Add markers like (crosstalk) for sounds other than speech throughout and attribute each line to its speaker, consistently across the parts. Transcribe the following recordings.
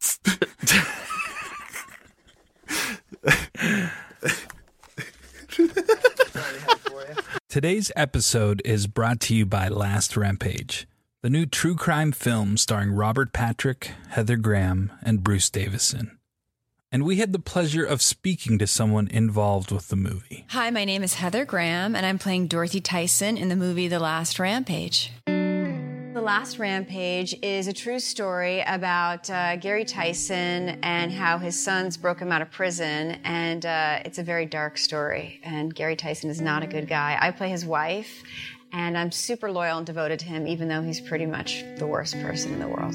Speaker 1: (laughs)
Speaker 2: (laughs) Today's episode is brought to you by Last Rampage, the new true crime film starring Robert Patrick, Heather Graham, and Bruce Davison. And we had the pleasure of speaking to someone involved with the movie.
Speaker 3: Hi, my name is Heather Graham, and I'm playing Dorothy Tyson in the movie The Last Rampage. The Last Rampage is a true story about uh, Gary Tyson and how his sons broke him out of prison, and uh, it's a very dark story. And Gary Tyson is not a good guy. I play his wife, and I'm super loyal and devoted to him, even though he's pretty much the worst person in the world.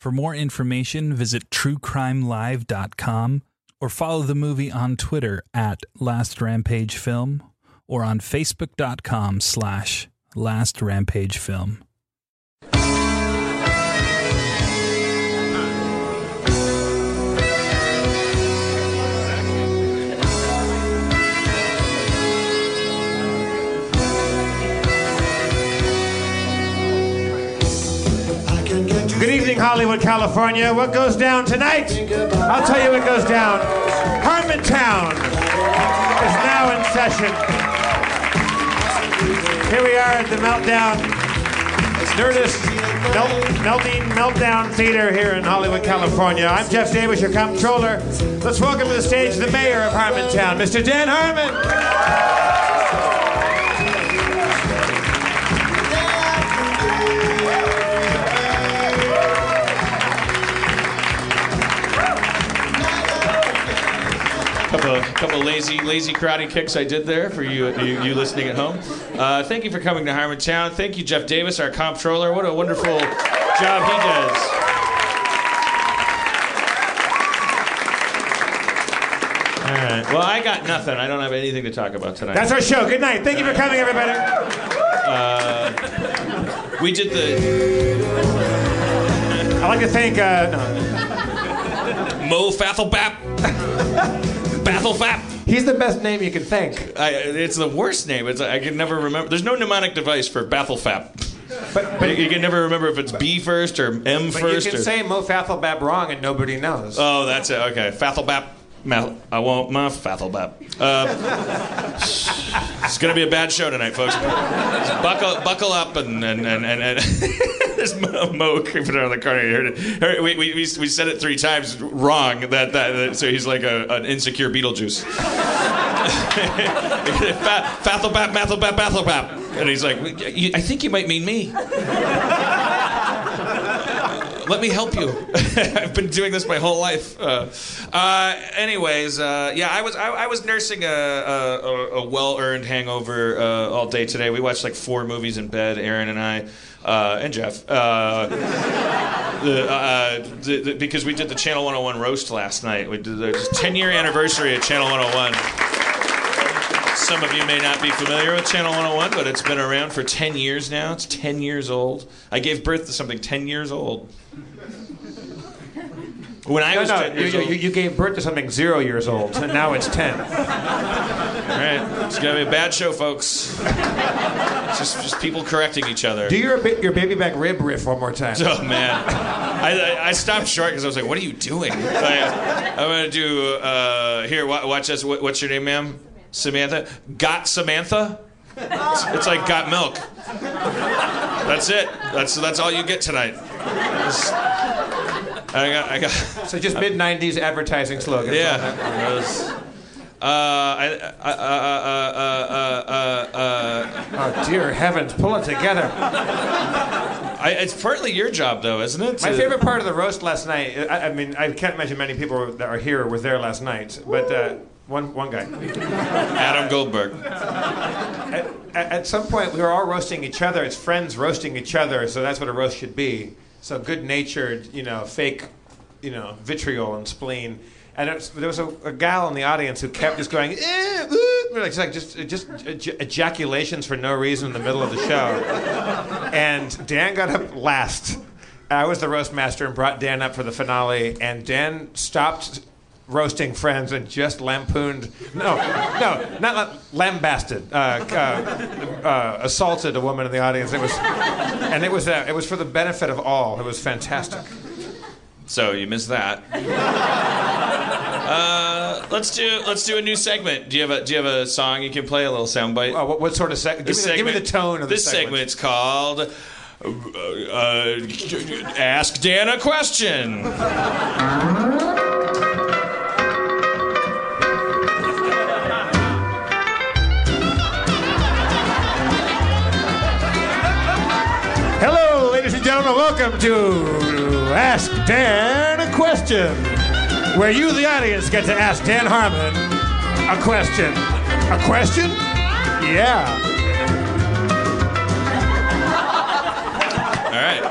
Speaker 2: For more information, visit truecrimelive.com or follow the movie on Twitter at Last Rampage Film or on facebook.com slash Last Rampage Film.
Speaker 4: Good evening, Hollywood, California. What goes down tonight? I'll tell you what goes down. Harmontown is now in session. Here we are at the Meltdown. Nerdist melt, melting Meltdown Theater here in Hollywood, California. I'm Jeff Davis, your comptroller. Let's welcome to the stage the mayor of Harmontown, Mr. Dan Harmon.
Speaker 5: couple, couple lazy, lazy karate kicks I did there for you, you, you listening at home. Uh, thank you for coming to Harmontown. Thank you, Jeff Davis, our comptroller. What a wonderful job he does. All right. Well, I got nothing. I don't have anything to talk about tonight.
Speaker 4: That's our show. Good night. Thank you for coming, everybody.
Speaker 5: Uh, we did the.
Speaker 4: I'd like to thank. Uh, no.
Speaker 1: Mo
Speaker 4: (laughs)
Speaker 1: Fathelbap. Bathelfap.
Speaker 4: He's the best name you can think.
Speaker 1: I, it's the worst name. It's, I can never remember. There's no mnemonic device for Bathelfap.
Speaker 4: But,
Speaker 1: You,
Speaker 4: but,
Speaker 1: you can never remember if it's B first or M
Speaker 4: but
Speaker 1: first.
Speaker 4: you can
Speaker 1: or,
Speaker 4: say Mo Fathelbab wrong and nobody knows.
Speaker 1: Oh, that's it. Okay, Fathelbap. Ma- I want my Fathelbap. Uh, (laughs) it's gonna be a bad show tonight, folks. Buckle, buckle up and and and and. (laughs) and There's Mo, Mo creeping around the corner. You heard it. Heard it. We, we, we, we said it three times wrong. That, that, that so he's like a, an insecure Beetlejuice. (laughs) Fa- Fathelbap, Mathelbap, Bathelbap, and he's like, "You- I think you might mean me. Let me help you. (laughs) I've been doing this my whole life. Uh, uh, anyways, uh, yeah, I was I, I was nursing a, a, a- a well-earned hangover uh, all day today. We watched like four movies in bed, Aaron and I, uh, and Jeff, uh, the, uh, the, the, because we did the Channel 101 roast last night. We did the 10-year anniversary of Channel 101. Some of you may not be familiar with Channel 101, but it's been around for 10 years now. It's 10 years old. I gave birth to something 10 years old. When I
Speaker 4: No,
Speaker 1: was
Speaker 4: no,
Speaker 1: 10
Speaker 4: you,
Speaker 1: years
Speaker 4: you,
Speaker 1: old.
Speaker 4: you gave birth to something zero years old, and now it's ten.
Speaker 1: All right. It's going to be a bad show, folks. It's just, just people correcting each other.
Speaker 4: Do your ba- your baby back rib riff one more time.
Speaker 1: Oh man, I, I, I stopped short because I was like, "What are you doing?" Like, I'm gonna do uh, here. Wa- watch this. What, what's your name, ma'am? Samantha. Got Samantha. It's, it's like got milk. That's it. That's that's all you get tonight. It's- I got I got.
Speaker 4: So just mid '90s advertising slogans.
Speaker 1: Yeah. It was- uh, I, I, uh, uh, uh, uh, uh,
Speaker 4: (laughs) Oh dear heavens, pull it together.
Speaker 1: uh, I, it's partly your job, though, isn't it?
Speaker 4: My
Speaker 1: to-
Speaker 4: favorite part of the roast last night. I, I mean, I can't imagine many people that are here were there last night, but uh, one one guy.
Speaker 1: Adam Goldberg.
Speaker 4: At, at some point, we were all roasting each other. It's friends roasting each other, so that's what a roast should be. So good-natured, you know, fake, you know, vitriol and spleen. And it was, there was a, a gal in the audience who kept just going, eh, ooh," like, just like just just eja- ejaculations for no reason in the middle of the show. And Dan got up last. I was the roast master and brought Dan up for the finale, and Dan stopped roasting friends and just lampooned. No, no, not la- lambasted. Uh, uh, uh, assaulted a woman in the audience. It was, and it was uh, it was for the benefit of all. It was fantastic.
Speaker 1: So you missed (laughs) that. uh, let's do let's do a new segment. Do you have a do you have a song you can play? A little soundbite.
Speaker 4: Oh, what, what sort of segment? Give,
Speaker 1: This
Speaker 4: me the- give me the
Speaker 1: segment-
Speaker 4: tone of the
Speaker 1: this segment's called. uh, uh, ask Dan a question.
Speaker 4: Hello, ladies and gentlemen. Welcome to Ask Dan a Question, where you, the audience, get to ask Dan Harmon a question. A question? Yeah.
Speaker 1: All right.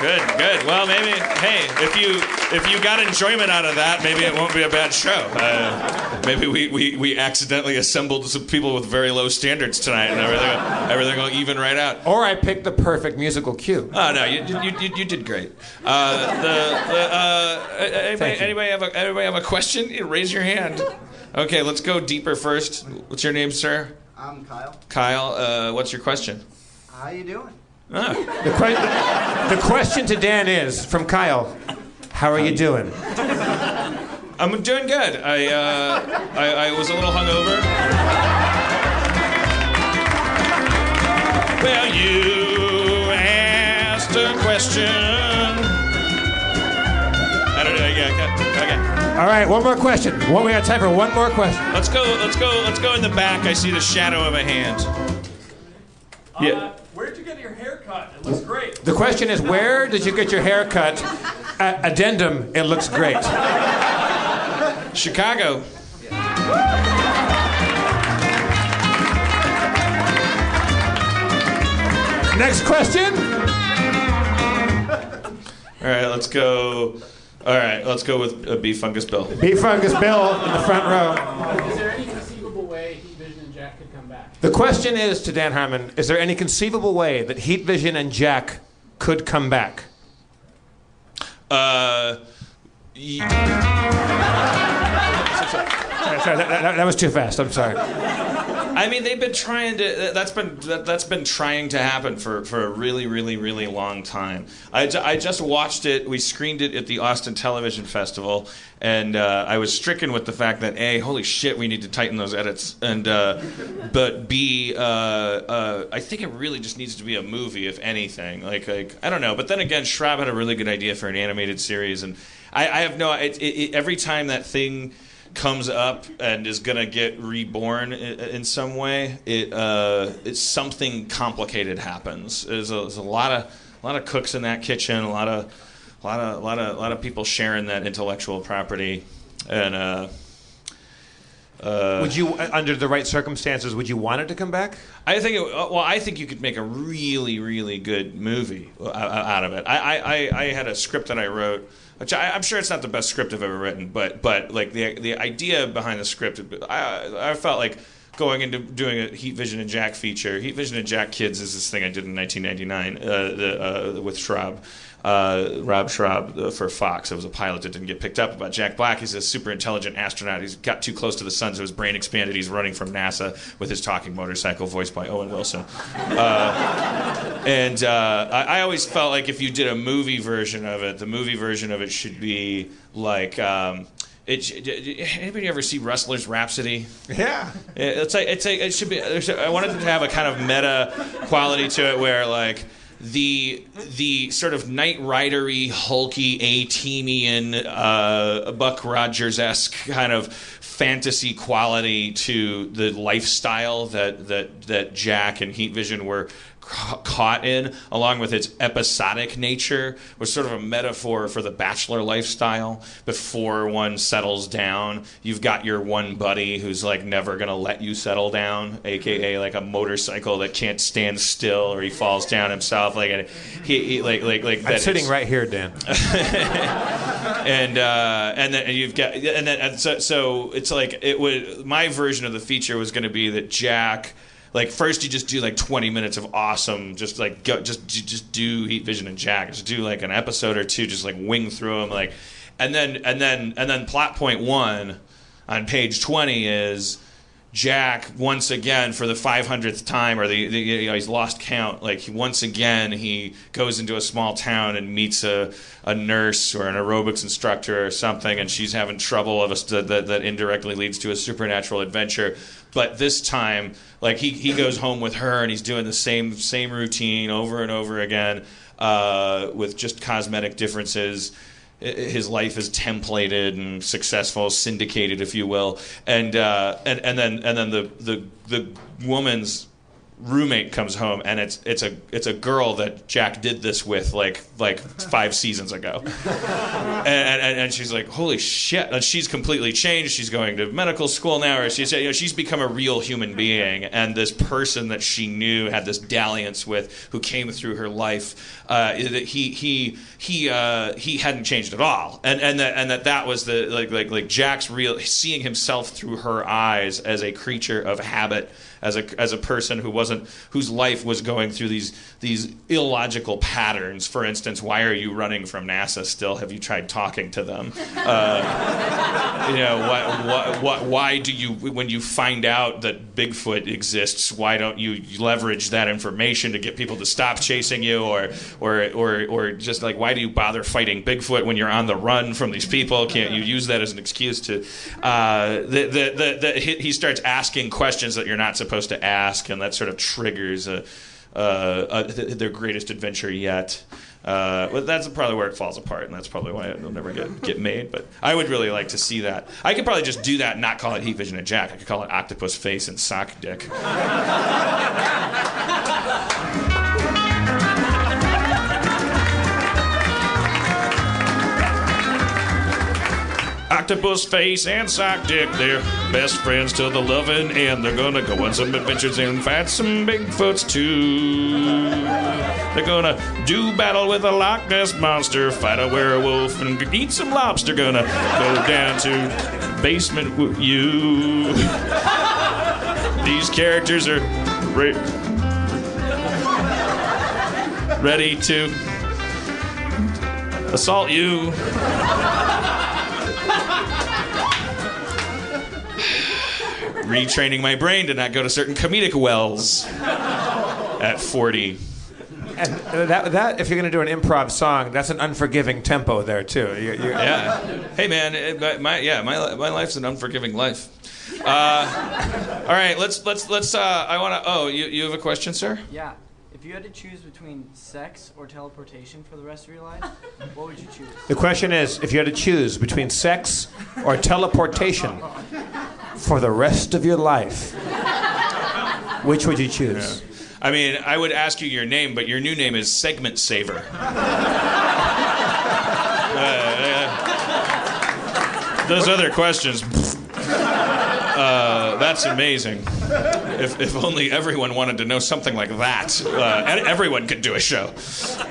Speaker 1: Good, good. Well, maybe hey, if you if you got enjoyment out of that, maybe it won't be a bad show. Uh, maybe we, we, we accidentally assembled some people with very low standards tonight, and everything everything will even right out.
Speaker 4: Or I picked the perfect musical cue.
Speaker 1: Oh no, you, you, you, you did great. Uh, the, the, uh, anybody,
Speaker 4: Thank you.
Speaker 1: anybody have a anybody have a question? You raise your hand. Okay, let's go deeper first. What's your name, sir?
Speaker 6: I'm Kyle.
Speaker 1: Kyle. Uh, what's your question?
Speaker 6: How you doing?
Speaker 1: Oh,
Speaker 4: The, que- the question to Dan is from Kyle. How are you doing?
Speaker 1: I'm doing good. I, uh, I I was a little hungover. Well, you asked a question. I don't know. Yeah, okay. okay.
Speaker 4: All right, one more question. One, we got time for one more question.
Speaker 1: Let's go. Let's go. Let's go in the back. I see the shadow of a hand. Yeah.
Speaker 7: Where'd you get your haircut? It looks great.
Speaker 4: The question is, where did you get your hair cut? A- addendum, it looks great.
Speaker 1: Chicago.
Speaker 4: Next question.
Speaker 1: All right. Let's go. All right. Let's go with a B fungus bill.
Speaker 4: B. Fungus Bill in the front row.
Speaker 7: Is there any conceivable way Heat Vision and Jack could come back?
Speaker 4: The question is to Dan Harmon, is there any conceivable way that Heat Vision and Jack could come back?
Speaker 1: Uh,
Speaker 4: Sorry, sorry, that, that- that was too fast. I'm sorry.
Speaker 1: I mean, they've been trying to. that- That's been that, that's been trying to happen for, for a really, really, really long time. I, ju- I just watched it. We screened it at the Austin Television Festival, and uh, I was stricken with the fact that a holy shit, we need to tighten those edits, and uh, but b uh, uh, I think it really just needs to be a movie, if anything. Like like I don't know. But then again, Schraub had a really good idea for an animated series, and I, I have no. It, it, it, every time that thing comes up and is gonna get reborn in, in some way, it uh, it's something complicated happens. There's a, there's a lot of a lot of cooks in that kitchen, a lot of a lot of a lot of a lot of people sharing that intellectual property, and uh,
Speaker 4: Would you, uh, under the right circumstances, would you want it to come back?
Speaker 1: I think it, uh, well, I think you could make a really, really good movie o- o- out of it. I, I, I- I had a script that I wrote, which I, I'm sure it's not the best script I've ever written, but but like the the idea behind the script, I I felt like going into doing a Heat Vision and Jack feature. Heat Vision and Jack Kids is this thing I did in 1999 uh, the, uh, with Schraub. Uh, Rob Schraub uh, for Fox. It was a pilot that didn't get picked up. About Jack Black, he's a super intelligent astronaut. He's got too close to the sun, so his brain expanded. He's running from NASA with his talking motorcycle, voiced by Owen Wilson. And uh, I, I always felt like if you did a movie version of it, the movie version of it should be like. Um, it, sh- d- d- anybody ever see Wrestler's Rhapsody?
Speaker 4: Yeah.
Speaker 1: Yeah, It's like it's like it should be. there should- I wanted to have a kind of meta quality to it, where like the the sort of knight ridery, hulky, a teamian, uh, Buck Rogers esque kind of fantasy quality to the lifestyle that that that Jack and Heat Vision were ca- caught in along with its episodic nature was sort of a metaphor for the bachelor lifestyle before one settles down you've got your one buddy who's like never going to let you settle down aka like a motorcycle that can't stand still or he falls down himself like and he, he like like like
Speaker 4: I'm
Speaker 1: that
Speaker 4: sitting
Speaker 1: it's-
Speaker 4: right here, Dan.
Speaker 1: and uh, and then and you've got and then and so, so it's like it would my version of the feature was going to be that Jack like first you just do like 20 minutes of awesome just like go just ju- just do heat vision and Jack just do like an episode or two just like wing through them like and then and then and then plot point 1 on page 20 is Jack once again for the 500th time, or the, the you know, he's lost count. Like he, once again, he goes into a small town and meets a, a nurse or an aerobics instructor or something, and she's having trouble of a, st- that that indirectly leads to a supernatural adventure. But this time, like he, he goes home with her, and he's doing the same same routine over and over again, uh, with just cosmetic differences his life is templated and successful, syndicated, if you will, and uh, and and then and then the the the woman's roommate comes home and it's it's a it's a girl that Jack did this with like like five seasons ago and, and, and she's like, holy shit. And she's completely changed. She's going to medical school now, or she's, you know, she's become a real human being. And this person that she knew had this dalliance with, who came through her life, uh, that he he he uh, he hadn't changed at all. And and that and that that was the like like like Jack's real seeing himself through her eyes as a creature of habit as a as a person who wasn't whose life was going through these these illogical patterns. For instance, why are you running from NASA still? Have you tried talking to them? Uh, you know, what, what, what, why do you when you find out that Bigfoot exists? Why don't you leverage that information to get people to stop chasing you, or or or or just like why do you bother fighting Bigfoot when you're on the run from these people? Can't you use that as an excuse to? Uh, the, the, the, the, he he starts asking questions that you're not supposed to ask, and that sort of triggers a, uh, uh, th- their greatest adventure yet. Uh, well, that's probably where it falls apart, and that's probably why it'll never get, get made. But I would really like to see that. I could probably just do that, and not call it Heat Vision and Jack. I could call it Octopus Face and Sock Dick. Octopus Face and Sock Dick, they're best friends till the loving end. They're gonna go on some adventures and fight some Bigfoots too. They're gonna do battle with a Loch Ness monster, fight a werewolf, and eat some lobster. Gonna go down to basement with you. These characters are re- ready to assault you. retraining my brain to not go to certain comedic wells at 40.
Speaker 4: And uh, that, that, if you're going to do an improv song, that's an unforgiving tempo there too. You, you,
Speaker 1: Yeah. Hey, man. it- my- My, yeah, my, my life's an unforgiving life. Uh, all right. Let's let's let's. Uh, I want to. Oh, you, you have a question, sir?
Speaker 6: (laughs) Yeah. If you had to choose between sex or teleportation for the rest of your life, what would you choose?
Speaker 4: The question is, if you had to choose between sex or teleportation for the rest of your life, which would you choose?
Speaker 1: I mean, I would ask you your name, but your new name is Segment Saver. Uh, those other questions. Uh, that's amazing. If, if only everyone wanted to know something like that, uh, and everyone could do a show.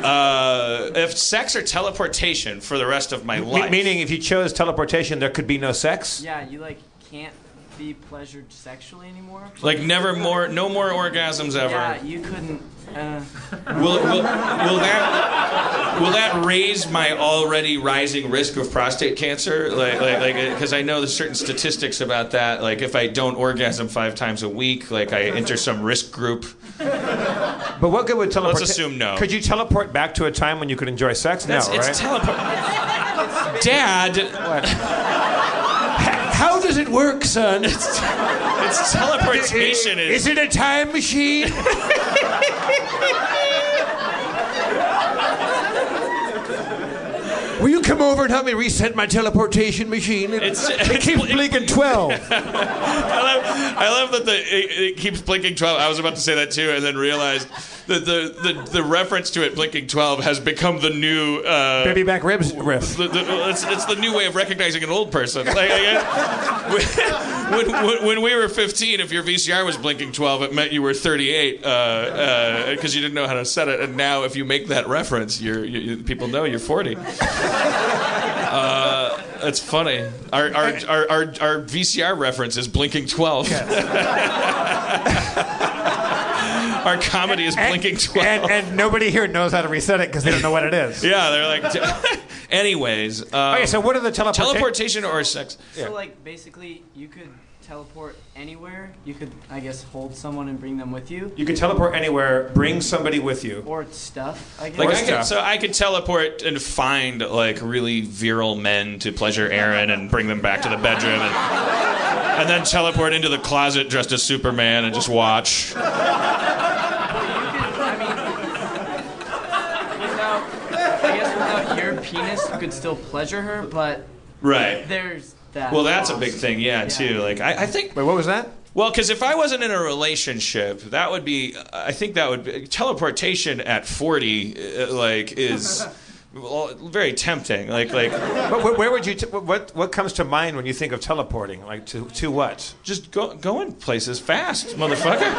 Speaker 1: Uh, if sex or teleportation for the rest of my
Speaker 4: Me-
Speaker 1: life,
Speaker 4: meaning, if you chose teleportation, there could be no
Speaker 1: (laughs)
Speaker 4: sex.
Speaker 6: Yeah, you like can't be pleasured sexually anymore.
Speaker 1: like never more, no more orgasms ever.
Speaker 6: Yeah, you couldn't. Uh,
Speaker 1: Will, will, will that will that raise my already rising risk of prostate cancer? Like, like, like, because I know there's certain statistics about that. Like, if I don't orgasm five times a week, like I enter some risk group.
Speaker 4: But what good would teleportation?
Speaker 1: assume no.
Speaker 4: Could you teleport back to a time when you could enjoy sex?
Speaker 1: That's,
Speaker 4: no, right?
Speaker 1: It's teleport. Dad,
Speaker 4: How does it work, son?
Speaker 1: it's teleportation.
Speaker 4: Is it a time machine?
Speaker 1: (laughs)
Speaker 4: (laughs) Will you come over and help me reset my teleportation machine? It,
Speaker 1: It's- (laughs)
Speaker 4: it
Speaker 1: it's
Speaker 4: keeps
Speaker 1: blinking.
Speaker 4: blinking
Speaker 1: (laughs)
Speaker 4: 12.
Speaker 1: I love, I love that the it, it keeps blinking twelve. I was about to say that too, and then realized that the the, the reference to it blinking twelve has become the new. Uh,
Speaker 4: Baby back ribs riff.
Speaker 1: the, the, it's, it's the new way of recognizing an old person. Like, I- I- (laughs) when, when, when we were 15, if your VCR was blinking 12, it meant you were 38 because uh, uh 'cause you didn't know how to set it. And now, if you make that reference, you're, you, you, people know you're 40. Uh, it's funny. Our, our, our, our, our VCR reference is blinking 12. our comedy is blinking 12.
Speaker 4: And, and nobody here knows how to reset it because they don't know what it is.
Speaker 1: (laughs) yeah, they're like. Anyways, um,
Speaker 4: Okay, so what are the teleportation?
Speaker 1: teleportation or sex?
Speaker 6: So like basically, you could teleport anywhere. You could, I guess, hold someone and bring them with you,
Speaker 4: you can teleport anywhere, bring somebody with you.
Speaker 6: or stuff. I guess.
Speaker 1: Like
Speaker 4: Or
Speaker 1: I could,
Speaker 4: stuff.
Speaker 1: so I could teleport and find like really virile men to pleasure Aaron and bring them back to the bedroom and, and then teleport into the closet dressed as Superman and just watch.
Speaker 6: I mean, without, I guess without your penis, you could still pleasure her, but
Speaker 1: Right.
Speaker 6: there's that.
Speaker 1: Well, that's a
Speaker 6: loss.
Speaker 1: big thing, yeah, too. Like I, I think
Speaker 4: Wait, what was that?
Speaker 1: well, because if I wasn't in a relationship, that would be I think that would be teleportation at 40 uh, like is (laughs) well, very tempting. Like like
Speaker 4: But where, where would you? T- what what comes to mind when you think of teleporting? Like to to what?
Speaker 1: just go going places fast, motherfucker.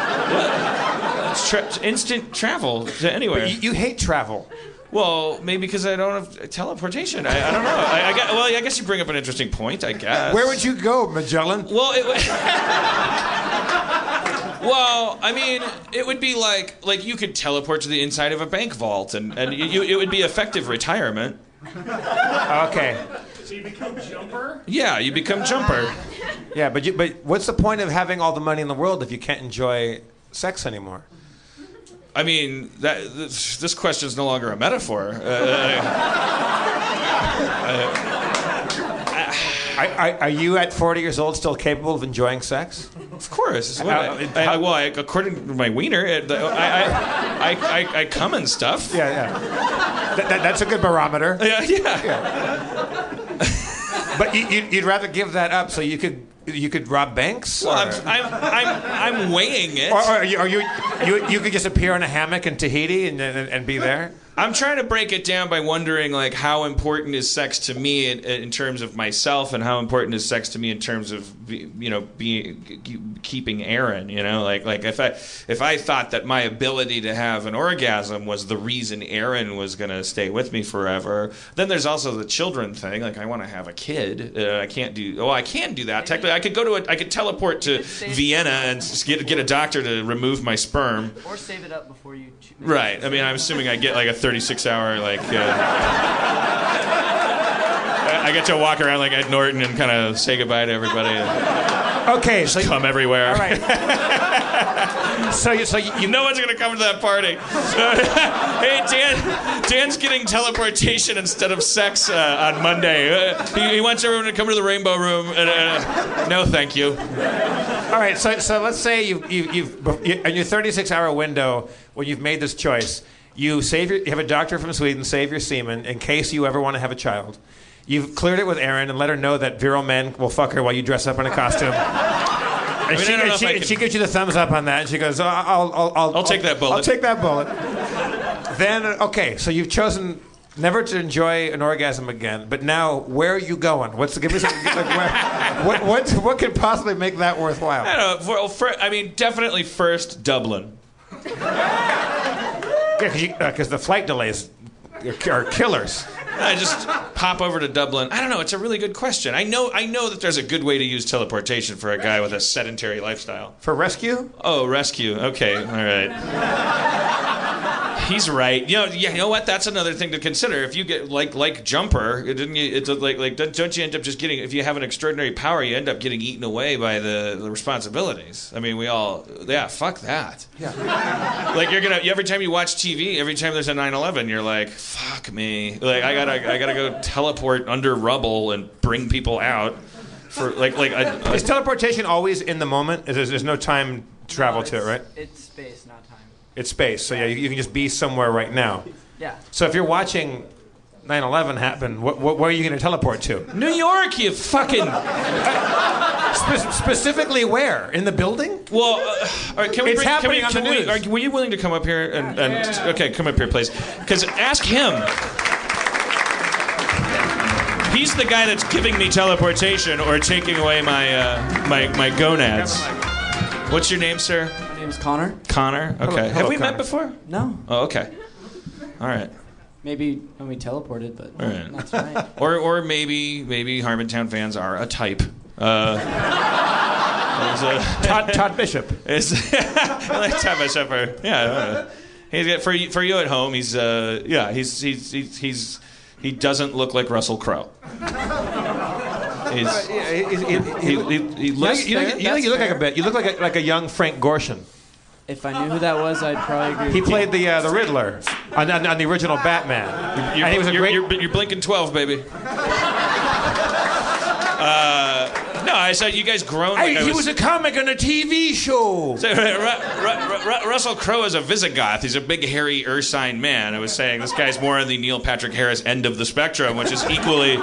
Speaker 1: Tra- instant travel to anywhere.
Speaker 4: You, you hate travel.
Speaker 1: Well, maybe because I don't have teleportation. I, I don't know. I, I gue- well, I guess you bring up an interesting point. I guess.
Speaker 4: Where would you go, Magellan?
Speaker 1: (laughs) Well, it. would- (laughs) Well, I mean, it would be like like you could teleport to the inside of a bank vault, and and you, it would be effective retirement.
Speaker 4: Okay.
Speaker 1: Yeah, you become jumper.
Speaker 4: Yeah, but you, but what's the point of having all the money in the world if you can't enjoy sex anymore?
Speaker 1: I mean, that this, this question is no longer a metaphor. Uh,
Speaker 4: I, I, are you at 40 years old still capable of enjoying sex?
Speaker 1: of course. What
Speaker 4: Uh,
Speaker 1: I, I- well, I, according to my wiener, it, I, I, I, I, I come and stuff.
Speaker 4: Yeah, yeah. That, that, that's a good barometer.
Speaker 1: Yeah, yeah.
Speaker 4: But you, you, you'd rather give that up so you could you could rob banks.
Speaker 1: Well,
Speaker 4: or-
Speaker 1: I'm, I'm, I'm, I'm weighing it.
Speaker 4: Or, or are you, are you, you, you could just appear in a hammock in Tahiti and, and, and be there?
Speaker 1: I'm trying to break it down by wondering like how important is sex to me in, in terms of myself, and how important is sex to me in terms of be- you know being keeping Aaron. You know, like like if I if I thought that my ability to have an orgasm was the reason Aaron was gonna stay with me forever, then there's also the children thing. Like I want to have a kid. Uh, I can't do. Oh, I can do that technically. I could go to a. I could teleport to Vienna and s- get get a doctor to remove my sperm.
Speaker 6: Or save it up before you. Cho-
Speaker 1: Right. I mean, I'm assuming I get like a 36 hour like. Uh, I get to walk around like Ed Norton and kind of say goodbye to everybody.
Speaker 4: Okay, so
Speaker 1: come everywhere.
Speaker 4: all right.
Speaker 1: (laughs)
Speaker 4: so you, so you, you
Speaker 1: No one's gonna come to that party. (laughs) hey, Dan, Dan's getting teleportation instead of sex uh, on Monday. Uh, he, he wants everyone to come to the Rainbow Room. And, uh, no, thank you.
Speaker 4: All right, so, so let's say you, you, you've, you, in your 36 hour window, when you've made this choice, you, save your, you have a doctor from Sweden save your semen in case you ever want to have a child. You've cleared it with Erin and let her know that virile men will fuck her while you dress up in a costume.
Speaker 1: (laughs)
Speaker 4: And
Speaker 1: mean,
Speaker 4: she,
Speaker 1: I don't
Speaker 4: and
Speaker 1: know if
Speaker 4: she,
Speaker 1: I
Speaker 4: and
Speaker 1: can-
Speaker 4: she gives you the thumbs up on that, and she goes, "Oh, I'll, I'll, I'll,
Speaker 1: I'll take that bullet."
Speaker 4: I'll take that bullet. then, okay, so you've chosen never to enjoy an orgasm again, but now where are you going? What's give me some, like, where, what, what, what could possibly make that worthwhile?
Speaker 1: I don't know. Well, fir- I mean, definitely first Dublin.
Speaker 4: Yeah, because uh, the flight delays are are killers.
Speaker 1: I just pop over to Dublin. I don't know. It's a really good question. I know. I know that there's a good way to use teleportation for a guy with a sedentary lifestyle.
Speaker 4: For rescue?
Speaker 1: Oh, rescue. Okay, all right. He's right. You know, yeah, you know what? That's another thing to consider. If you get like like jumper, it didn't you? It's like like don't- don't you end up just getting? If you have an extraordinary power, you end up getting eaten away by the, the responsibilities. I mean, we all yeah. Fuck that. Yeah. like you're gonna every time you watch TV, every time there's a 9/11, you're like, fuck me. Like I gotta I gotta go teleport under rubble and bring people out for like like a, a-
Speaker 4: Is teleportation always in the moment? Is- There's, there's no time travel to it,
Speaker 6: It's-
Speaker 4: right?
Speaker 6: It's space, not time.
Speaker 4: It's space, so yeah, you, you can just be somewhere right now.
Speaker 6: Yeah.
Speaker 4: So if you're watching 9/11 happen, what, what, where are you going to teleport to?
Speaker 1: New York, you fucking.
Speaker 4: Spe- specifically, where in the building?
Speaker 1: Well, uh, all right, can we
Speaker 4: It's
Speaker 1: bring,
Speaker 4: happening
Speaker 1: can
Speaker 4: on
Speaker 1: we, can
Speaker 4: the
Speaker 1: we-
Speaker 4: news.
Speaker 1: are- were you willing to come up here and, and okay, come up here, please, because ask him. He's the guy that's giving me teleportation or taking away my uh, my my gonads. What's your name, sir?
Speaker 6: My name's Connor.
Speaker 1: Connor. Okay.
Speaker 4: Hello,
Speaker 1: Have we
Speaker 4: Connor.
Speaker 1: met before?
Speaker 6: No.
Speaker 1: Oh, okay. All right.
Speaker 6: Maybe when we teleported, but
Speaker 1: All right.
Speaker 6: that's right.
Speaker 1: Or or maybe maybe Harmontown fans are a type. Uh, there's a-
Speaker 4: Todd, Todd Bishop.
Speaker 1: It's (laughs) like Tava Shepard. Yeah. uh, He's got, for you, for you at home. He's uh yeah. He's he's he's, he's he doesn't look like Russell Crowe. He's,
Speaker 4: Yeah, he- he- he-
Speaker 1: he, he, he
Speaker 4: you
Speaker 1: looks
Speaker 4: look- you look- you look- you look like a
Speaker 6: fair.
Speaker 4: bit. You look like a, like a young Frank Gorshin.
Speaker 6: If I knew who that was, I'd probably agree.
Speaker 4: He
Speaker 6: with you.
Speaker 4: played the uh, the Riddler on, on, on the original Batman.
Speaker 1: You're,
Speaker 4: and he was a
Speaker 1: you're,
Speaker 4: great.
Speaker 1: you're, you're blinking 12, baby. Uh, no, I said you guys grown.
Speaker 4: Hey,
Speaker 1: like I
Speaker 4: he was a comic on a TV show.
Speaker 1: (laughs) Ru- uh, Ru- Ru- Russell Crowe is a Visigoth. He's a big, hairy, ursine man. I was saying this guy's more on the Neil Patrick Harris end of the spectrum, which is equally.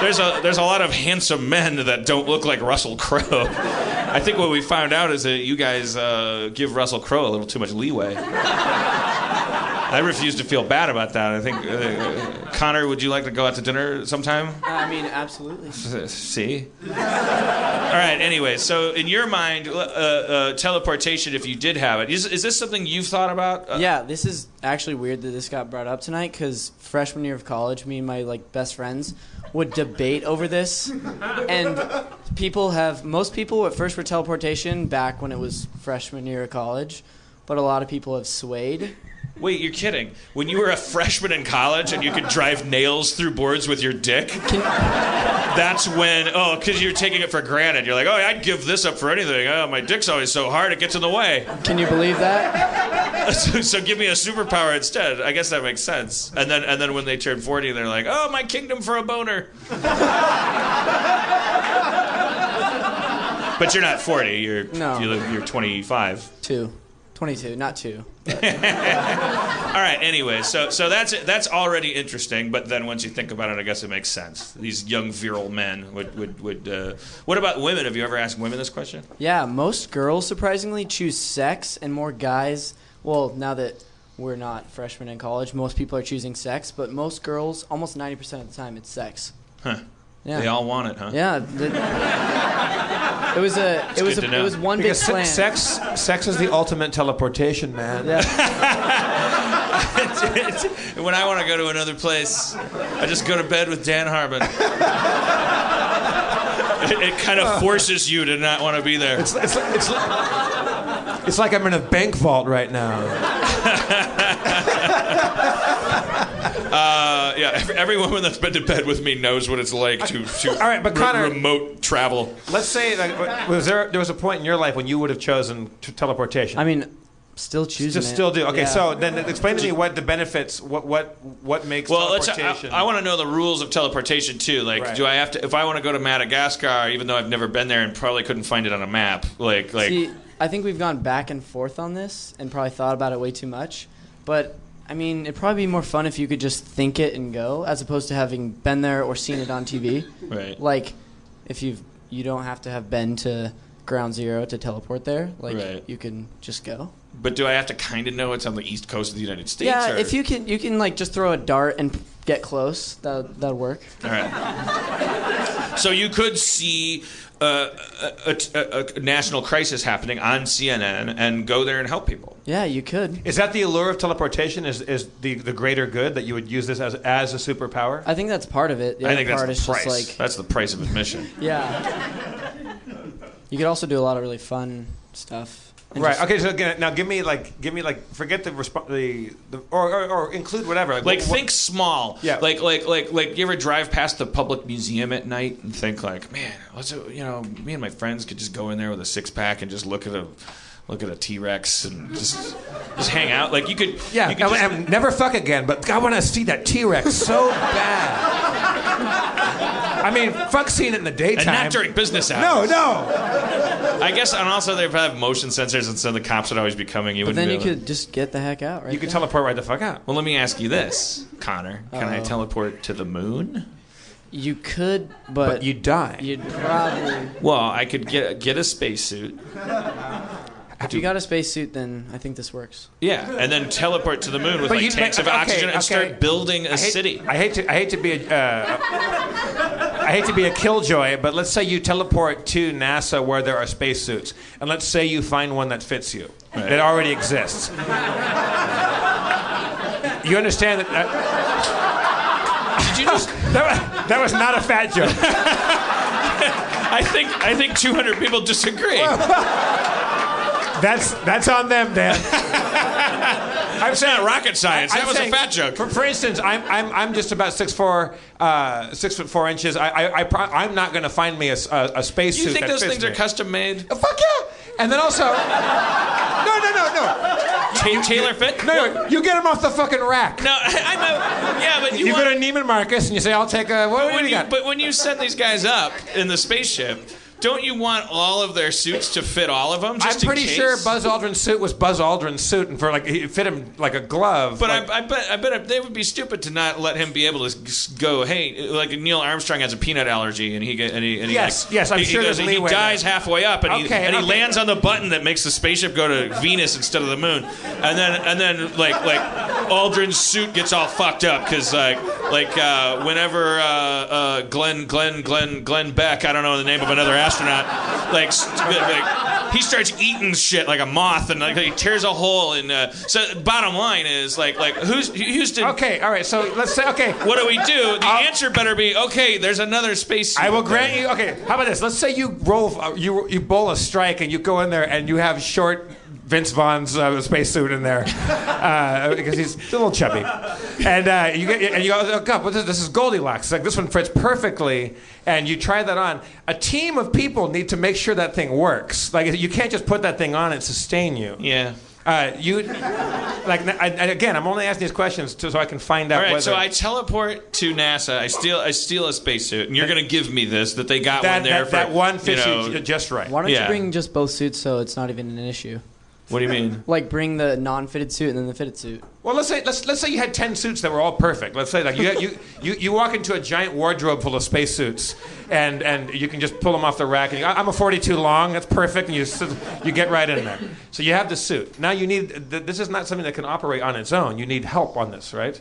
Speaker 1: There's a there's a lot of handsome men that don't look like Russell Crowe. I think what we found out is that you guys uh, give Russell Crowe a little too much leeway. I refuse to feel bad about that. I think uh, Connor, would you like to go out to dinner sometime?
Speaker 6: I mean, absolutely.
Speaker 1: (laughs) See? All right, anyway, so in your mind, uh, uh, teleportation, if you did have it, is, is this something you've thought about? Uh,
Speaker 6: Yeah, this is actually weird that this got brought up tonight because freshman year of college, me and my like best friends would debate over this, and people have most people at first were teleportation back when it was freshman year of college, but a lot of people have swayed. (laughs)
Speaker 1: Wait, you're kidding. When you were a freshman in college and you could drive nails through boards with your dick, that's when, oh, because you're taking it for granted. You're like, oh, I'd give this up for anything. Oh, my dick's always so hard, it gets in the way.
Speaker 6: Can you believe that?
Speaker 1: (laughs) so, so give me a superpower instead. I guess that makes sense. And then, and then when they turn 40, they're like, oh, my kingdom for a boner. but you're not 40. You're
Speaker 6: No.
Speaker 1: you look, you're 25.
Speaker 6: Two. 22, not two.
Speaker 1: All right. Anyway, so so that's that's already interesting. But then once you think about it, I guess it makes sense. These young virile men would would would. Uh, what about women? Have you ever asked women this question?
Speaker 6: Yeah, most girls surprisingly choose sex, and more guys. Well, now that we're not freshmen in college, most people are choosing sex, but most girls, almost 90% of the time, it's sex.
Speaker 1: Huh.
Speaker 6: Yeah.
Speaker 1: They all want it, huh?
Speaker 6: Yeah, the, it was a it was
Speaker 1: good to
Speaker 6: a,
Speaker 1: know.
Speaker 6: it was one big
Speaker 4: Because se-
Speaker 6: plan.
Speaker 4: sex, sex is the ultimate teleportation, man.
Speaker 6: Yeah,
Speaker 1: (laughs) when I want to go to another place, I just go to bed with Dan Harmon. it, it kind of forces you to not want to be there.
Speaker 4: It's, it's, it's, it's like I'm in a bank vault right now.
Speaker 1: Uh, yeah, ev- every woman that's been to bed with me knows what it's like to, to
Speaker 4: All right, but
Speaker 1: re-
Speaker 4: Connor-
Speaker 1: remote travel.
Speaker 4: Let's say uh, like, was there there was a point in your life when you would have chosen t- teleportation.
Speaker 6: I mean, still choosing.
Speaker 4: just
Speaker 6: it.
Speaker 4: still do. Okay,
Speaker 6: Yeah.
Speaker 4: so then explain to me what the benefits, what what what makes
Speaker 1: Well, let's. I,
Speaker 4: teleportation.
Speaker 1: I want to know the rules of teleportation too. Like,
Speaker 4: Right.
Speaker 1: do I have to? If I want to go to Madagascar, even though I've never been there and probably couldn't find it on a map, like, like
Speaker 6: See, I think we've gone back and forth on this and probably thought about it way too much. But I mean, it'd probably be more fun if you could just think it and go, as opposed to having been there or seen it on TV.
Speaker 1: (laughs) Right.
Speaker 6: Like, if you've you don't have to have been to Ground Zero to teleport there. Like,
Speaker 1: Right.
Speaker 6: you can just go.
Speaker 1: but do I have to kind of know it's on the east coast of the United States?
Speaker 6: Yeah,
Speaker 1: or-
Speaker 6: if you can, you can like just throw a dart and get close. That that'd work.
Speaker 1: All right. so you could see uh, a, a, a- a national crisis happening on CNN and go there and help people.
Speaker 6: Yeah, you could.
Speaker 4: is that the allure of teleportation? Is is the, the greater good that you would use this as as a superpower?
Speaker 6: I think that's part of it. The
Speaker 1: I
Speaker 6: other
Speaker 1: think
Speaker 6: part
Speaker 1: that's
Speaker 6: is
Speaker 1: the price.
Speaker 6: just like
Speaker 1: that's the price of admission. (laughs)
Speaker 6: Yeah. you could also do a lot of really fun stuff. And
Speaker 4: Right.
Speaker 6: just-
Speaker 4: Okay. So
Speaker 6: (laughs)
Speaker 4: again, now give me like give me like forget the resp- the, the or, or or include whatever.
Speaker 1: Like
Speaker 4: what-
Speaker 1: think small.
Speaker 4: Yeah.
Speaker 1: Like like like like you ever drive past the public museum at night and think like, man, what's it, you know, me and my friends could just go in there with a six pack and just look at a look at a T Rex and just just hang out. Like you could
Speaker 4: Yeah,
Speaker 1: you could
Speaker 4: and,
Speaker 1: just-
Speaker 4: and never fuck again. But I want to see that T Rex so bad. I mean, fuck seeing it in the daytime.
Speaker 1: and not during business
Speaker 4: no,
Speaker 1: hours.
Speaker 4: no.
Speaker 1: I guess, and also they have motion sensors, and so the cops would always be coming. You
Speaker 6: But
Speaker 1: wouldn't.
Speaker 6: then
Speaker 1: be
Speaker 6: you
Speaker 1: able to-
Speaker 6: could just get the heck out, right?
Speaker 4: You could
Speaker 6: there.
Speaker 4: teleport right the fuck out.
Speaker 1: Well, let me ask you this, Connor. Can I teleport to the moon?
Speaker 6: You could, but,
Speaker 4: But you die.
Speaker 6: would probably.
Speaker 1: Well, (laughs) I could get get a spacesuit.
Speaker 6: If you got a spacesuit, then I think this works.
Speaker 1: Yeah, and then teleport to the moon with
Speaker 4: But
Speaker 1: like
Speaker 4: you'd
Speaker 1: tanks
Speaker 4: make-
Speaker 1: of
Speaker 4: okay,
Speaker 1: oxygen and
Speaker 4: okay.
Speaker 1: start building a
Speaker 4: I hate-
Speaker 1: city. (laughs)
Speaker 4: I hate to. I hate to be a. Uh, I hate to
Speaker 1: (laughs)
Speaker 4: be a killjoy, but let's say you teleport to NASA where there are spacesuits, and let's say you find one that fits you, that already exists. you understand that? uh, that-
Speaker 1: Did you just?
Speaker 4: that, was, (laughs) that was not a fat joke.
Speaker 1: I think I think 200 people disagree.
Speaker 4: That's that's on them,
Speaker 1: (laughs)
Speaker 4: Dan. I'm
Speaker 1: It's not rocket science. That
Speaker 4: I'm
Speaker 1: was
Speaker 4: saying-
Speaker 1: a fat joke.
Speaker 4: For, for instance, I'm, I'm, I'm just about six four, uh, six foot four inches. I, I, I pro- I'm not going to find me a, s- a, a space
Speaker 1: Do you
Speaker 4: suit
Speaker 1: think
Speaker 4: that
Speaker 1: those
Speaker 4: fits
Speaker 1: things
Speaker 4: me.
Speaker 1: are custom made?
Speaker 4: Uh, Fuck yeah! And then also, no, no, no, no,
Speaker 1: Ta- tailor fit?
Speaker 4: no, no. You get them off the fucking rack.
Speaker 1: No, (laughs) I'm a, yeah, but you,
Speaker 4: you
Speaker 1: want,
Speaker 4: go to Neiman Marcus and you say, "I'll take a what,
Speaker 1: But
Speaker 4: (laughs) what
Speaker 1: when
Speaker 4: do you
Speaker 1: you,
Speaker 4: got?"
Speaker 1: but when you set these guys up in the spaceship, don't you want all of their suits to fit all of them? Just
Speaker 4: I'm
Speaker 1: in
Speaker 4: pretty
Speaker 1: case?
Speaker 4: sure Buzz Aldrin's suit was Buzz Aldrin's suit, and for like it fit him like a glove.
Speaker 1: But
Speaker 4: like,
Speaker 1: I, I bet I bet they would be stupid to not let him be able to s- go. Hey, like Neil Armstrong has a peanut allergy, and he get and he and he,
Speaker 4: Yes,
Speaker 1: like-
Speaker 4: yes, I'm
Speaker 1: he,
Speaker 4: sure
Speaker 1: he, goes-
Speaker 4: there's
Speaker 1: he
Speaker 4: leeway
Speaker 1: dies
Speaker 4: there.
Speaker 1: halfway up, and he
Speaker 4: Okay,
Speaker 1: and he
Speaker 4: okay.
Speaker 1: lands on the button that makes the spaceship go to Venus instead of the moon, and then and then like like Aldrin's suit gets all fucked up because like like uh, whenever uh, uh, Glenn Glenn Glenn Glenn Beck, I don't know the name of another astronaut, like, st- like he starts eating shit like a moth, and like he tears a hole in. Uh, so bottom line is like like who's Houston.
Speaker 4: okay, all right. So let's say okay.
Speaker 1: What do we do? The answer better be okay. There's another space.
Speaker 4: I will
Speaker 1: suit
Speaker 4: grant
Speaker 1: there.
Speaker 4: you. Okay, how about this? Let's say you roll, uh, you you bowl a strike, and you go in there, and you have short Vince Vaughn's uh, spacesuit in there uh, (laughs) because he's a little chubby, and uh, you get and you go, oh god, what is, this is Goldilocks. It's like this one fits perfectly, and you try that on. A team of people need to make sure that thing works. Like you can't just put that thing on and sustain you.
Speaker 1: Yeah.
Speaker 4: Uh, you like I, I- again. I'm only asking these questions to, so I can find out.
Speaker 1: All right,
Speaker 4: whether,
Speaker 1: so I teleport to NASA. I steal, I steal a spacesuit, and you're gonna give me this that they got one
Speaker 4: that,
Speaker 1: there
Speaker 4: that,
Speaker 1: for
Speaker 4: that one
Speaker 1: you
Speaker 4: fits you,
Speaker 1: know,
Speaker 4: j- just right.
Speaker 6: Why don't
Speaker 1: Yeah.
Speaker 6: you bring just both suits so it's not even an issue?
Speaker 1: What do you mean?
Speaker 6: (laughs) Like bring the non-fitted suit and then the fitted suit.
Speaker 4: Well, let's say let's, let's say you had ten suits that were all perfect. Let's say like you you, you you walk into a giant wardrobe full of spacesuits, and and you can just pull them off the rack. And you, I'm a 42 long. That's perfect. And you sit- you get right in there. So you have the suit. Now you need th- this is not something that can operate on its own. You need help on this, right?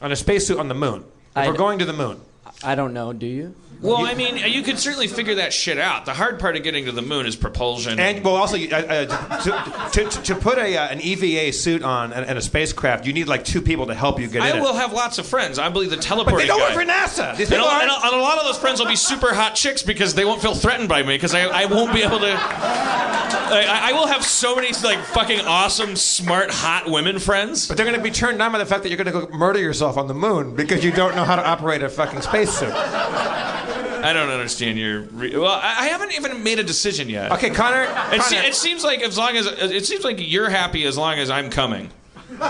Speaker 4: On a spacesuit on the moon. If
Speaker 6: I-
Speaker 4: we're going to the moon.
Speaker 6: I don't know. Do you?
Speaker 1: Well, I mean, you could certainly figure that shit out. The hard part of getting to the moon is propulsion.
Speaker 4: And well, also you- uh, uh, to, to, to put a uh, an EVA suit on and, and a spacecraft, you need like two people to help you get in.
Speaker 1: I
Speaker 4: it.
Speaker 1: will have lots of friends. I believe the teleporting.
Speaker 4: But they don't work
Speaker 1: guy.
Speaker 4: for NASA. These
Speaker 1: And a,
Speaker 4: people
Speaker 1: and,
Speaker 4: aren't-
Speaker 1: a, and a lot of those friends will be super hot chicks because they won't feel threatened by me because I, I won't be able to. Like, I, I will have so many like fucking awesome, smart, hot women friends.
Speaker 4: But they're going to be turned on by the fact that you're going to go murder yourself on the moon because you don't know how to operate a fucking spacesuit.
Speaker 1: I don't understand your. Re- well, I, I haven't even made a decision yet.
Speaker 4: Okay, Connor.
Speaker 1: It, se-
Speaker 4: Connor,
Speaker 1: it seems like as long as it seems like you're happy as long as I'm coming.
Speaker 4: Dan,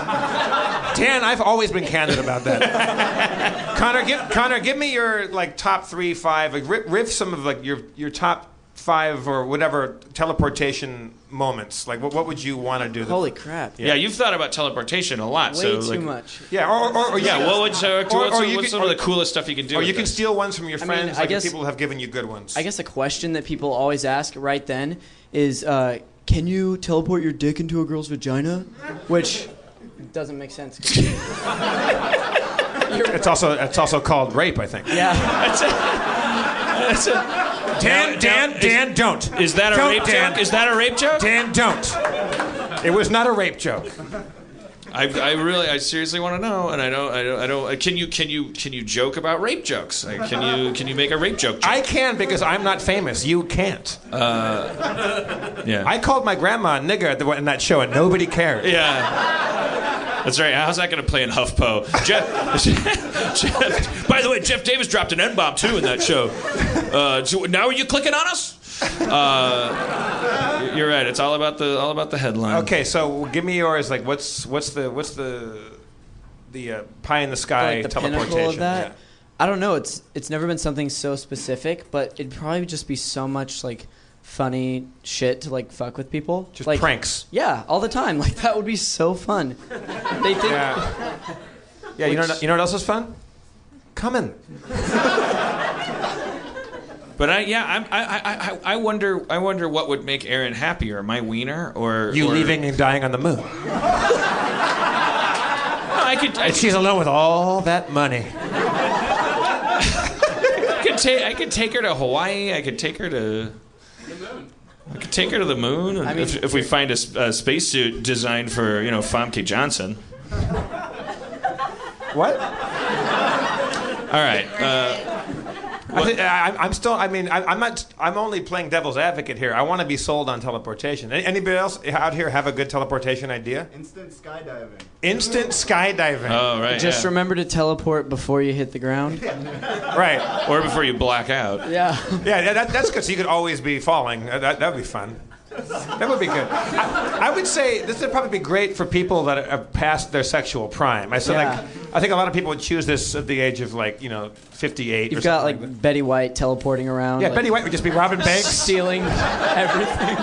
Speaker 4: I've always been candid about that. Connor, give Connor, give me your like top three, five, like riff, riff some of like your your top five or whatever teleportation moments. Like, what, what would you want to do?
Speaker 6: Holy crap!
Speaker 1: Yeah, you've thought about teleportation a lot.
Speaker 6: Way
Speaker 1: so,
Speaker 6: too
Speaker 1: like, (laughs)
Speaker 6: much.
Speaker 4: yeah, or, or, or
Speaker 1: Yeah, what would so,
Speaker 4: Or-
Speaker 1: what's,
Speaker 4: or you
Speaker 1: what's
Speaker 4: can-
Speaker 1: some
Speaker 4: or-
Speaker 1: of the coolest stuff you can do?
Speaker 4: Or
Speaker 1: with
Speaker 4: you can
Speaker 1: this?
Speaker 4: steal ones from your
Speaker 6: I mean,
Speaker 4: friends.
Speaker 6: I
Speaker 4: like
Speaker 6: guess-
Speaker 4: people have given you good ones.
Speaker 6: I guess a question that people always ask right then is, uh, "Can you teleport your dick into a girl's vagina?" Which doesn't make sense. (laughs) 'cause-
Speaker 4: it's also it's also called rape. I think.
Speaker 6: yeah,
Speaker 1: (laughs) That's a, that's a,
Speaker 4: Dan, Dan,
Speaker 1: Dan,
Speaker 4: Dan, don't.
Speaker 1: is that a
Speaker 4: Don't,
Speaker 1: rape
Speaker 4: Dan.
Speaker 1: joke? Is that a rape joke?
Speaker 4: Dan, don't. It was not a rape joke.
Speaker 1: I, I really, I seriously want to know, and I don't, I don't, I don't. uh, Can you, can you, can you joke about rape jokes? Like, can you, can you make a rape joke? joke?
Speaker 4: I can because I'm not famous. You can't.
Speaker 1: Uh, yeah,
Speaker 4: I called my grandma a nigger at the, in that show, and nobody cared.
Speaker 1: yeah. That's right. How's that going to play in HuffPo? Jeff, Jeff, by the way, Jeff Davis dropped an N bomb too in that show. Uh, so now are you clicking on us? Uh, you're right. It's all about the all about the headline.
Speaker 4: Okay, so give me yours. Like, what's what's the what's the the uh, pie in the sky
Speaker 6: like the
Speaker 4: teleportation?
Speaker 6: pinnacle of that.
Speaker 4: Yeah.
Speaker 6: I don't know. It's it's never been something so specific, but it'd probably just be so much like funny shit to like fuck with people.
Speaker 4: Just
Speaker 6: like,
Speaker 4: pranks.
Speaker 6: Yeah, all the time. (laughs) Like that would be so fun. They think
Speaker 4: Yeah. Yeah. You know. You know what else is fun? Coming.
Speaker 1: But I, yeah, I'm, I, I, I, I wonder, I wonder what would make Aaron happier, my wiener or
Speaker 4: You
Speaker 1: or-
Speaker 4: leaving and dying on the moon.
Speaker 1: I could, I
Speaker 4: And she's alone with all that money.
Speaker 1: could take, I could take her to Hawaii. I could take her to. I could take her to the moon and
Speaker 6: I mean-
Speaker 1: if, if we find a, s- a spacesuit designed for you know Famke Johnson.
Speaker 4: What?
Speaker 1: All right, uh,
Speaker 4: I think, I, I'm- I'm still. I mean, I, I'm not. I'm only playing devil's advocate here. I want to be sold on teleportation. Any- Anybody else out here have a good teleportation idea?
Speaker 8: Instant skydiving.
Speaker 4: Instant skydiving.
Speaker 1: oh right,
Speaker 6: just
Speaker 1: yeah.
Speaker 6: remember to teleport before you hit
Speaker 4: (laughs)
Speaker 6: the ground.
Speaker 4: right.
Speaker 1: or before you black out.
Speaker 6: Yeah.
Speaker 4: Yeah, yeah, that, that's good. So you could always be falling. Uh, That that would be fun. That would be good. I, I would say this would probably be great for people that have passed their sexual prime. I said,
Speaker 6: Yeah.
Speaker 4: like, I think a lot of people would choose this at the age of like you know 58. or
Speaker 6: You've got
Speaker 4: something
Speaker 6: like Betty White teleporting around.
Speaker 4: yeah,
Speaker 6: like,
Speaker 4: Betty White would just be Robin Banks.
Speaker 6: stealing everything.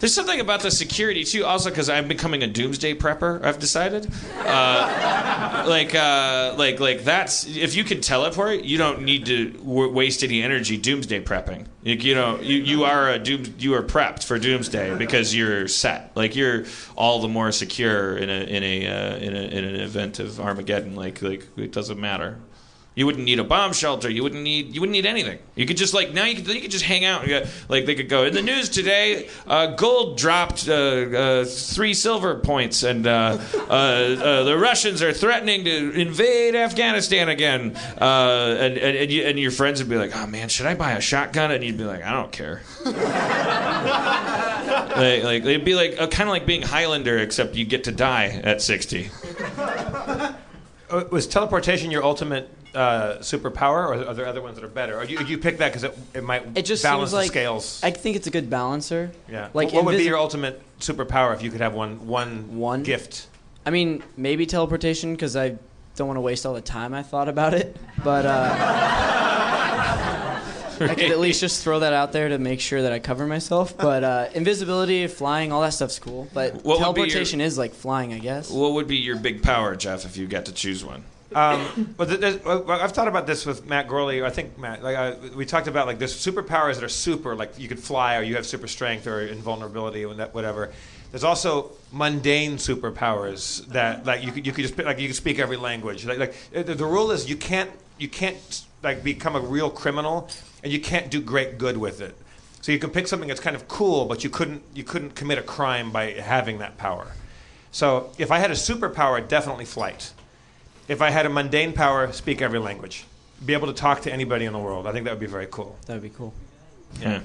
Speaker 1: There's something about the security too, also because I'm becoming a doomsday prepper. I've decided, uh, like, uh, like, like that's if you can teleport, you don't need to w- waste any energy doomsday prepping. You, you know, you, you are a doom, you are prepped for doomsday because you're set. Like you're all the more secure in a in a, uh, in, a in an event of Armageddon. Like like it doesn't matter. You wouldn't need a bomb shelter. You wouldn't need. You wouldn't need anything. You could just like now. You could, you could just hang out. You got- like they could go in the news today. Uh, gold dropped uh, uh, three silver points, and uh, uh, uh, the Russians are threatening to invade Afghanistan again. Uh, and and and, you, and your friends would be like, "Oh man, should I buy a shotgun?" And you'd be like, "I don't care." like, like it'd be like uh, kind of like being Highlander, except you get to die at sixty.
Speaker 4: (laughs) Uh, Was teleportation your ultimate uh, superpower, or are there other ones that are better? Or you, you pick that because it, it might
Speaker 6: It just
Speaker 4: balance
Speaker 6: seems like
Speaker 4: the scales.
Speaker 6: I think it's a good balancer.
Speaker 4: yeah.
Speaker 6: Like
Speaker 4: what would be
Speaker 6: invisi-
Speaker 4: your ultimate superpower if you could have one one
Speaker 6: One?
Speaker 4: gift?
Speaker 6: I mean, maybe teleportation because I don't want to waste all the time I thought about it. But uh, I could at least just throw that out there to make sure that I cover myself. But uh, invisibility, flying, all that stuff's cool. But
Speaker 1: What would be your-
Speaker 6: teleportation is like flying, I guess.
Speaker 1: What would be your big power, Jeff, if you got to choose one?
Speaker 4: Um, but th- there's- well, I've thought about this with Matt Gorley. I think Matt, like uh, we talked about, like there's superpowers that are super, like you could fly or you have super strength or invulnerability and that whatever. There's also mundane superpowers that like you could you could just like you could speak every language. Like, like the, the rule is you can't you can't like become a real criminal and you can't do great good with it. So you can pick something that's kind of cool, but you couldn't you couldn't commit a crime by having that power. So if I had a superpower, definitely flight. If I had a mundane power, speak every language. Be able to talk to anybody in (laughs) the world. I think that would be very cool.
Speaker 6: That'd be cool.
Speaker 1: Yeah.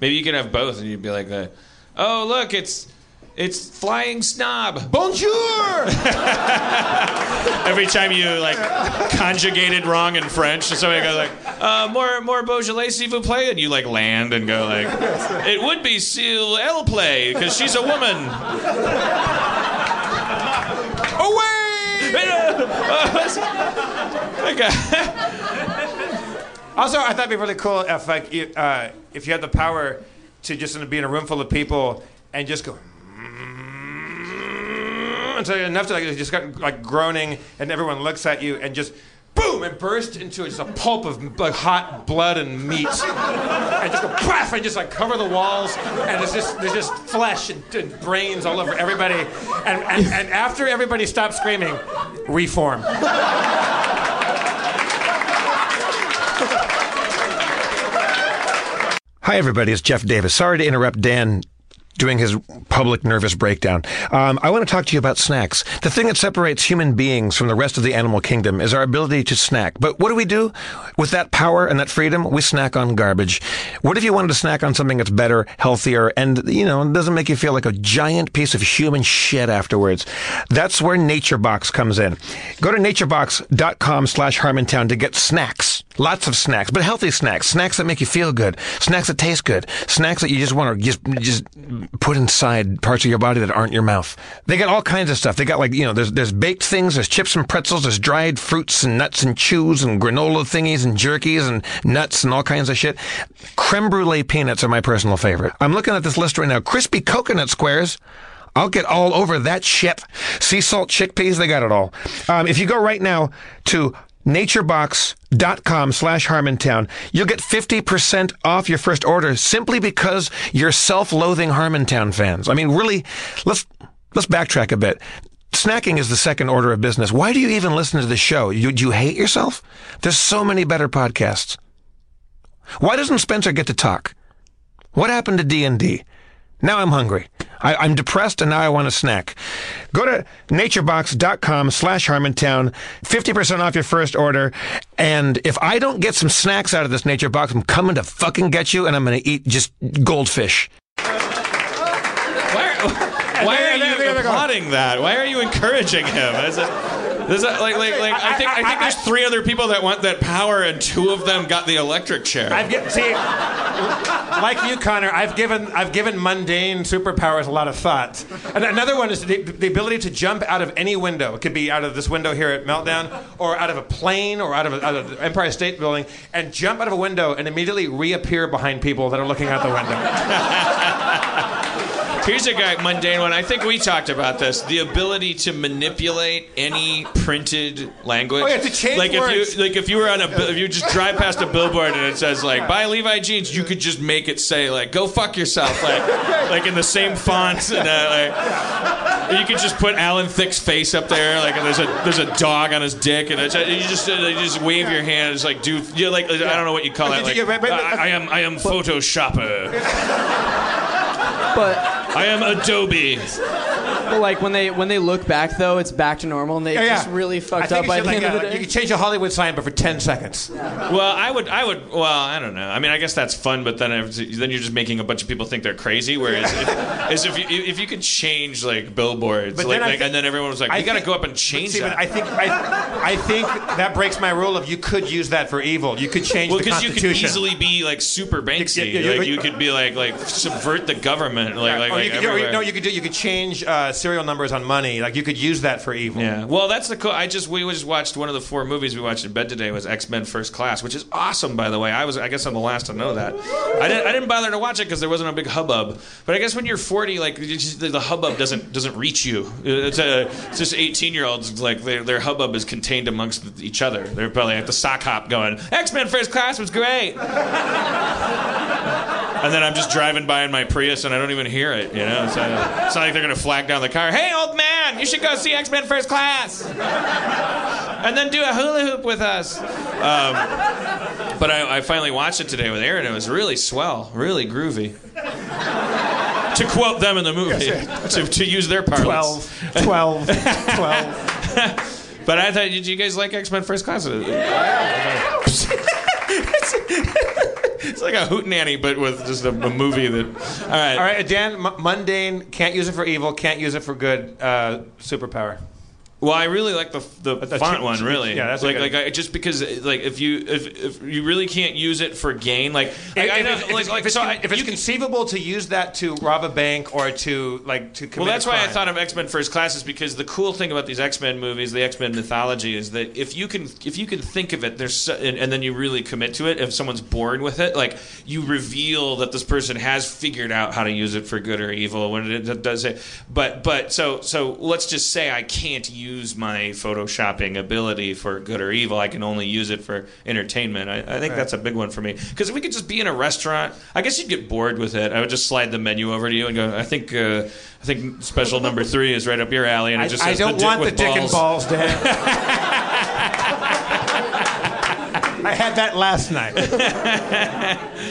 Speaker 1: Maybe you could have both, and you'd be like the Oh, look, it's it's flying snob.
Speaker 9: Bonjour!
Speaker 1: (laughs) Every time you like conjugated wrong in French, somebody goes like, uh, "More more Beaujolais s'il vous plaît," and you like land and go like, "It would be s'il elle play because she's a woman." (laughs) Away! okay.
Speaker 9: Also, I thought it'd be really cool if like you, uh, if you had the power to just be in a room full of people and just go until you're enough to like you just got like groaning and everyone looks at you and just boom and burst into just a pulp of like, hot blood and meat and just go puff and just like cover the walls and there's just there's just flesh and, and brains all over everybody and, and and after everybody stops screaming reform
Speaker 4: Hi, everybody. It's Jeff Davis. Sorry to interrupt Dan doing his public nervous breakdown. Um, I want to talk to you about snacks. The thing that separates human beings from the rest of the animal kingdom is our ability to snack. But what do we do? With that power and that freedom, we snack on garbage. What if you wanted to snack on something that's better, healthier, and, you know, doesn't make you feel like a giant piece of human shit afterwards? That's where Nature Box comes in. Go to naturebox.com slash Harmontown to get snacks. Lots of snacks, but healthy snacks. Snacks that make you feel good. Snacks that taste good. Snacks that you just want to just just put inside parts of your body that aren't your mouth. They got all kinds of stuff. They got like you know, there's there's baked things, there's chips and pretzels, there's dried fruits and nuts and chews and granola thingies and jerkies and nuts and all kinds of shit. Creme brulee peanuts are my personal favorite. I'm looking at this list right now. Crispy coconut squares. I'll get all over that shit. Sea salt chickpeas, they got it all. Um, if you go right now to naturebox.com slash harmontown you'll get 50% off your first order simply because you're self-loathing harmontown fans i mean really let's let's backtrack a bit snacking is the second order of business why do you even listen to the show you, do you hate yourself there's so many better podcasts why doesn't spencer get to talk what happened to D&D? Now I'm hungry. I, I'm depressed and now I want a snack. Go to naturebox.com slash Harmontown, 50% off your first order. And if I don't get some snacks out of this Nature Box, I'm coming to fucking get you and I'm going to eat just goldfish.
Speaker 1: Why, why
Speaker 9: then
Speaker 1: are
Speaker 9: you- then
Speaker 1: you
Speaker 9: you go-
Speaker 1: applauding that? Why are you encouraging him? Is it, is it like, like, like, I think, I think there's three other people that want that power, and two of them got the electric chair.
Speaker 9: I've get, see, like you, Connor. I've given I've given mundane superpowers a lot of thought. And another one is the, the ability to jump out of any window. It could be out of this window here at Meltdown, or out of a plane, or out of, a, out of the Empire State Building, and jump out of a window and immediately reappear behind people that are looking out the window.
Speaker 1: Here's a guy, mundane one. I think we talked about this: the ability to manipulate any printed language.
Speaker 9: Oh, yeah, to change
Speaker 1: like if
Speaker 9: words.
Speaker 1: you like if you were on a bi- if you just drive past a billboard and it says like "buy Levi jeans," you could just make it say like "go fuck yourself,"
Speaker 9: (laughs)
Speaker 1: like like in the same font and uh, like you could just put Alan Thicke's face up there like and there's a there's a dog on his dick and it's, you just uh, you just wave your hand and it's like do you like I don't know what you call that
Speaker 9: Did
Speaker 1: like
Speaker 9: you- but- but-
Speaker 1: I, I am I am Photoshopper
Speaker 6: But,
Speaker 1: I am Adobe.
Speaker 6: but like when they when they look back though, it's back to normal, and they just really
Speaker 9: I
Speaker 6: fucked
Speaker 9: think
Speaker 6: up
Speaker 9: you
Speaker 6: by
Speaker 9: should,
Speaker 6: the
Speaker 9: like,
Speaker 6: end
Speaker 9: uh,
Speaker 6: of the
Speaker 9: You
Speaker 6: day.
Speaker 9: could change a Hollywood sign, but for ten seconds.
Speaker 1: Well, I would, I would. Well, I don't know. I mean, I guess that's fun, but then if, then you're just making a bunch of people think they're crazy. Whereas, is if you if you could change like billboards,
Speaker 9: But
Speaker 1: like,
Speaker 9: then I
Speaker 1: like
Speaker 9: thi-
Speaker 1: and then everyone was like,
Speaker 9: I
Speaker 1: I got to
Speaker 9: thi-
Speaker 1: go up and change
Speaker 9: See, but
Speaker 1: that.
Speaker 9: I think I, I think that breaks my rule of you could use that for evil. You could change
Speaker 1: well,
Speaker 9: the
Speaker 1: because you
Speaker 9: Constitution.
Speaker 1: could easily be like super Banksy.
Speaker 9: yeah, yeah,
Speaker 1: like
Speaker 9: like-
Speaker 1: you could be like like subvert the government. Like
Speaker 4: Oh,
Speaker 1: like,
Speaker 9: Or
Speaker 1: like
Speaker 9: you could, or you-
Speaker 1: everywhere.
Speaker 9: no, you could do, you could change uh, serial numbers on money. Like you could use that for evil.
Speaker 1: Yeah. Well, that's the cool. I just we just watched one of the four movies we watched in bed today was X Men First Class, which is awesome, by the way. I was I guess I'm the last to know that. I didn't I didn't bother to watch it because there wasn't a big hubbub. But I guess when you're 40, like you just, the, the hubbub doesn't doesn't reach you. It's, a, it's just 18 year olds like their their hubbub is contained amongst each other. They're probably at the sock hop going X Men First Class was great. And then I'm just driving by in my Prius and I don't even hear it, you know? It's not, it's not like they're gonna flag down the car. Hey, old (laughs) man, you should go see X Men First Class! And then do a hula hoop with us. Um, but I, I finally watched it today with Aaron. It was really swell, really groovy. to quote them in the movie, to, to use their parlance.
Speaker 9: 12, 12, 12.
Speaker 1: (laughs) But I thought, did you guys like X Men First Class? it's like a hootenanny, but with just a, a movie that. All right.
Speaker 4: All right, Dan. M- mundane. Can't use it for evil. Can't use it for good. Uh, superpower.
Speaker 1: Well, I really like the the
Speaker 4: That's
Speaker 1: font
Speaker 4: cheap-
Speaker 1: one,
Speaker 4: cheap-
Speaker 1: really.
Speaker 4: yeah, that's
Speaker 1: like
Speaker 4: a good-
Speaker 1: like I, just because like if you if, if you really can't use it for gain, like I, I
Speaker 4: if,
Speaker 1: know,
Speaker 4: if- if
Speaker 1: like,
Speaker 4: it's,
Speaker 1: like
Speaker 4: if it's
Speaker 1: so
Speaker 4: con-
Speaker 1: I-
Speaker 4: if it's
Speaker 1: you can-
Speaker 4: conceivable to use that to rob a bank or to like to commit
Speaker 1: Well, that's
Speaker 4: a
Speaker 1: why I
Speaker 4: crime.
Speaker 1: thought of X Men First Class is because the cool thing about these X Men movies, the X Men mythology, is that if you can if you can think of it, there's so, and, and then you really commit to it. If someone's bored with it, like you reveal that this person has figured out how to use it for good or evil when it, it does it. But but so so let's just say I can't use my photoshopping ability for good or evil. I can only use it for entertainment. I, I think
Speaker 4: Right.
Speaker 1: that's a big one for me because if we could just be in a restaurant, I guess you'd get bored with it. I would just slide the menu over to you and go. I think uh, I think special number three is right up your alley, and it
Speaker 4: I,
Speaker 1: just
Speaker 4: I
Speaker 1: says
Speaker 4: don't
Speaker 1: the dick
Speaker 4: want the
Speaker 1: with
Speaker 4: dick and balls, Dan. (laughs) I had that last night.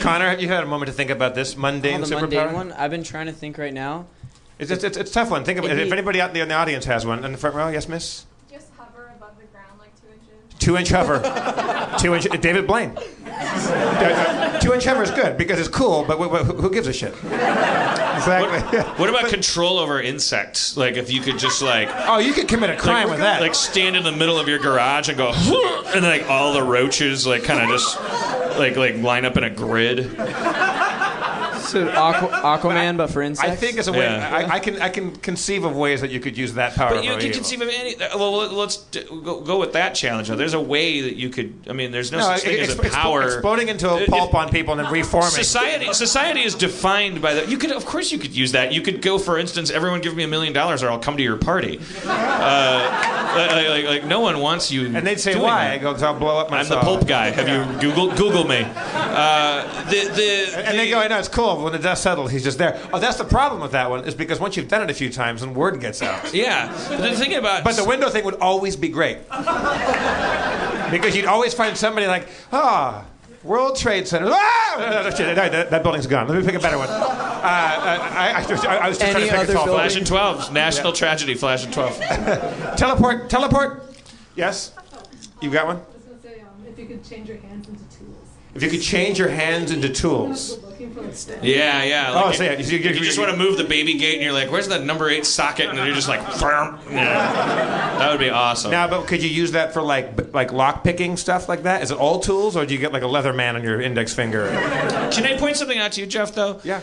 Speaker 4: (laughs) Connor, have you had a moment to think about this
Speaker 6: Oh,
Speaker 4: mundane
Speaker 6: the
Speaker 4: superpower?
Speaker 6: mundane one. I've been trying to think right now.
Speaker 4: It's, it's, it's, it's a tough one. Think of
Speaker 6: It'd
Speaker 4: If
Speaker 6: be-
Speaker 4: anybody out there in the audience has one, in the front row, yes, miss?
Speaker 10: Just hover above the ground like two inches.
Speaker 4: Two inch hover. two inch. David Blaine. two inch hover is good because it's cool, but wh- wh- who gives a shit? Exactly.
Speaker 1: What about control over insects? Like if you could just like
Speaker 4: (laughs) oh, you could commit a crime
Speaker 1: like,
Speaker 4: with that.
Speaker 1: like stand in the middle of your garage and go, (laughs) and then, like all the roaches like kind of just like like line up in a grid.
Speaker 6: So Aqu- Aquaman, but for insects.
Speaker 4: I think it's a way.
Speaker 1: Yeah.
Speaker 4: I, I can I can conceive of ways that you could use that power.
Speaker 1: But you
Speaker 4: for
Speaker 1: can
Speaker 4: evil.
Speaker 1: conceive of any. uh, Well, let- let's d- go, go with that challenge. Now, there's a way that you could. I mean, there's no,
Speaker 4: No,
Speaker 1: such thing
Speaker 4: ex-
Speaker 1: as a
Speaker 4: expo-
Speaker 1: power.
Speaker 4: exploding into a
Speaker 1: It-
Speaker 4: pulp
Speaker 1: it-
Speaker 4: on people and then reforming.
Speaker 1: Society, society is defined by that. You could, of course, you could use that. You could go, for instance, everyone give me a million dollars, or I'll come to your party. Uh, like, like- like- like, no one wants you.
Speaker 4: and they'd say
Speaker 1: doing
Speaker 4: why?
Speaker 1: that.
Speaker 4: I go, "'Cause I'll blow up
Speaker 1: I'm the
Speaker 4: myself.
Speaker 1: pulp guy. Have you Google Google me? Uh, the, the,
Speaker 4: And they go, I know it's cool. But when the dust settles, he's just there. Oh, that's the problem with that one is because once you've done it a few times, and word gets out.
Speaker 1: (laughs) yeah. The thing about
Speaker 4: But the window thing would always be great because you'd always find somebody like, ah. World Trade Center. Ah! No, no, no, shit, no, that, that building's gone. Let me pick a better one. Uh, I, I, I, I was just
Speaker 6: Any
Speaker 4: trying to pick
Speaker 6: other
Speaker 4: a tall
Speaker 6: building?
Speaker 1: Flash and Twelve, national tragedy. Flash and Twelve.
Speaker 4: Teleport, teleport. Yes. You got one?
Speaker 10: I was gonna say, um, if you could change your hands into tools.
Speaker 4: If you could change your hands into tools.
Speaker 10: Looking for the stick.
Speaker 1: Yeah, yeah. Like
Speaker 4: Oh, so yeah, you- you-
Speaker 1: you, just want to move the baby gate, and you're like, "Where's the number eight socket?" And then you're just like, "Firm." Yeah. That would be awesome.
Speaker 4: Now, but could you use that for like b- like lock picking stuff like that? Is it all tools, or do you get like a leather man on your index
Speaker 1: (laughs)
Speaker 4: finger?
Speaker 1: Can I point something out to you, Jeff? Though.
Speaker 4: Yeah.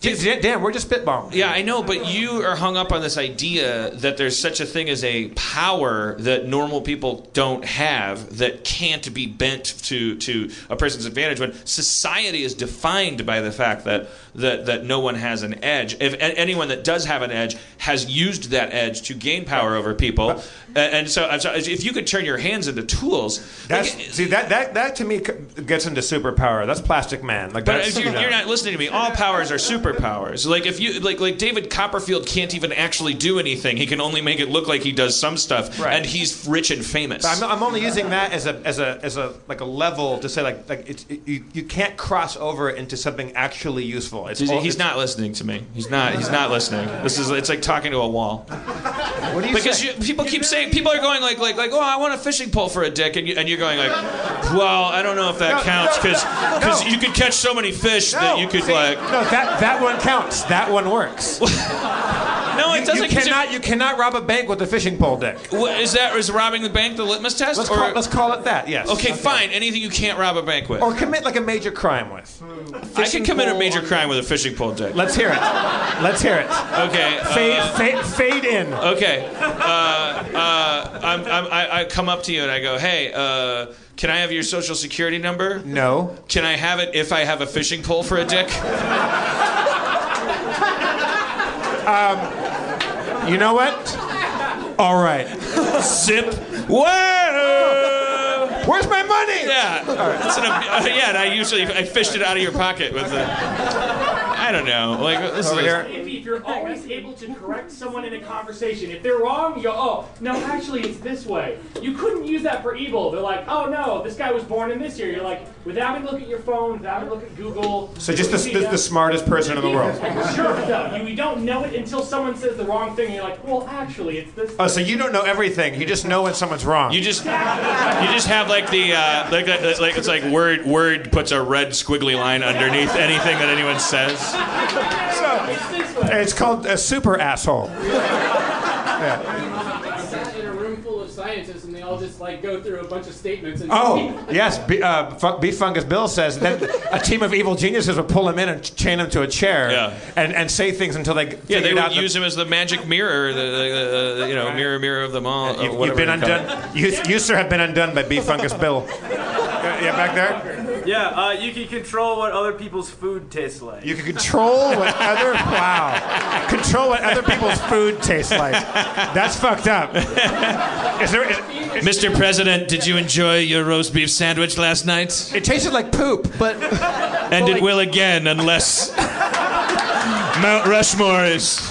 Speaker 4: D- Dan, Dan, we're just spitballing.
Speaker 1: Yeah, I know, but you are hung up on this idea that there's such a thing as a power that normal people don't have that can't be bent to to a person's advantage when society is defined by the fact that that, that no one has an edge. If a- anyone that does have an edge has used that edge to gain power over people, A- and so, I'm sorry, if you could turn your hands into tools, like,
Speaker 4: That's see that that that to me c- gets into superpower. That's Plastic Man. Like,
Speaker 1: But
Speaker 4: that's,
Speaker 1: if you're,
Speaker 4: you know.
Speaker 1: you're not listening to me. All powers are superpowers. Like if you like like David Copperfield can't even actually do anything. He can only make it look like he does some stuff,
Speaker 4: Right.
Speaker 1: and he's rich and famous.
Speaker 4: I'm, I'm only using that as a as a as a like a level to say like like it's, it, you you can't cross over into something actually useful. It's
Speaker 1: he's,
Speaker 4: all-
Speaker 1: he's
Speaker 4: it's-
Speaker 1: not listening to me. He's not. He's not listening. This is. It's like talking to a wall.
Speaker 4: What do you
Speaker 1: Because
Speaker 4: say?
Speaker 1: you, people keep saying people are going like like like oh I want a fishing pole for a dick and, you, and you're going like well I don't know if that
Speaker 4: No,
Speaker 1: counts
Speaker 4: no,
Speaker 1: because
Speaker 4: no.
Speaker 1: you could catch so many fish that you could
Speaker 4: see,
Speaker 1: like
Speaker 4: No, that that one counts. That one
Speaker 1: (laughs)
Speaker 4: works.
Speaker 1: no it
Speaker 4: You-
Speaker 1: doesn't
Speaker 4: you
Speaker 1: 'cause
Speaker 4: cannot you cannot rob a bank with a fishing pole dick.
Speaker 1: Wha- is that is robbing the bank the litmus test
Speaker 4: Let's
Speaker 1: or
Speaker 4: call, let's call it that. Yes.
Speaker 1: Okay, fine. Anything you can't rob a bank with.
Speaker 4: Or commit like a major crime with.
Speaker 1: I can commit a major crime with a fishing pole dick.
Speaker 4: Let's hear it. Let's hear it.
Speaker 1: Okay.
Speaker 4: Fade,
Speaker 1: uh,
Speaker 4: fade, fade in.
Speaker 1: okay. Uh, uh, I'm, I'm, I, I come up to you and I go, hey, uh, can I have your social security number?
Speaker 4: No.
Speaker 1: Can I have it if I have a fishing pole for a dick?
Speaker 4: Um, You know what? All right.
Speaker 1: Zip. Whoa!
Speaker 4: Where's my money?
Speaker 1: Yeah. That's an, ab- uh, yeah, and I usually I fished it out of your pocket with the. I don't know. Like this
Speaker 4: Over
Speaker 1: is
Speaker 4: here.
Speaker 7: believe you're always able to correct someone in a conversation. If they're wrong, you go, oh, no, actually, it's this way. You couldn't use that for evil. They're like, oh, no, this guy was born in this year. You're like, without me looking at your phone, without me looking at Google.
Speaker 4: So just the,
Speaker 7: you
Speaker 4: the,
Speaker 7: know-
Speaker 4: the smartest person in the world.
Speaker 7: Sure, though. You, you don't know it until someone says the wrong thing, and you're like, well, actually, it's this.
Speaker 4: Oh, so you don't know everything. You just know when someone's wrong. You
Speaker 1: just You just have like the uh, like, like like it's like word word puts a red squiggly line underneath anything that anyone says.
Speaker 4: It's called a super asshole.
Speaker 7: I sat in a room full of scientists, and they all just like go through a bunch of statements. And
Speaker 4: Oh, yes. B, uh, Fu- Beef Fungus Bill says that a team of evil geniuses would pull him in and ch- chain him to a chair
Speaker 1: Yeah.
Speaker 4: and, and say things until they
Speaker 1: Yeah,
Speaker 4: figured
Speaker 1: they would
Speaker 4: out
Speaker 1: use him as the magic mirror, the, the, the, you know mirror mirror of them all.
Speaker 4: that you've, you've been undone. You, you, sir, have been undone by Beef Fungus Bill. Yeah, back there?
Speaker 11: Yeah, uh, you can control what other people's food tastes like. (laughs)
Speaker 4: You can control what other wow, control what other people's food tastes like. That's fucked up. Is there? Is,
Speaker 1: Mr. President, did you enjoy your roast beef sandwich last night?
Speaker 4: It tasted like poop, but
Speaker 1: (laughs) and it will again unless Mount Rushmore is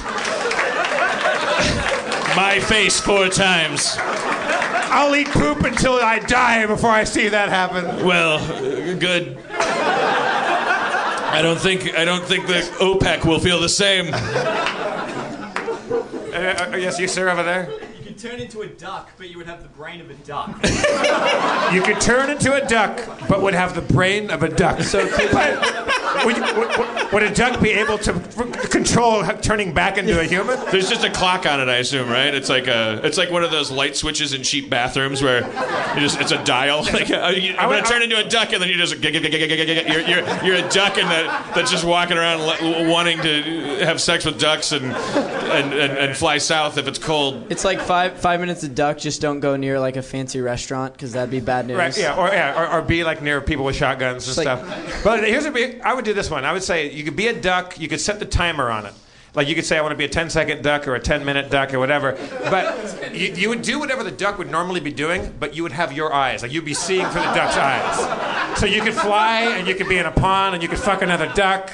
Speaker 1: my face four times.
Speaker 4: I'll eat poop until I die before I see that happen.
Speaker 1: Well, uh, good. I don't think I don't think the OPEC will feel the same.
Speaker 4: Uh, uh, yes, you sir over there.
Speaker 11: You can turn into a duck, but you would have the brain of a duck.
Speaker 4: You could turn into a duck, but would have the brain of a duck. So but (laughs) would, you- would, would a duck be able to f- control h- turning back into a human?
Speaker 1: There's just a clock on it, I assume, right? It's like a, it's like one of those light switches in cheap bathrooms where you just, it's a dial. (laughs) Like, uh, you, I'm gonna turn into a duck, and then you just, g- g- g- g- g- g- you're, you're, you're a duck, and that, that's just walking around l- wanting to have sex with ducks and, and, and, and fly south if it's cold.
Speaker 6: It's like five five minutes of duck. Just don't go near like a fancy restaurant because that'd be bad news.
Speaker 4: Right, yeah, or, yeah, or, or be like near people with shotguns and
Speaker 6: It's like-
Speaker 4: stuff. But here's a big, I would do this one. I would say you could be a duck, you could set the timer on it. Like you could say, I want to be a 10 second duck or a 10 minute duck or whatever. But you, you would do whatever the duck would normally be doing, but you would have your eyes. Like you'd be seeing through the duck's eyes. So you could fly and you could be in a pond and you could fuck another duck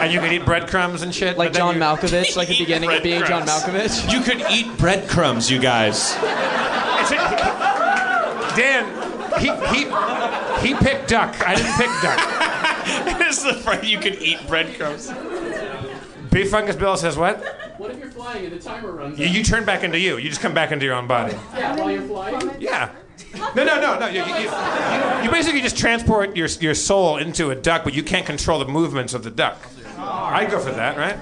Speaker 4: and you could eat breadcrumbs and shit.
Speaker 6: Like
Speaker 4: but then
Speaker 6: John
Speaker 4: you-
Speaker 6: Malkovich, like the beginning of being John Malkovich.
Speaker 1: You could eat breadcrumbs, you guys.
Speaker 4: It's a- Dan, he, he, he picked duck. I didn't pick duck.
Speaker 1: (laughs) it's the fact you could eat breadcrumbs.
Speaker 4: Beef Fungus Bill says what?
Speaker 7: What if you're (laughs) flying and the timer runs
Speaker 4: You,
Speaker 7: out?
Speaker 4: you turn back into you. You just come back into your own body.
Speaker 7: Yeah, while you're flying.
Speaker 4: Yeah. No, no, no, no. You, you, you- you basically just transport your, your soul into a duck, but you can't control the movements of the duck. I'd go for that, right?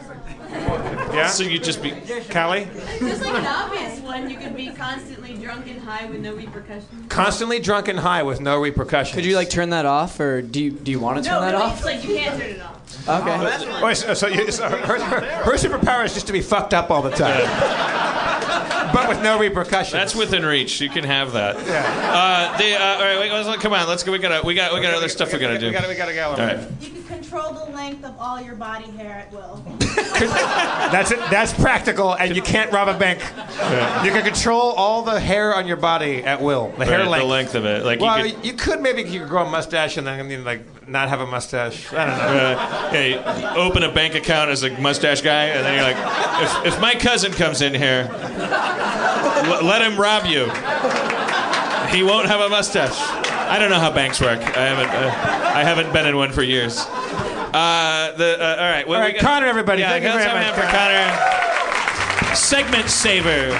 Speaker 4: Yeah.
Speaker 1: So you'd just be.
Speaker 4: Callie?
Speaker 12: There's like an obvious one. You could be constantly drunk and high with no repercussions.
Speaker 4: Constantly drunk and high with no repercussions. Could you
Speaker 6: like turn that off, or do you do you want to turn
Speaker 12: no,
Speaker 6: that
Speaker 12: no,
Speaker 6: off?
Speaker 12: It's like you can't turn it off.
Speaker 6: Okay.
Speaker 4: Oh, so, so you, so her, her, her superpower is just to be fucked up all the time, but with no repercussions.
Speaker 1: That's within reach. You can have that. Uh, they, uh, all right, wait, let's- come on. Let's go. We got we got we got other stuff we gotta do.
Speaker 4: We gotta, we gotta go.
Speaker 1: All right.
Speaker 12: You could control the length of all your body hair at will.
Speaker 4: That's it. That's practical, and you can't rob a bank. You can control all the hair on your body at will. The hair
Speaker 1: Right,
Speaker 4: length.
Speaker 1: the length of it. Like
Speaker 4: well,
Speaker 1: you could,
Speaker 4: you could maybe you could grow a mustache and then I mean, like not have a mustache. I don't know.
Speaker 1: uh, yeah, you open a bank account as a mustache guy, and then you're like, if, if my cousin comes in here, l- let him rob you. He won't have a mustache. I don't know how banks work. I haven't uh, I haven't been in one for years. Uh, the, uh, all right. well,
Speaker 4: All
Speaker 1: we
Speaker 4: right,
Speaker 1: got-
Speaker 4: Connor, everybody.
Speaker 1: Yeah,
Speaker 4: Thank you
Speaker 1: let's
Speaker 4: very
Speaker 1: have
Speaker 4: much,
Speaker 1: an hand for Connor. Segment saver.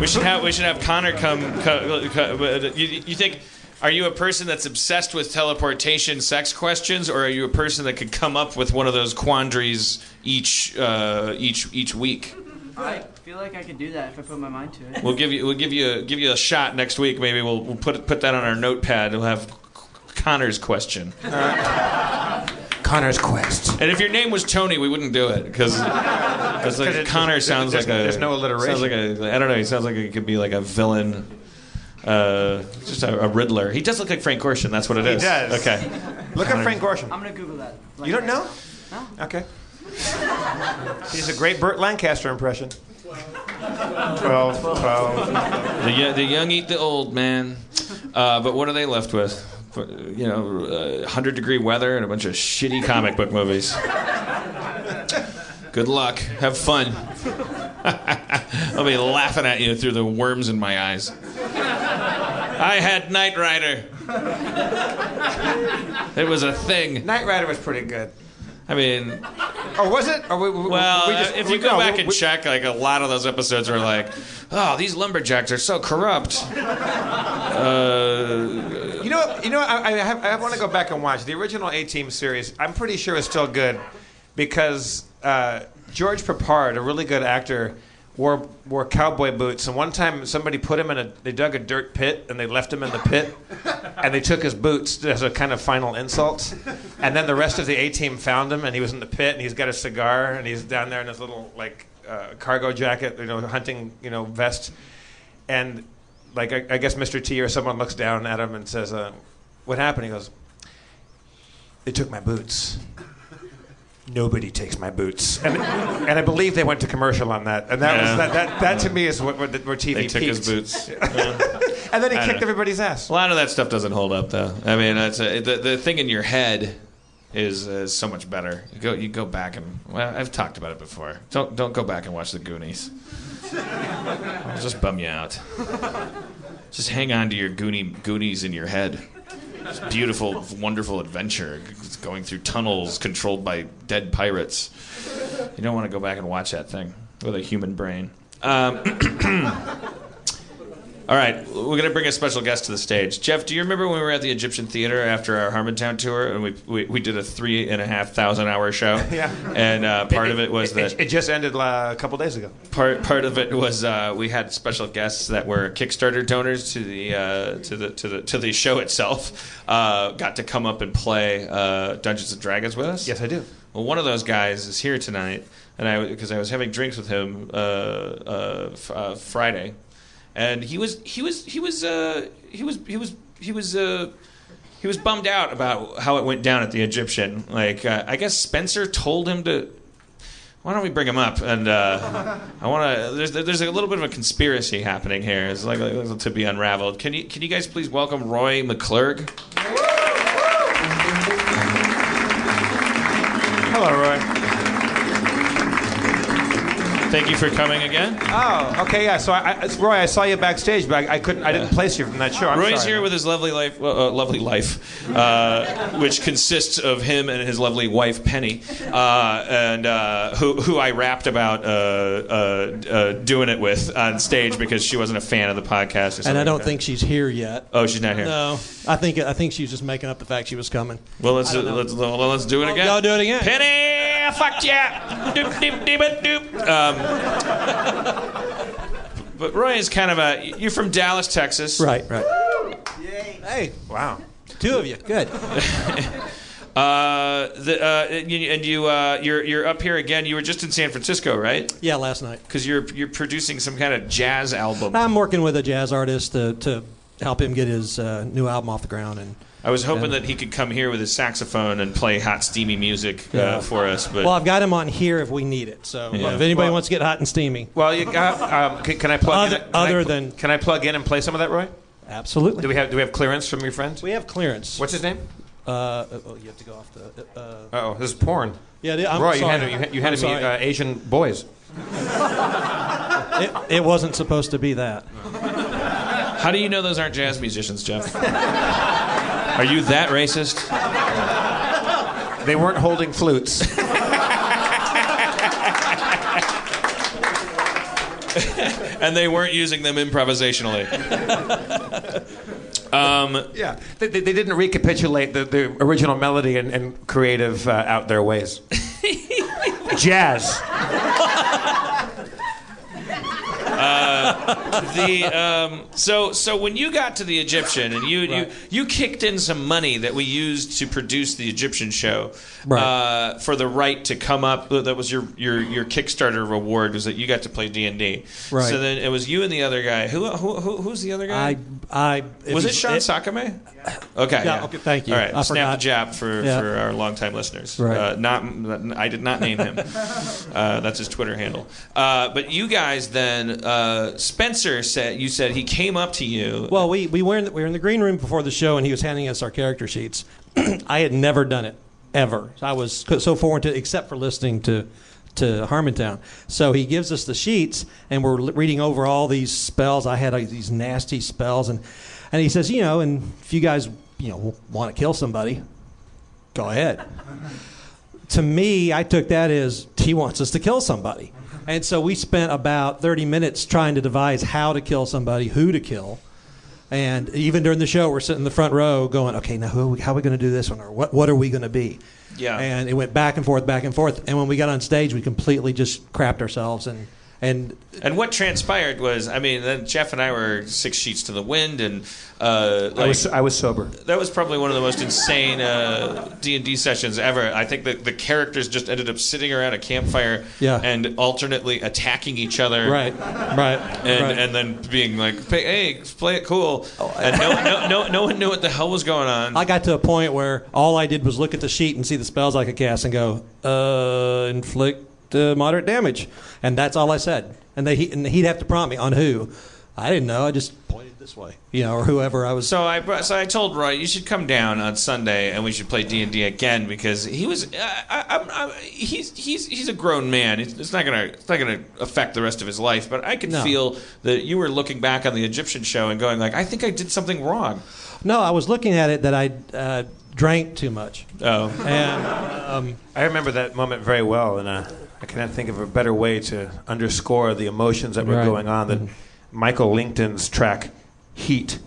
Speaker 1: We should have we should have Connor come. co- co- You, you think? Are you a person that's obsessed with teleportation sex questions, or are you a person that could come up with one of those quandaries each uh, each each week?
Speaker 6: I feel like I could do that if I put my mind to it.
Speaker 1: We'll give you we'll give you give you a shot next week. Maybe we'll, we'll put put that on our notepad. We'll have Connor's question.
Speaker 4: Uh, Connor's quest.
Speaker 1: And if your name was Tony, we wouldn't do it because like
Speaker 4: 'Cause it-
Speaker 1: Connor
Speaker 4: there's-
Speaker 1: sounds
Speaker 4: there's-
Speaker 1: like a
Speaker 4: there's no alliteration.
Speaker 1: Sounds like a I don't know. He sounds like he could be like a villain, uh, just a, a Riddler. He does look like Frank Gorshin. That's what it
Speaker 4: He
Speaker 1: is.
Speaker 4: does.
Speaker 1: Okay.
Speaker 4: Look at Frank Gorshin.
Speaker 6: I'm gonna Google that.
Speaker 4: You don't know? Okay. He's a great Burt Lancaster impression. Twelve. Twelve.
Speaker 1: The, yo- the young eat the old man. Uh, but what are they left with? you know, uh, 100 degree weather and a bunch of shitty comic book movies. Good luck. Have fun. (laughs) I'll be laughing at you through the worms in my eyes. I had Knight Rider. It was a thing.
Speaker 4: Knight Rider was pretty good.
Speaker 1: I mean,
Speaker 4: Or was it? Or we, we,
Speaker 1: well,
Speaker 4: we just,
Speaker 1: if
Speaker 4: we-
Speaker 1: you go
Speaker 4: no,
Speaker 1: back
Speaker 4: we-
Speaker 1: and check, like a lot of those episodes were like, "Oh, these lumberjacks are so corrupt." Uh,
Speaker 4: You know, what- you know, what? I, I, have, I want to go back and watch the original A Team series. I'm pretty sure is still good because uh, George Papard, a really good actor, wore wore cowboy boots. And one time, somebody put him in a they dug a dirt pit and they left him in the pit, and they took his boots as a kind of final insult. And then the rest of the A Team found him, and he was in the pit, and he's got a cigar, and he's down there in his little like uh, cargo jacket, you know, hunting you know vest, and like I, I guess Mr. T or someone looks down at him and says, uh, "What happened?" He goes, "They took my boots." Nobody takes my boots, and, and I believe they went to commercial on that. And that
Speaker 1: Yeah.
Speaker 4: was that, that, that to me is what where, the- where TV
Speaker 1: they took his
Speaker 4: peaked.
Speaker 1: boots.
Speaker 4: (laughs) and then he
Speaker 1: I
Speaker 4: kicked
Speaker 1: dunno.
Speaker 4: everybody's ass.
Speaker 1: A lot of that stuff doesn't hold up, though. I mean, that's a, the the thing in your head is, is so much better. You go you go back and well, I've talked about it before. Don't don't go back and watch the Goonies. It'll just bum you out. Just hang on to your Goonie, Goonies in your head. It's beautiful, wonderful adventure It's going through tunnels controlled by dead pirates. You don't want to go back and watch that thing with a human brain. Um, (clears throat) All right, we're going to bring a special guest to the stage. Jeff, do you remember when we were at the Egyptian Theater after our Harmontown tour and we, we, we did a three and a half thousand hour show?
Speaker 4: Yeah.
Speaker 1: And uh, part of it was that.
Speaker 4: It just ended uh, a couple days ago.
Speaker 1: Part part of it was uh, we had special guests that were Kickstarter donors to the uh, to the to the to the show itself. Uh, got to come up and play uh, Dungeons and Dragons with us. Yes,
Speaker 4: I do.
Speaker 1: Well, one of those guys is here tonight, and I because I was having drinks with him uh, uh, f- uh, Friday, and he was he was he was uh, he was he was he was. Uh, he was bummed out about how it went down at the Egyptian. Like, uh, I guess Spencer told him to why don't we bring him up? And uh, I want to. There's, there's a little bit of a conspiracy happening here. It's like, like to be unraveled. Can you can you guys please welcome Roy McClurg?
Speaker 4: Hello, Roy.
Speaker 1: Thank you for coming again.
Speaker 4: Oh, okay, yeah. So, I, I, Roy, I saw you backstage, but I, I couldn't. I didn't place you from that show. Oh, I'm
Speaker 1: Roy's
Speaker 4: sorry.
Speaker 1: here with his lovely life, uh, uh, lovely life, uh, which consists of him and his lovely wife Penny, uh, and uh, who who I rapped about uh, uh, uh, doing it with on stage because she wasn't a fan of the podcast. Or something
Speaker 13: And I don't
Speaker 1: like that.
Speaker 13: think she's here yet.
Speaker 1: Oh, she's not here.
Speaker 13: No, I think I think she's just making up the fact she was coming.
Speaker 1: Well, let's let's, well, let's do it again.
Speaker 13: Y'all do it again.
Speaker 1: Penny, I fucked ya. Doop, doop, doop, doop. Um, but Roy is kind of a. You're from Dallas, Texas.
Speaker 13: Right, right.
Speaker 4: Hey. Wow.
Speaker 13: Two of you. Good.
Speaker 1: (laughs) Uh, the, uh, and you, and you uh, you're you're up here again. You were just in San Francisco, right?
Speaker 13: Yeah, last night.
Speaker 1: Because you're you're producing some kind of jazz album.
Speaker 13: I'm working with a jazz artist to, to help him get his uh, new album off the ground, and
Speaker 1: I was hoping
Speaker 13: and-
Speaker 1: that he could come here with his saxophone and play hot, steamy music uh,
Speaker 13: Yeah.
Speaker 1: for us. But
Speaker 13: well, I've got him on here if we need it. So
Speaker 1: Yeah.
Speaker 13: if anybody
Speaker 1: Well-
Speaker 13: wants to get hot and steamy,
Speaker 4: Well, you got. Um, can, can I plug? in,
Speaker 13: Other-
Speaker 4: can I
Speaker 13: other
Speaker 4: pl-
Speaker 13: than-
Speaker 4: Can I plug in and play some of that, Roy?
Speaker 13: Absolutely.
Speaker 4: Do we have Do we have clearance from your friends?
Speaker 13: We have clearance.
Speaker 4: What's his name?
Speaker 13: Uh, oh, you have to go off the. Uh,
Speaker 4: Oh, this is porn.
Speaker 13: Yeah, it- I'm
Speaker 4: Roy, you
Speaker 13: sorry.
Speaker 4: handed, you, ha- you
Speaker 13: I'm
Speaker 4: handed me
Speaker 13: sorry.
Speaker 4: uh, Asian boys.
Speaker 13: (laughs) it, it wasn't supposed to be that.
Speaker 1: how do you know those aren't jazz musicians, Jeff? Are you that racist?
Speaker 4: They weren't holding flutes.
Speaker 1: (laughs) and they weren't using them improvisationally. (laughs) Um,
Speaker 4: yeah, they, they, they didn't recapitulate the, the original melody and, and creative uh, out their
Speaker 1: (laughs)
Speaker 4: ways. Jazz.
Speaker 1: Uh, the um, so so when you got to the Egyptian and you you you kicked in some money that we used to produce the Egyptian show uh, for the right to come up. That was your your your Kickstarter reward was that you got to play D and D.
Speaker 13: Right.
Speaker 1: So then it was you and the other guy. Who who, who who's the other guy?
Speaker 13: I, I if
Speaker 1: was
Speaker 13: you-
Speaker 1: it Sean Sakame? Okay.
Speaker 13: Yeah, okay, thank you.
Speaker 1: All right.
Speaker 13: I
Speaker 1: snap
Speaker 13: forgot.
Speaker 1: the jab for,
Speaker 13: Yeah.
Speaker 1: for our longtime listeners.
Speaker 13: Right.
Speaker 1: Uh, not
Speaker 13: (laughs)
Speaker 1: I did not name him. uh, that's his Twitter handle. Uh, but you guys then uh, s- Spencer said you said he came up to you.
Speaker 13: Well, we, we, were in the, we were in the green room before the show, and he was handing us our character sheets. (clears throat) I had never done it, ever. So I was co- so foreign to, except for listening to, to Harmontown. So he gives us the sheets, and we're l- reading over all these spells. I had uh, these nasty spells, and, and he says, you know, and if you guys, you know, want to kill somebody, go ahead. (laughs) to me, I took that as he wants us to kill somebody. And so we spent about 30 minutes trying to devise how to kill somebody, who to kill. And even during the show, we're sitting in the front row going, okay, now who are we, how are we going to do this one? Or what, what are we going to be?
Speaker 1: Yeah.
Speaker 13: And it went back and forth, back and forth. And when we got on stage, we completely just crapped ourselves. And, and
Speaker 1: And what transpired was, I mean, then Jeff and I were six sheets to the wind, and uh, like,
Speaker 14: I was I was sober.
Speaker 1: that was probably one of the most insane uh, D and D sessions ever. I think that the characters just ended up sitting around a campfire
Speaker 13: Yeah.
Speaker 1: and alternately attacking each other,
Speaker 13: Right, right,
Speaker 1: and
Speaker 13: right. Oh,
Speaker 1: and then being like, "Hey, play it cool," and no, no, no, no one knew what the hell was going on.
Speaker 13: I got to a point where all I did was look at the sheet and see the spells I could cast and go, uh, inflict uh, moderate damage. And that's all I said. And, they, he, and he'd have to prompt me on who. I didn't know. I just pointed this way, you know, or whoever I was.
Speaker 1: So I brought- so I told Roy you should come down on Sunday and we should play D and D again because he was I, I, I'm, I'm, he's he's he's a grown man. It's, it's not gonna it's not gonna affect the rest of his life. But I could
Speaker 13: No.
Speaker 1: feel that you were looking back on the Egyptian show and going like I think I did something wrong.
Speaker 13: No, I was looking at it that I uh, drank too much.
Speaker 1: Oh,
Speaker 13: and um,
Speaker 14: I remember that moment very well, and uh, I cannot think of a better way to underscore the emotions that were
Speaker 13: Right. Mm-hmm.
Speaker 14: going on than Michael Linkton's track "Heat."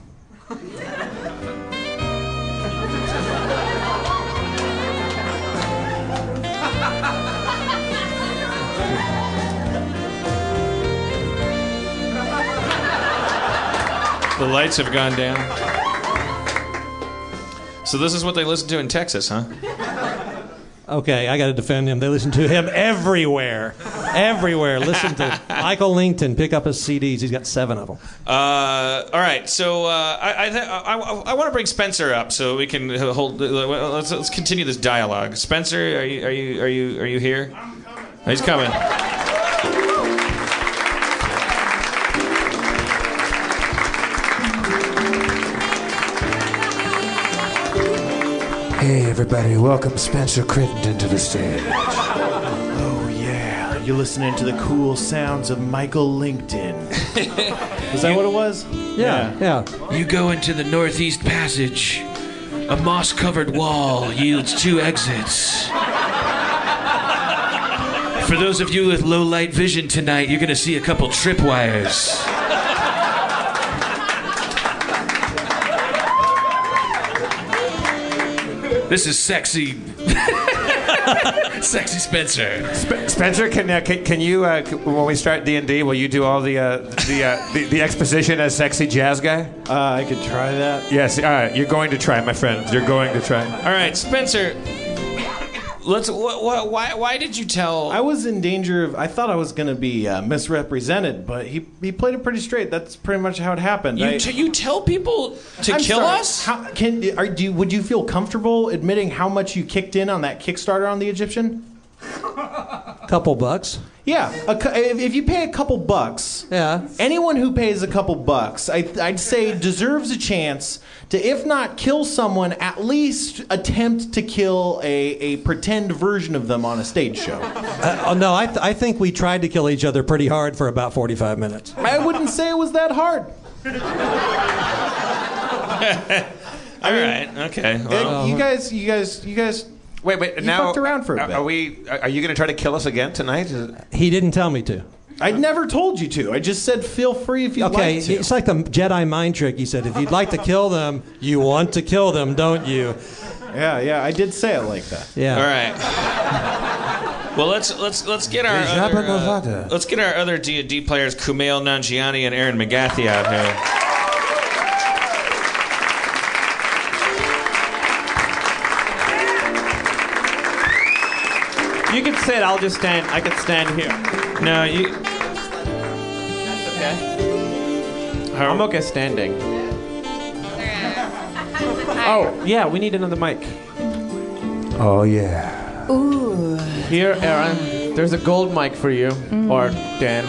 Speaker 1: The lights have gone down. So this is what they listen to in Texas, huh?
Speaker 13: Okay, I got to defend him. They listen to him everywhere, everywhere. Listen to Michael Linkton. Pick up his CDs. He's got seven of them.
Speaker 1: Uh, all right, so uh, I I, th- I, I want to bring Spencer up so we can uh, hold. Let's, let's continue this dialogue. Spencer, are you are you are you are you here? Oh, He's coming.
Speaker 15: Hey, everybody, welcome Spencer Crittenden to the stage.
Speaker 16: Oh, yeah. You're listening to the cool sounds of Michael LinkedIn. Is that what it was?
Speaker 13: Yeah, yeah.
Speaker 17: You go into the northeast passage. A moss covered wall yields two exits. For those of you with low light vision tonight, you're going to see a couple tripwires. This is sexy. (laughs) sexy Spencer.
Speaker 14: Sp- Spencer, can uh, can, can you uh, c- when we start D and D, will you do all the uh, the, uh, the the exposition as sexy jazz guy?
Speaker 16: Uh, I could try that.
Speaker 14: Yes, all right. You're going to try, my friend. You're going to try.
Speaker 1: All right, Spencer. Let's. Wh- wh- why? Why did you tell?
Speaker 16: I was in danger of. I thought I was going to be uh, misrepresented, but he he played it pretty straight. That's pretty much how it happened.
Speaker 1: You
Speaker 16: I-
Speaker 1: t- you tell people to
Speaker 16: I'm
Speaker 1: kill
Speaker 16: sorry.
Speaker 1: us?
Speaker 16: How, can are, do you, would you feel comfortable admitting how much you kicked in on that Kickstarter on the Egyptian?
Speaker 13: Couple bucks.
Speaker 16: Yeah, a, cou- if, if you pay a couple bucks,
Speaker 13: yeah,
Speaker 16: anyone who pays a couple bucks, I, I'd say deserves a chance to, if not kill someone, at least attempt to kill a, a pretend version of them on a stage show.
Speaker 13: Uh, oh no, I, th- I think we tried to kill each other pretty hard for about forty-five minutes.
Speaker 16: I wouldn't say it was that hard.
Speaker 1: All right. Okay.
Speaker 14: well-
Speaker 16: you guys, you guys, you guys.
Speaker 14: Wait, wait.
Speaker 16: You
Speaker 14: now
Speaker 16: fucked around for a
Speaker 14: are,
Speaker 16: bit.
Speaker 14: are we? Are are you going to try to kill us again tonight? Is-
Speaker 13: He didn't tell me to.
Speaker 16: I never told you to. I just said feel free if you'd
Speaker 13: Okay,
Speaker 16: like to.
Speaker 13: it's like the Jedi mind trick. He said, if you'd like to kill them, you want to kill them, don't you?
Speaker 16: Yeah, yeah, I did say it like that.
Speaker 13: Yeah.
Speaker 1: All right. Well, let's let's let's get our
Speaker 16: Jabba
Speaker 1: other, uh,
Speaker 16: Mavada.
Speaker 1: let's get our other D and D players, Kumail Nanjiani and Aaron McGathy, out here.
Speaker 9: You can sit. I'll just stand. I can stand here.
Speaker 1: No, you.
Speaker 9: I'm okay standing. Oh yeah, we need another mic.
Speaker 15: Oh, yeah.
Speaker 9: Ooh. Here,
Speaker 14: Mm-hmm.
Speaker 9: Aaron. There's a gold mic for you, or Dan.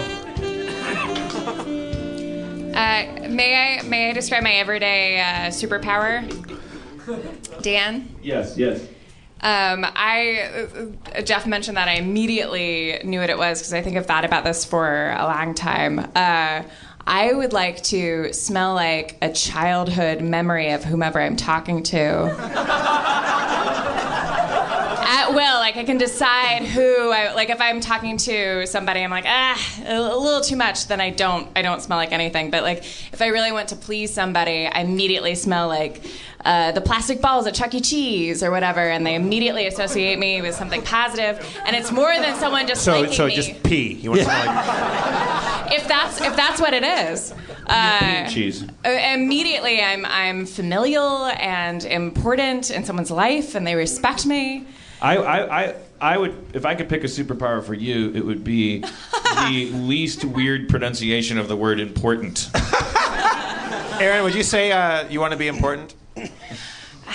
Speaker 18: Uh, may I may I describe my everyday uh, superpower? Dan.
Speaker 1: Yes, yes.
Speaker 18: Um, I uh, Jeff mentioned that I immediately knew what it was because I think I've thought about this for a long time. Uh, I would like to smell like a childhood memory of whomever I'm talking to. At will, like I can decide who I like. If I'm talking to somebody, I'm like ah, a little too much. Then I don't, I don't smell like anything. But like, if I really want to please somebody, I immediately smell like uh, the plastic balls at Chuck E. Cheese or whatever, and they immediately associate me with something positive. And it's more than someone just
Speaker 14: so
Speaker 18: liking
Speaker 14: so
Speaker 18: me.
Speaker 14: just pee. You want to smell like
Speaker 18: (laughs)
Speaker 14: E.
Speaker 18: if that's if that's what it is. Uh,
Speaker 14: cheese.
Speaker 18: uh, immediately I'm I'm familial and important in someone's life and they respect me.
Speaker 1: I, I, I, I would, if I could pick a superpower for you, it would be
Speaker 18: (laughs)
Speaker 1: the least weird pronunciation of the word important.
Speaker 14: Aaron, would you say uh, you want to be important?
Speaker 18: (sighs)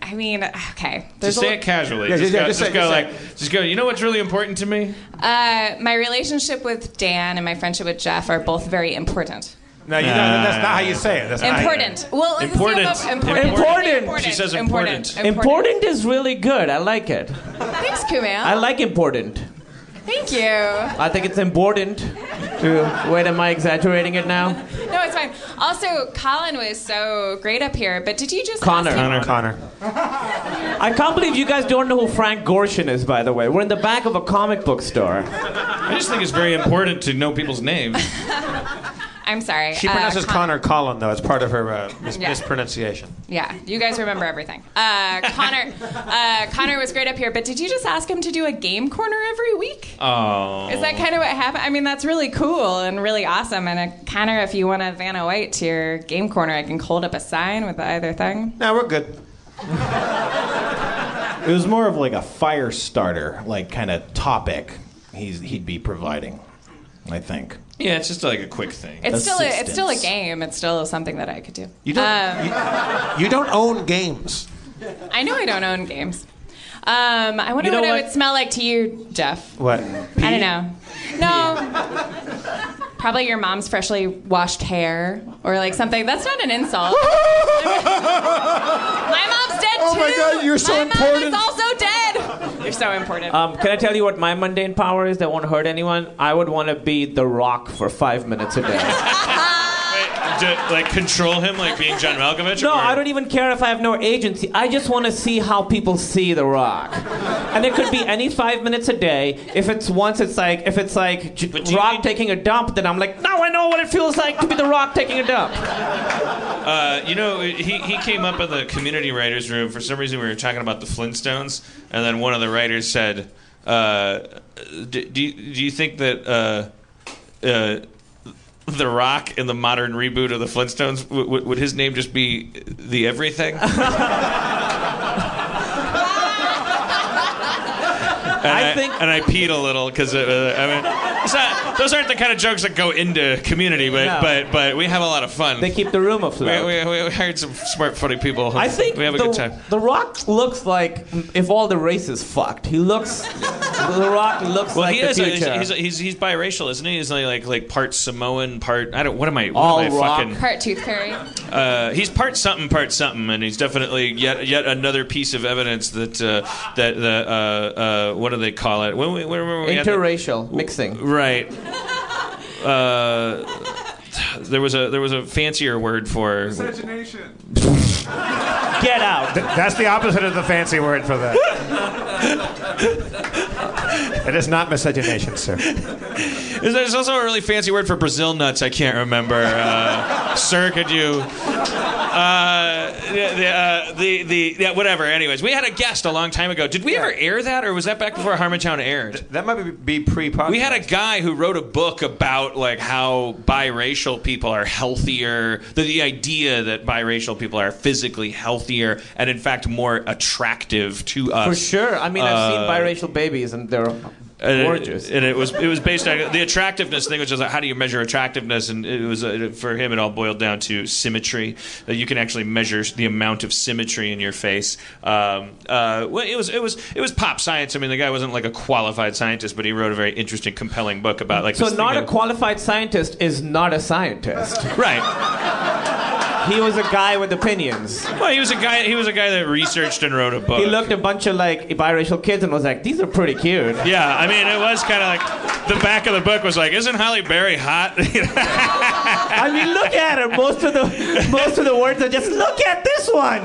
Speaker 18: I mean, okay.
Speaker 1: Just
Speaker 18: a
Speaker 1: say
Speaker 18: lo-
Speaker 1: it casually.
Speaker 14: Yeah,
Speaker 1: just,
Speaker 14: yeah,
Speaker 1: go,
Speaker 14: just
Speaker 1: just
Speaker 14: say-
Speaker 1: go
Speaker 14: just say
Speaker 1: like, just go. You know what's really important to me?
Speaker 18: Uh, my relationship with Dan and my friendship with Jeff are both very important.
Speaker 14: No, you, no, that's not how you say it. That's not how you-
Speaker 18: important. Well, it's the
Speaker 14: Important.
Speaker 18: same of- important.
Speaker 14: Important.
Speaker 18: important.
Speaker 14: She says
Speaker 18: Important.
Speaker 9: Important is really good. I like it.
Speaker 18: Thanks, Kumail.
Speaker 9: I like important.
Speaker 18: Thank you.
Speaker 9: I think it's important to. Wait, am I exaggerating it now?
Speaker 18: No, it's fine. Also, Colin was so great up here, but did you just
Speaker 9: Connor.
Speaker 18: ask him-
Speaker 9: Connor. I can't believe you guys don't know who Frank Gorshin is, by the way. We're in the back of a comic book store.
Speaker 1: I just think it's very important to know people's names.
Speaker 18: I'm sorry.
Speaker 14: She
Speaker 18: uh,
Speaker 14: pronounces
Speaker 18: Con-
Speaker 14: Connor Colin though. It's part of her uh, mis-
Speaker 18: Yeah.
Speaker 14: mispronunciation.
Speaker 18: Yeah, you guys remember everything. Uh, Connor, uh, Connor was great up here, but did you just ask him to do a game corner every week?
Speaker 1: Oh.
Speaker 18: Is that kind of what happened? I mean, that's really cool and really awesome. And uh, Connor, if you want a Vanna White to your game corner, I can hold up a sign with either thing.
Speaker 14: No, we're good.
Speaker 16: It was more of like a fire starter, like kind of topic he's, he'd be providing, I think.
Speaker 1: Yeah, it's just like a quick thing.
Speaker 18: It's still a, it's still a game. It's still something that I could do.
Speaker 14: You don't-
Speaker 18: Um,
Speaker 14: You don't own games.
Speaker 18: I know I don't own games. Um, I wonder
Speaker 14: You know
Speaker 18: what,
Speaker 14: what?
Speaker 18: it would smell like to you, Jeff.
Speaker 14: What?
Speaker 18: I don't know. No. Probably your mom's freshly washed hair or like something. That's not an insult. my mom's dead
Speaker 9: (laughs) Oh
Speaker 18: too.
Speaker 9: my God, you're so
Speaker 18: my
Speaker 9: important.
Speaker 18: Mom is also dead. You're so important.
Speaker 9: Um, can I tell you what my mundane power is that won't hurt anyone? I would want to be The Rock for five minutes a day.
Speaker 1: To, like control him, like being John Malkovich.
Speaker 9: No,
Speaker 1: or-
Speaker 9: I don't even care if I have no agency. I just want to see how people see The Rock, and it could be any five minutes a day. If it's once, it's like if it's like J- Rock taking a dump, then I'm like, now I know what it feels like to be The Rock taking a dump.
Speaker 1: Uh, you know, he, he came up in the community writers room. For some reason, we were talking about the Flintstones, and then one of the writers said, uh, do, do, you, "Do you think that uh, uh, the Rock in the modern reboot of the Flintstones w- w- would his name just be
Speaker 9: (laughs)
Speaker 1: the Everything?" And I, think, and I peed a little because uh, I mean, it's not, those aren't the kind of jokes that go into community, but
Speaker 9: No.
Speaker 1: but but we have a lot of fun. They
Speaker 9: keep the room afloat.
Speaker 1: We, we, we hired some smart, funny people.
Speaker 9: I think
Speaker 1: we have a
Speaker 9: the,
Speaker 1: good time.
Speaker 9: The Rock looks like if all the races fucked. He looks. the Rock looks
Speaker 1: Well,
Speaker 9: like
Speaker 1: he
Speaker 9: the
Speaker 1: is. A, he's,
Speaker 9: future.
Speaker 1: he's, he's he's biracial, isn't he? He's like like, like part Samoan, part I don't. What am I? What
Speaker 9: All
Speaker 1: am I
Speaker 9: rock.
Speaker 1: fucking?
Speaker 18: Part tooth fairy.
Speaker 1: Uh, he's part something, part something, and he's definitely yet yet another piece of evidence that uh, that the uh, uh, what do they call it? When we, when we had the-
Speaker 9: Interracial mixing.
Speaker 1: right? Uh, there was a there was a fancier word for
Speaker 19: Imagination.
Speaker 9: Get out.
Speaker 14: that's the opposite of the fancy word for that.
Speaker 1: (laughs)
Speaker 14: it is not miscegenation,
Speaker 1: (laughs)
Speaker 14: sir.
Speaker 1: There's- There's also a really fancy word for Brazil nuts. I can't remember. Uh, sir, could you? Uh, the, the, uh, the, the, yeah, whatever. Anyways, we had a guest a long time ago. Did we ever air that, or was that back before Harmontown aired?
Speaker 14: that might be pre-podcast. (laughs)
Speaker 1: We had a guy who wrote a book about like how biracial people are healthier. The, the idea that biracial people are physically healthier and in fact more attractive to us.
Speaker 9: For sure. I mean, I've seen
Speaker 1: Uh,
Speaker 9: biracial babies, and they're
Speaker 1: And it-
Speaker 9: Gorgeous.
Speaker 1: and it was it was based on the attractiveness thing, which is like how do you measure attractiveness? And it was uh, for him, it all boiled down to symmetry. That you can actually measure the amount of symmetry in your face. Um, uh, well, it was it was it was pop science. I mean, the guy wasn't like a qualified scientist, but he wrote a very interesting, compelling book about like.
Speaker 9: so
Speaker 1: this
Speaker 9: not
Speaker 1: thing
Speaker 9: a qualified scientist is not a
Speaker 1: (laughs)
Speaker 9: scientist.
Speaker 1: of- right.
Speaker 9: He was a guy with opinions.
Speaker 1: Well, he was a guy. He was a guy that researched and wrote a book.
Speaker 9: He looked a bunch of like biracial kids and was like, "These are pretty cute."
Speaker 1: Yeah, I mean, it was kind of like the back of the book was like, "Isn't Holly Berry hot?" (laughs)
Speaker 9: I mean, look at her. Most of the most of the words are just look at this one,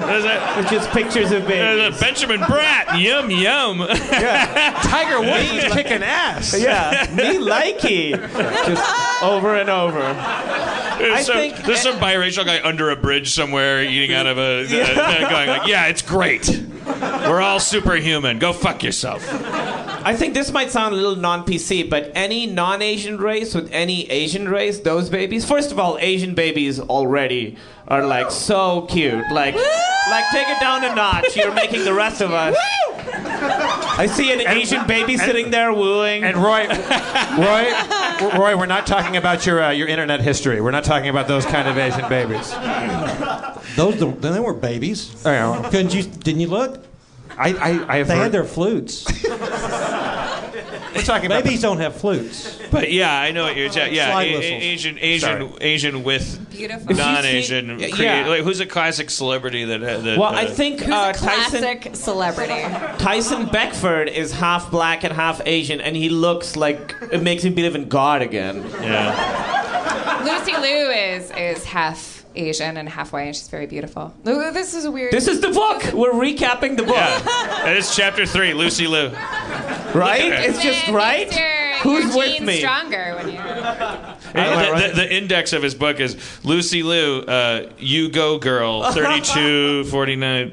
Speaker 9: which is pictures of babies.
Speaker 1: Benjamin Bratt, yum yum.
Speaker 9: (laughs) Tiger
Speaker 1: Woods is
Speaker 9: kicking ass. Yeah, me
Speaker 1: (laughs)
Speaker 9: likey, just over and over. I
Speaker 1: Some-
Speaker 9: think
Speaker 1: there's some biracial guy under a bridge somewhere eating out of a,
Speaker 9: Yeah.
Speaker 1: going like, "Yeah, it's great. We're all superhuman. Go fuck yourself."
Speaker 9: I think this might sound a little non PC, but any non Asian race with any Asian race, those babies, first of all, Asian babies already are like so cute. Like, like take it down a notch. You're making the rest of us. I see an Asian baby sitting there wooing.
Speaker 14: And Roy, Roy, Roy, we're not talking about your uh, your internet history. We're not talking about those kind of Asian babies.
Speaker 13: Those don't- they weren't babies. Couldn't you? Didn't you look?
Speaker 14: I, I, I have
Speaker 13: they
Speaker 14: heard-
Speaker 13: had their flutes.
Speaker 14: We're talking about
Speaker 13: babies don't have flutes.
Speaker 1: But yeah, I know what you're. Ja- yeah,
Speaker 13: Slide
Speaker 1: A- A-
Speaker 13: whistles.
Speaker 1: Asian, Asian, Asian with
Speaker 18: Beautiful.
Speaker 1: non-Asian.
Speaker 9: Yeah.
Speaker 1: create- like, who's a classic celebrity that? that
Speaker 9: Well, I
Speaker 1: uh, (laughs)
Speaker 9: think
Speaker 18: Who's
Speaker 9: uh,
Speaker 18: a
Speaker 9: Tyson.
Speaker 18: classic celebrity?
Speaker 9: Tyson Beckford is half black and half Asian, and he looks like it makes me believe in God again.
Speaker 1: Yeah.
Speaker 18: Lucy Liu is is half Asian and half white. and She's very beautiful. Ooh, This is a weird.
Speaker 9: This is the book. We're recapping the book.
Speaker 1: Yeah. it's chapter three, Lucy Liu.
Speaker 9: Right? It's just right. Who's
Speaker 18: your
Speaker 9: with
Speaker 18: genes
Speaker 9: me?
Speaker 18: Stronger when you're.
Speaker 1: Uh, the, the, the index of his book is Lucy Liu, uh, You
Speaker 9: (laughs)
Speaker 1: Go Girl, 3249.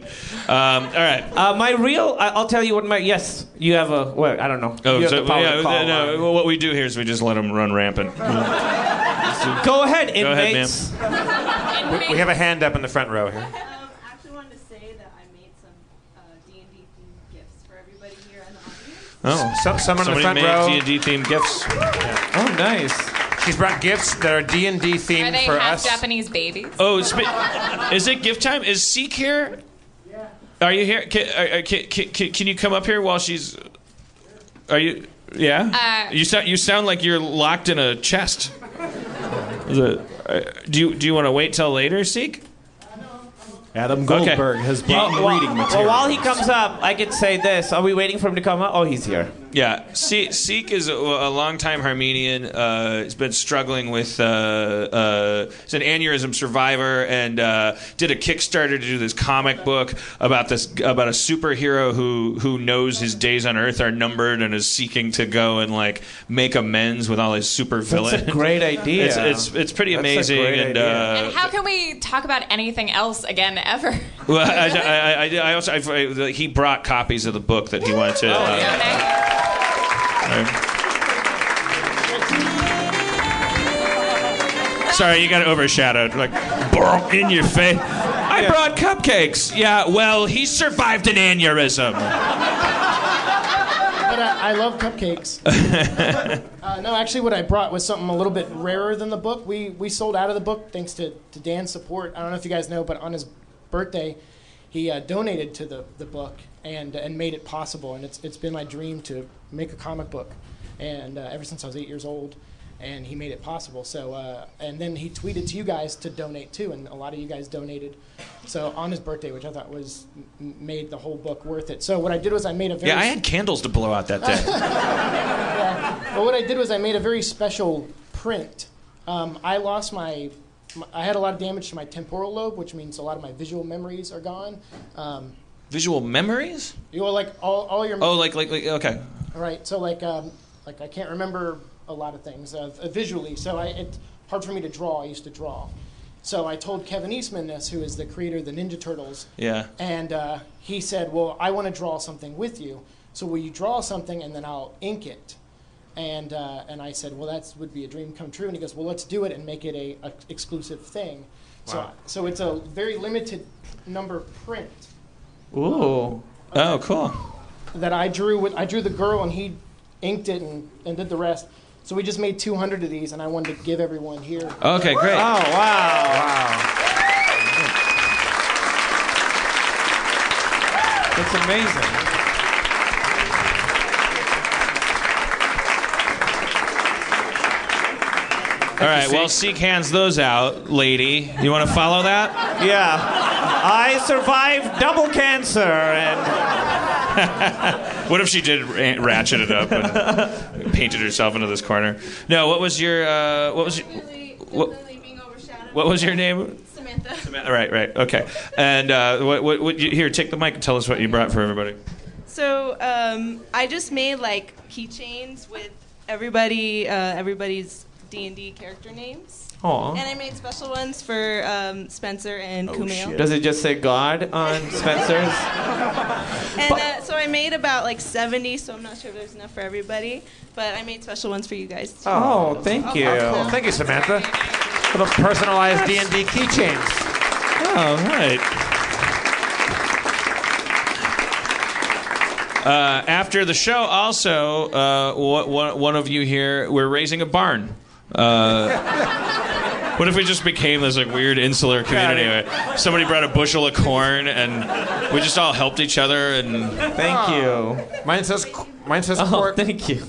Speaker 1: Um, all right.
Speaker 9: Uh, my real, I- I'll tell you what my yes. You have a. Well, I don't know.
Speaker 1: Oh,
Speaker 9: you have
Speaker 1: so,
Speaker 9: the power
Speaker 1: yeah,
Speaker 9: to call.
Speaker 1: no, well, what we do here is we just let him run
Speaker 14: (laughs)
Speaker 1: rampant.
Speaker 9: Go ahead,
Speaker 1: Go ahead,
Speaker 9: inmates.
Speaker 14: We, we have a hand up in the front row here.
Speaker 1: Oh,
Speaker 14: so, someone
Speaker 1: Somebody
Speaker 14: in the
Speaker 1: made
Speaker 14: front row.
Speaker 1: D&D themed gifts.
Speaker 14: Oh,
Speaker 9: nice.
Speaker 14: She's brought gifts that are D and D
Speaker 18: Are
Speaker 14: themed
Speaker 18: they
Speaker 14: for
Speaker 18: half
Speaker 14: us.
Speaker 18: Japanese babies?
Speaker 1: Oh, spe- is it gift time? Is Seek here? Are you here? Can, uh, uh, can, can, can- can you come up here while she's? Are you? Yeah.
Speaker 18: Uh,
Speaker 1: you sound. You sound like you're locked in a chest. The- uh, do you Do you want to wait till later, Seek?
Speaker 16: Adam
Speaker 1: Goldberg
Speaker 16: has
Speaker 1: brought
Speaker 9: Well, well, while he comes up, I could say this. Are we waiting for him to come up? Oh, he's here.
Speaker 1: Yeah, Se- Seek is a, a longtime Armenian. Uh, he's been struggling with. Uh, uh, he's an aneurysm survivor and uh, did a Kickstarter to do this comic book about this about a superhero who who knows his days on Earth are numbered and is seeking to go and like make amends with all his super villains.
Speaker 9: That's a great idea.
Speaker 1: It's it's, it's pretty
Speaker 9: That's a
Speaker 1: amazing
Speaker 9: great
Speaker 1: and.
Speaker 9: idea.
Speaker 1: Uh,
Speaker 18: and how can we talk about anything else again ever?
Speaker 1: well, I, I, I, I also I, I- he brought copies of the book that he wanted to. uh, uh, Sorry, you got overshadowed. Like, boom, in your face. I brought cupcakes. Yeah, well, he survived an aneurysm.
Speaker 20: But uh, I, I love
Speaker 1: (laughs)
Speaker 20: cupcakes. Uh, no, actually, what I brought was something a little bit rarer than the book. We we sold out of the book thanks to, to Dan's support. I don't know if you guys know, but on his birthday, he uh, donated to the, the book and and made it possible. And it's it's been my dream to make a comic book, and uh, ever since I was eight years old, and he made it possible. So uh, and then he tweeted to you guys to donate too, and a lot of you guys donated. So on his birthday, which I thought was m- made the whole book worth it. So what I did was I made a very
Speaker 1: Yeah, I had candles to blow out that
Speaker 20: (laughs)
Speaker 1: day.
Speaker 20: Well, what I did was I made a very special print. Um, I lost my, my, I had a lot of damage to my temporal lobe, which means a lot of my visual memories are gone. Um,
Speaker 1: (laughs) Visual memories?
Speaker 20: you know, like all, all your.
Speaker 1: Oh, like, like, like okay.
Speaker 20: Right. So like, um, like I can't remember a lot of things uh, visually. So I, it's hard for me to draw. I used to draw. So I told Kevin Eastman this, who is the creator of the Ninja Turtles,
Speaker 1: Yeah.
Speaker 20: and uh, he said, "Well, I want to draw something with you. So will you draw something, and then I'll ink it." And uh, and I said, "Well, that would be a dream come true." And he goes, "Well, let's do it and make it a, a exclusive thing." So
Speaker 1: Wow.
Speaker 20: so it's a very limited number print
Speaker 9: Ooh.
Speaker 1: Oh, cool.
Speaker 20: that I drew with I drew the girl and he inked it and, and did the rest. So we just made 200 of these, and I wanted to give everyone here.
Speaker 1: Okay, great.
Speaker 14: Oh, wow.
Speaker 9: Oh.
Speaker 14: It's amazing.
Speaker 1: All right, well, Seek hands those out, lady. You want to follow that?
Speaker 4: Yeah.
Speaker 1: I survived double cancer. what if she did ra- ratchet it up and painted herself into this corner? No, what was your uh, what was your, what, what was your name? Samantha. Samantha. Right, right, okay. And uh, what, what, what, you- here, take the mic and tell us what you brought for everybody.
Speaker 12: So um, I just made like keychains with everybody, uh, everybody's D and D character names.
Speaker 14: Aw.
Speaker 12: And I made special ones for um, Spencer and Kumail.
Speaker 14: Does it just say God on Spencer's?
Speaker 12: And uh, so I made about like 70, so I'm not sure if there's enough for everybody, but I made special ones for you guys too.
Speaker 14: Oh, thank you.
Speaker 12: Awesome.
Speaker 14: Thank you, Samantha, for the personalized D&D keychains.
Speaker 1: All right. Uh, after the show, also, uh, wha- wha- one of you here, we're raising a barn. Uh, what if we just became this like weird insular community? Where somebody brought a bushel of corn, and we just all helped each other. And
Speaker 14: Thank you. Mine says mine says
Speaker 1: Oh,
Speaker 14: cork.
Speaker 1: thank
Speaker 14: you.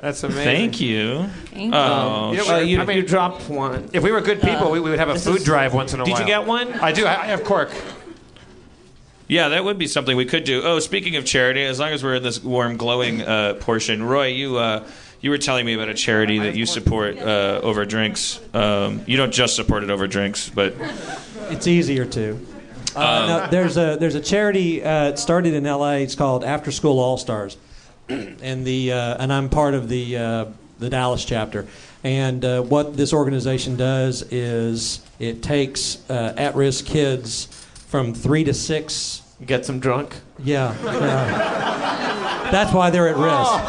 Speaker 14: That's amazing.
Speaker 1: Thank you.
Speaker 14: Thank
Speaker 1: Oh,
Speaker 14: you.
Speaker 1: you.
Speaker 14: know what? I mean,
Speaker 1: you
Speaker 14: dropped one. If we were good people, we, we would have a
Speaker 1: This
Speaker 14: food
Speaker 1: is-
Speaker 14: drive once in a
Speaker 1: Did you
Speaker 14: while.
Speaker 1: get one?
Speaker 14: I do. I, I have cork.
Speaker 1: Yeah, that would be something we could do. Oh, speaking of charity, as long as we're in this warm, glowing uh, portion, Roy, you uh, you were telling me about a charity that you support uh, over drinks. Um, you don't just support it over drinks, but
Speaker 13: It's easier to. Uh,
Speaker 1: Um,
Speaker 13: no, there's a there's a charity uh, it started in L.A. It's called After School All Stars, (clears throat) and the uh, and I'm part of the uh, the Dallas chapter. And uh, what this organization does is it takes uh, at-risk kids from three to six.
Speaker 9: Get them drunk.
Speaker 13: Yeah, yeah. that's why they're at risk.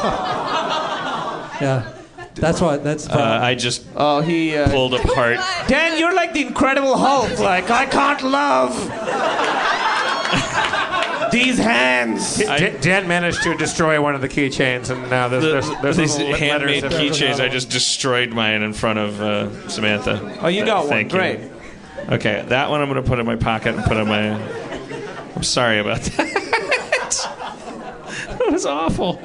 Speaker 13: Yeah, that's why that's.
Speaker 1: uh, I just
Speaker 9: oh he uh,
Speaker 1: pulled apart.
Speaker 9: Dan, you're like the Incredible Hulk. Like I can't love
Speaker 14: These hands. Dan, Dan managed to destroy one of the keychains, and now there's,
Speaker 1: The,
Speaker 14: there's, there's
Speaker 1: these
Speaker 14: little
Speaker 1: handmade
Speaker 14: letters in-
Speaker 1: keychains, I just destroyed mine in front of uh, Samantha. Uh,
Speaker 14: Oh, you got one.
Speaker 1: Thank you.
Speaker 14: Great.
Speaker 1: Okay, that one I'm going to put in my pocket and put on my. I'm sorry about that. (laughs) that was awful.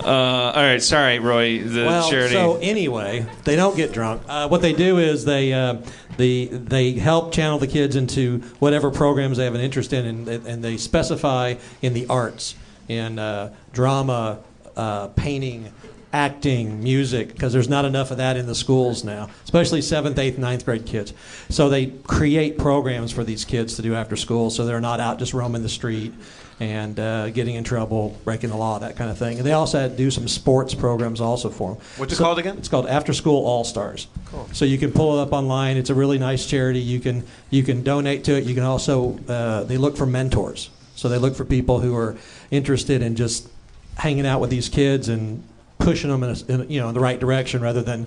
Speaker 1: Uh, all right, sorry, Roy. The
Speaker 13: well,
Speaker 1: charity.
Speaker 13: so anyway, they don't get drunk. Uh, what they do is they uh, the they help channel the kids into whatever programs they have an interest in, and, and they specify in the arts, in uh, drama, uh, painting, acting, music, because there's not enough of that in the schools now, especially seventh, eighth, ninth grade kids. So they create programs for these kids to do after school, so they're not out just roaming the street and uh, getting in trouble, breaking the law, that kind of thing. And they also had to do some sports programs also for them.
Speaker 14: What's it called again?
Speaker 13: It's called After School All Stars.
Speaker 14: Cool.
Speaker 13: So you can pull it up online. It's a really nice charity. You can you can donate to it. You can also uh, they look for mentors. So they look for people who are interested in just hanging out with these kids and pushing them in, a, in a- you know in the right direction rather than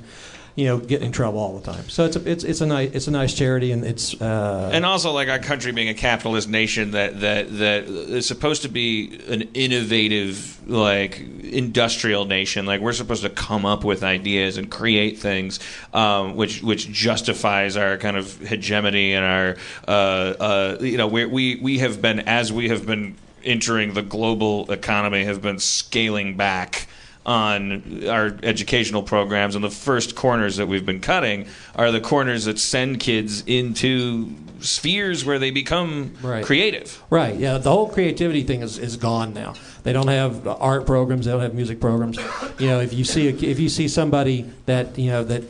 Speaker 13: you know getting in trouble all the time. So it's a, it's it's a nice it's a nice charity and it's uh,
Speaker 1: and also like our country being a capitalist nation that that that is supposed to be an innovative like industrial nation like we're supposed to come up with ideas and create things um, which which justifies our kind of hegemony and our uh, uh, you know we we we have been as we have been entering the global economy have been scaling back on our educational programs and the first corners that we've been cutting are the corners that send kids into spheres where they become
Speaker 13: Right.
Speaker 1: creative
Speaker 13: Right. Yeah. The whole creativity thing is, is gone now. They don't have art programs. They don't have music programs. You know, if you see a, if you see somebody that you know that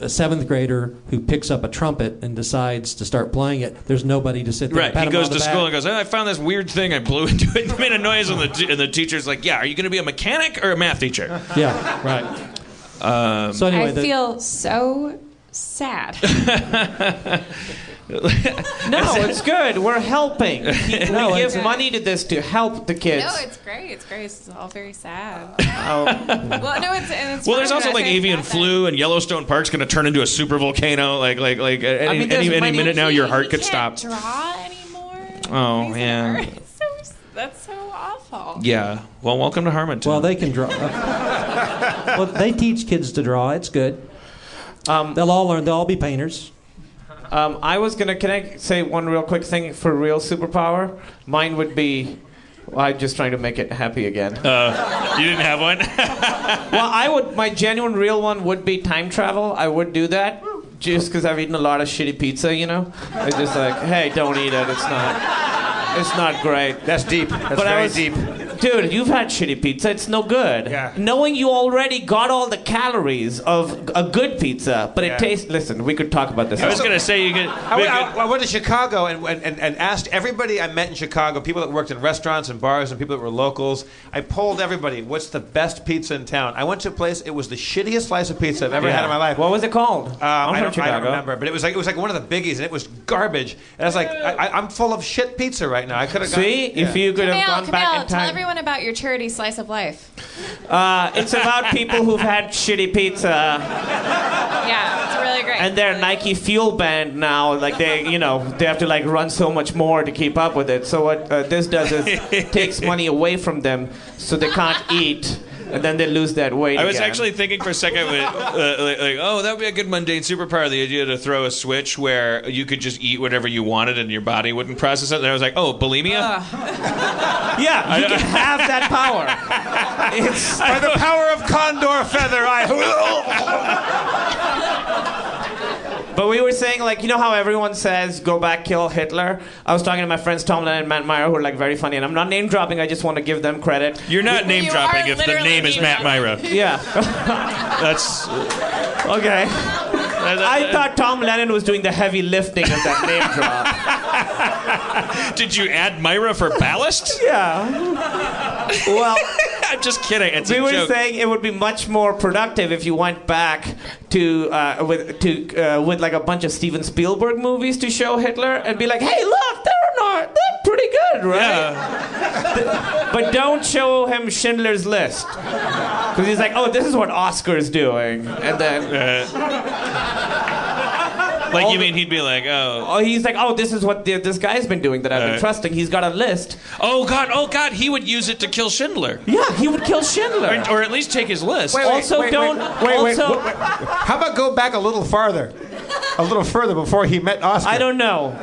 Speaker 13: a seventh grader who picks up a trumpet and decides to start playing it, there's nobody to sit there. and
Speaker 1: right
Speaker 13: pat
Speaker 1: he
Speaker 13: him
Speaker 1: goes
Speaker 13: on
Speaker 1: to
Speaker 13: the back.
Speaker 1: school and goes oh, i found this weird thing i blew (laughs) into it and made a noise and the, t- and the teacher's like yeah are you going to be a mechanic or a math teacher
Speaker 13: yeah right
Speaker 1: um,
Speaker 13: so
Speaker 18: I feel so sad.
Speaker 9: No, it's good. We're helping. (laughs) He-
Speaker 18: No,
Speaker 9: we
Speaker 18: it's-
Speaker 9: give money to this to help the (laughs) kids.
Speaker 18: No, it's great. It's great. It's all
Speaker 9: (laughs)
Speaker 18: very sad. well, no, it's, and (laughs) it's
Speaker 1: well, there's
Speaker 18: fine,
Speaker 1: also
Speaker 18: but I
Speaker 1: like
Speaker 18: think-
Speaker 1: avian flu, and Yellowstone Park's going to turn into a super volcano. Like, like, like at any,
Speaker 18: mean, there's
Speaker 1: any, any
Speaker 18: money-
Speaker 1: minute now, your
Speaker 18: he
Speaker 1: heart could
Speaker 18: can't
Speaker 1: stop.
Speaker 18: Draw anymore.
Speaker 1: Oh yeah.
Speaker 18: It's so
Speaker 12: That's so awful.
Speaker 1: Yeah. Well, welcome to Harmontown.
Speaker 13: Well, they can draw. well, they teach kids to draw. It's good. they'll all learn. They'll all be painters.
Speaker 9: Um, I was gonna. Can I say one real quick thing for real superpower? Mine would be. Well, I'm just trying to make it happy again.
Speaker 1: Uh, you didn't have
Speaker 9: (laughs)
Speaker 1: one.
Speaker 9: well, I would. My genuine real one would be time travel. I would do that just because I've eaten a lot of shitty pizza. You know, it's just like, hey, don't eat it. It's not. It's not great.
Speaker 14: That's deep. That's very deep.
Speaker 9: Dude, you've had shitty pizza. It's no good. Yeah. Knowing you already got all the calories of a good pizza, but
Speaker 14: Yeah.
Speaker 9: it tastes. Listen, we could talk about this.
Speaker 14: I was gonna
Speaker 1: say you could.
Speaker 14: I went, I- I went to Chicago and, and, and asked everybody I met in Chicago, people that worked in restaurants and bars and people that were locals. I polled everybody, what's the best pizza in town? I went to a place, it was the shittiest slice of pizza I've ever
Speaker 9: Yeah.
Speaker 14: had in my life.
Speaker 9: What was it called?
Speaker 14: Um, I,
Speaker 9: from
Speaker 14: don't, I don't
Speaker 9: Chicago.
Speaker 14: remember, but it was like it was like one of the biggies, and it was garbage. And I was like, I, I, I'm full of shit pizza right now. I could have gone.
Speaker 9: See? If you could
Speaker 18: Camille, Camille, tell everyone about your charity slice of life.
Speaker 9: (laughs) Uh, it's about people who've had shitty pizza
Speaker 18: Yeah, it's really great.
Speaker 9: and they're Nike Fuel Band now. Like they, you know, they have to like run so much more to keep up with it. So what uh, this does is takes money away from them, so they can't eat, and then they lose that weight.
Speaker 1: I was
Speaker 9: again.
Speaker 1: actually thinking for a second, with,
Speaker 9: (laughs)
Speaker 1: uh, like, like, oh, that would be a good mundane superpower. The idea to throw a switch where you could just eat whatever you wanted and your body wouldn't process it. And I was like, oh, bulimia.
Speaker 9: Uh. (laughs) yeah, you can have that power.
Speaker 1: (laughs)
Speaker 9: It's
Speaker 14: by the power of condor feather,
Speaker 1: (laughs)
Speaker 14: I.
Speaker 9: But we were saying, like, you know how everyone says, go back, kill Hitler? I was talking to my friends Tomlin and Matt Meyer, who are, like, very funny, and I'm not name dropping, I just want to give them credit.
Speaker 1: You're not name dropping if the name is Matt Myra.
Speaker 9: (laughs) Yeah.
Speaker 1: That's. uh,
Speaker 9: okay. I thought Tom Lennon was doing the heavy lifting of that name drop.
Speaker 1: (laughs) Did you add Myra for ballast? (laughs)
Speaker 9: Yeah. Well,
Speaker 1: I'm just kidding. It's
Speaker 9: we
Speaker 1: a
Speaker 9: were
Speaker 1: joke.
Speaker 9: saying it would be much more productive if you went back to uh, with to uh, with like a bunch of Steven Spielberg movies to show Hitler and be like, hey, look, they're not, they're pretty good, right? (laughs) but don't show him Schindler's List because he's like, oh, this is what Oscar's doing, and then.
Speaker 1: Uh, like, you mean he'd be like, oh.
Speaker 9: Oh, he's like, oh, this is what the, this guy's been doing that I've
Speaker 1: Right.
Speaker 9: been trusting. He's got a list.
Speaker 1: Oh, God. Oh, God. He would use it to kill Schindler.
Speaker 9: Yeah, he would kill Schindler.
Speaker 1: Or, or at least take his list.
Speaker 14: Wait, wait,
Speaker 9: Also,
Speaker 14: wait,
Speaker 9: don't.
Speaker 14: wait, wait,
Speaker 9: also,
Speaker 14: wait, wait. How about go back a little farther, a little further before he met Oscar? I don't
Speaker 9: know.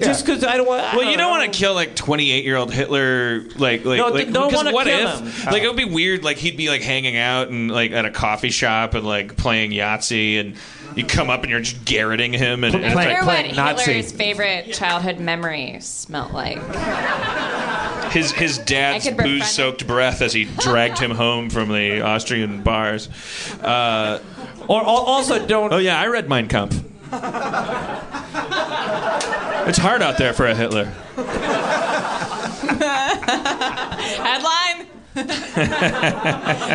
Speaker 9: Just because I don't want.
Speaker 1: Well, you don't want to kill like 28 year old Hitler. Like, like,
Speaker 9: No,
Speaker 1: like
Speaker 9: don't
Speaker 1: 'cause
Speaker 9: wanna
Speaker 1: what
Speaker 9: kill
Speaker 1: if?
Speaker 9: him.
Speaker 1: Like, it would be weird. Like, he'd be like hanging out and like at a coffee shop and like playing Yahtzee, and you come up and you're just garroting him. And, and
Speaker 18: I
Speaker 1: it's
Speaker 18: wonder
Speaker 1: like,
Speaker 18: what Hitler's favorite childhood memory smelled like. (laughs)
Speaker 1: His his dad's
Speaker 18: I could befriend
Speaker 1: booze soaked breath as he dragged him home from the Austrian bars. Uh,
Speaker 9: or also don't.
Speaker 1: Oh yeah, I read Mein Kampf. It's hard out there for a Hitler.
Speaker 18: Headline: (laughs)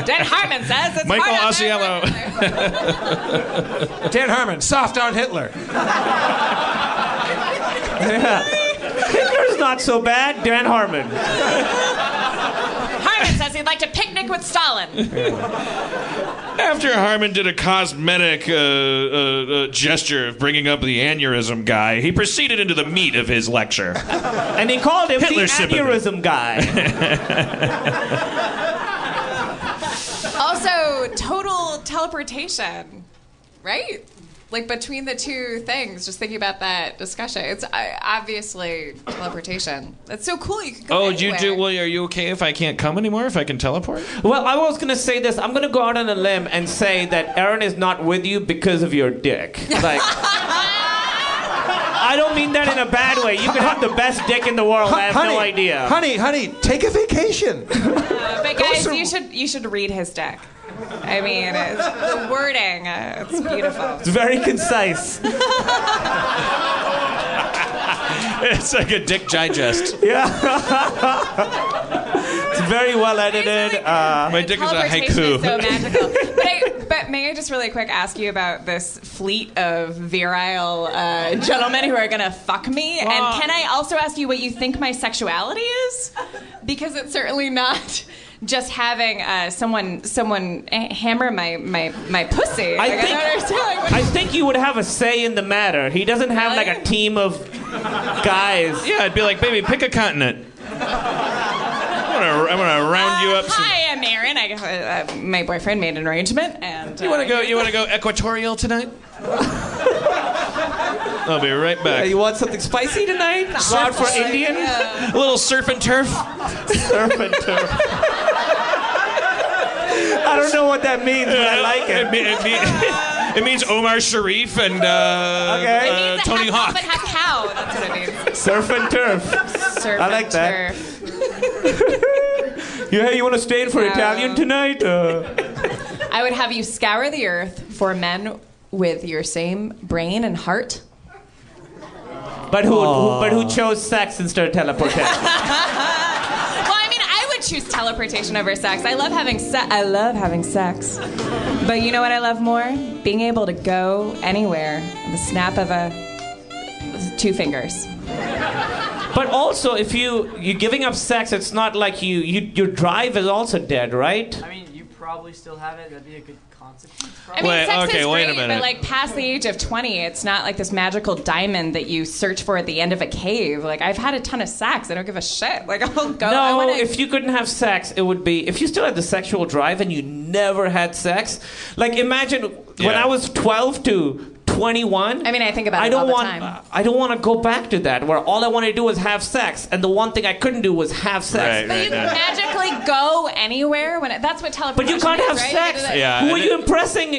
Speaker 18: Dan Harmon says it's
Speaker 1: Michael
Speaker 18: hard out there
Speaker 1: Osiello.
Speaker 14: (laughs) Dan Harmon, soft on Hitler.
Speaker 9: Yeah. Hitler's not so bad. Dan Harmon.
Speaker 18: (laughs) Harmon says he'd like to picnic with Stalin.
Speaker 1: After Harmon did a cosmetic uh, uh, uh, gesture of bringing up the aneurysm guy, he proceeded into the meat of his lecture. (laughs)
Speaker 9: And he called him
Speaker 1: Hitler
Speaker 9: the aneurysm
Speaker 1: guy.
Speaker 18: also, total teleportation, right? Like between the two things, just thinking about that discussion, it's uh, obviously teleportation. That's so cool. You could go
Speaker 1: (laughs) oh,
Speaker 18: anywhere.
Speaker 1: you do? Well, are you okay if I can't come anymore? If I can teleport?
Speaker 9: Well, I was gonna say this. I'm gonna go out on a limb and say that Aaron is not with you because of your dick. Like, I don't mean that in a bad way. You could have the best dick in the world. I have
Speaker 14: honey,
Speaker 9: no idea.
Speaker 14: honey, honey, take a vacation.
Speaker 18: Uh, but guys, you should you should read his deck. I mean, it's, the wording, uh, it's beautiful.
Speaker 9: (laughs) It's very concise.
Speaker 1: it's like a dick digest.
Speaker 9: Yeah. (laughs) it's very well edited. uh,
Speaker 1: My dick is a
Speaker 18: Teleportation
Speaker 1: haiku.
Speaker 18: is
Speaker 1: (laughs)
Speaker 18: so magical. But, I, but may I just really quick ask you about this fleet of virile uh, gentlemen who are gonna fuck me?
Speaker 12: Wow.
Speaker 18: And can I also ask you what you think my sexuality is? Because it's certainly not just having uh, someone someone h- hammer my my, my pussy.
Speaker 9: I
Speaker 18: Like,
Speaker 9: think,
Speaker 18: don't understand. Like, what-
Speaker 9: I think you would have a say in the matter. He doesn't have like a team of guys.
Speaker 1: Yeah, I'd be like, baby, pick a continent. gonna I'm gonna round you up. Some,
Speaker 18: Uh, Hi, I'm Aaron. I, uh, uh, my boyfriend made an arrangement, and uh,
Speaker 1: you wanna go? You wanna go equatorial tonight? I'll be right back.
Speaker 9: Yeah, you want something spicy tonight? Sod for Indian?
Speaker 1: A little surf and turf.
Speaker 9: surf and turf. I don't know what that means, but I like it.
Speaker 1: Uh, It, mean- (laughs) it means Omar Sharif and uh,
Speaker 9: Okay. It
Speaker 1: uh,
Speaker 9: means
Speaker 1: Tony Hawk.
Speaker 18: But half cow. That's what it means.
Speaker 9: Surf and turf.
Speaker 18: Surf
Speaker 9: I like that.
Speaker 18: and turf.
Speaker 9: Yeah, you want to stay in for Italian tonight? Uh,
Speaker 18: I would have you scour the earth for men with your same brain and heart.
Speaker 9: but who,
Speaker 13: Aw.
Speaker 9: who? But who chose sex instead of teleportation?
Speaker 18: Well, I mean, I would choose teleportation over sex. I love having se- I love having sex. But you know what I love more? Being able to go anywhere with the snap of a two fingers.
Speaker 9: But also, if you you're giving up sex, it's not like you, you your drive is also dead, right?
Speaker 6: You probably still have it. That'd be a good consequence.
Speaker 18: I mean,
Speaker 9: Wait,
Speaker 18: sex
Speaker 9: okay,
Speaker 18: is
Speaker 9: wait a
Speaker 18: great,
Speaker 9: minute.
Speaker 18: but like past the age of 20, it's not like this magical diamond that you search for at the end of a cave. Like I've had a ton of sex. I don't give a shit. Like I'll go. I
Speaker 9: no,
Speaker 18: wanna-
Speaker 9: if you couldn't have sex, it would be if you still had the sexual drive and you never had sex. Like imagine when
Speaker 1: Yeah.
Speaker 9: I was 12 to 21. I
Speaker 18: mean, I think about
Speaker 9: I
Speaker 18: it
Speaker 9: don't
Speaker 18: all the
Speaker 9: want
Speaker 18: time.
Speaker 9: I don't want to go back to that where all I wanted to do was have sex and the one thing I couldn't do was have sex.
Speaker 18: But you can magically go anywhere when it, that's what
Speaker 9: But
Speaker 18: teleportation
Speaker 9: you can't
Speaker 18: is,
Speaker 9: have
Speaker 18: right?
Speaker 9: sex.
Speaker 18: You do that-
Speaker 1: Yeah,
Speaker 9: Who
Speaker 1: I
Speaker 9: are you impressing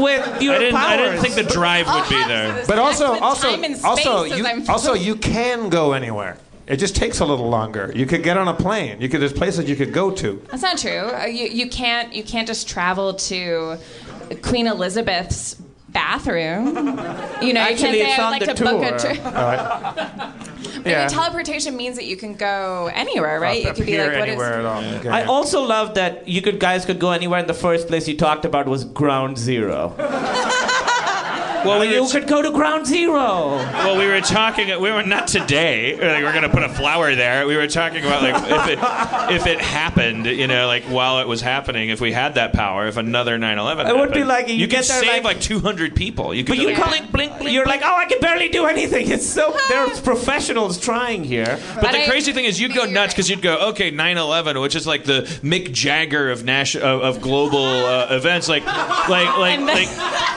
Speaker 9: with your
Speaker 1: I didn't,
Speaker 9: powers?
Speaker 1: I didn't think the drive would be there.
Speaker 14: But also, also,
Speaker 18: time and space
Speaker 14: also,
Speaker 18: as
Speaker 14: you,
Speaker 18: I'm-
Speaker 14: also, you can go anywhere. It just takes a little longer. You could get on a plane. You could there's places you could go to.
Speaker 18: That's not true. Uh, You, you can't you can't just travel to Queen Elizabeth's bathroom. You know, you can't
Speaker 9: Actually,
Speaker 18: say
Speaker 9: it's
Speaker 18: I would
Speaker 9: on
Speaker 18: like
Speaker 9: the
Speaker 18: to
Speaker 9: tour.
Speaker 18: book a trip.
Speaker 14: All right.
Speaker 18: (laughs) But
Speaker 9: Yeah.
Speaker 18: teleportation means that you can go anywhere, right?
Speaker 9: Up-
Speaker 18: it could be
Speaker 9: appear
Speaker 18: like what is
Speaker 9: anywhere
Speaker 14: at all. Okay.
Speaker 9: I also love that you could guys could go anywhere, and the first place you talked about was Ground
Speaker 1: (laughs)
Speaker 9: Zero. (laughs) well, you could go to Ground Zero.
Speaker 1: Well, we were talking. We were not today. Like, we're gonna put a flower there. We were talking about like if it if it happened, you know, like while it was happening, if we had that power, if another 9/11.
Speaker 9: It would be
Speaker 1: happened,
Speaker 9: like you
Speaker 1: you could
Speaker 9: get there,
Speaker 1: save like 200 people. You could
Speaker 9: But you
Speaker 1: like,
Speaker 9: can't-
Speaker 1: blink, blink, blink.
Speaker 9: You're like, oh, I can barely do anything. (laughs) It's so
Speaker 18: (laughs)
Speaker 9: there's professionals trying here.
Speaker 1: But the crazy thing is, you'd go nuts because you'd go, okay, 9/11, which is like the Mick Jagger of national of, of global uh, events, like, like, like,
Speaker 9: And then-
Speaker 1: like,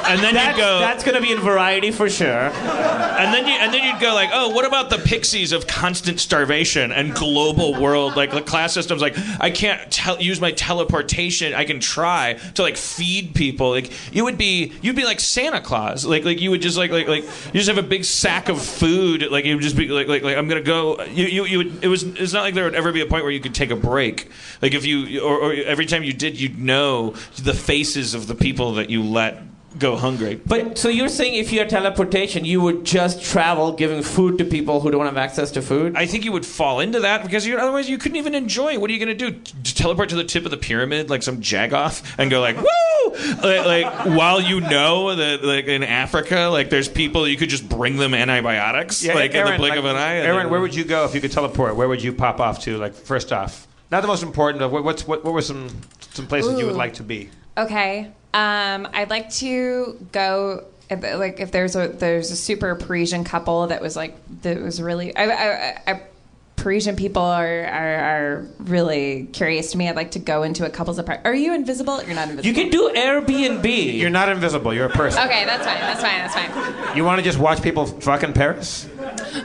Speaker 1: and then
Speaker 9: That's-
Speaker 1: you'd go.
Speaker 9: that's gonna be in Variety for sure.
Speaker 1: And then you and then you'd go like, oh, what about the Pixies of constant starvation and global world like the class systems? Like, I can't tel- use my teleportation. I can try to like feed people. Like, you would be you'd be like Santa Claus. Like, like you would just like like like you just have a big sack of food. Like, you would just be like like like I'm gonna go. You you, you would, it was it's not like there would ever be a point where you could take a break. Like if you or, or every time you did, you'd know the faces of the people that you let go hungry.
Speaker 9: But so you're saying if you had teleportation, you would just travel giving food to people who don't have access to food?
Speaker 1: I think you would fall into that because you, otherwise you couldn't even enjoy. it. What are you going to do? T- teleport to the tip of the pyramid like some jagoff and go like woo! Like, like, while you know that like in Africa like there's people you could just bring them antibiotics like in the blink
Speaker 14: like,
Speaker 1: of an eye. and
Speaker 14: Aaron,
Speaker 1: then-
Speaker 14: where would you go if you could teleport? Where would you pop off to? Like first off, not the most important. But what, what's what, what were some some places you would
Speaker 18: Ooh.
Speaker 14: like to be?
Speaker 18: Okay. Um, I'd like to go. if- Like, if there's a there's a super Parisian couple that was like that was really. I, I, I- I, Parisian people are, are are really curious to me. I'd like to go into a couple's apartment. Are you invisible? You're not invisible.
Speaker 9: You can do Airbnb.
Speaker 14: You're not invisible. You're a person.
Speaker 18: Okay, that's fine. That's fine. That's fine.
Speaker 14: You want to just watch people fuck in Paris?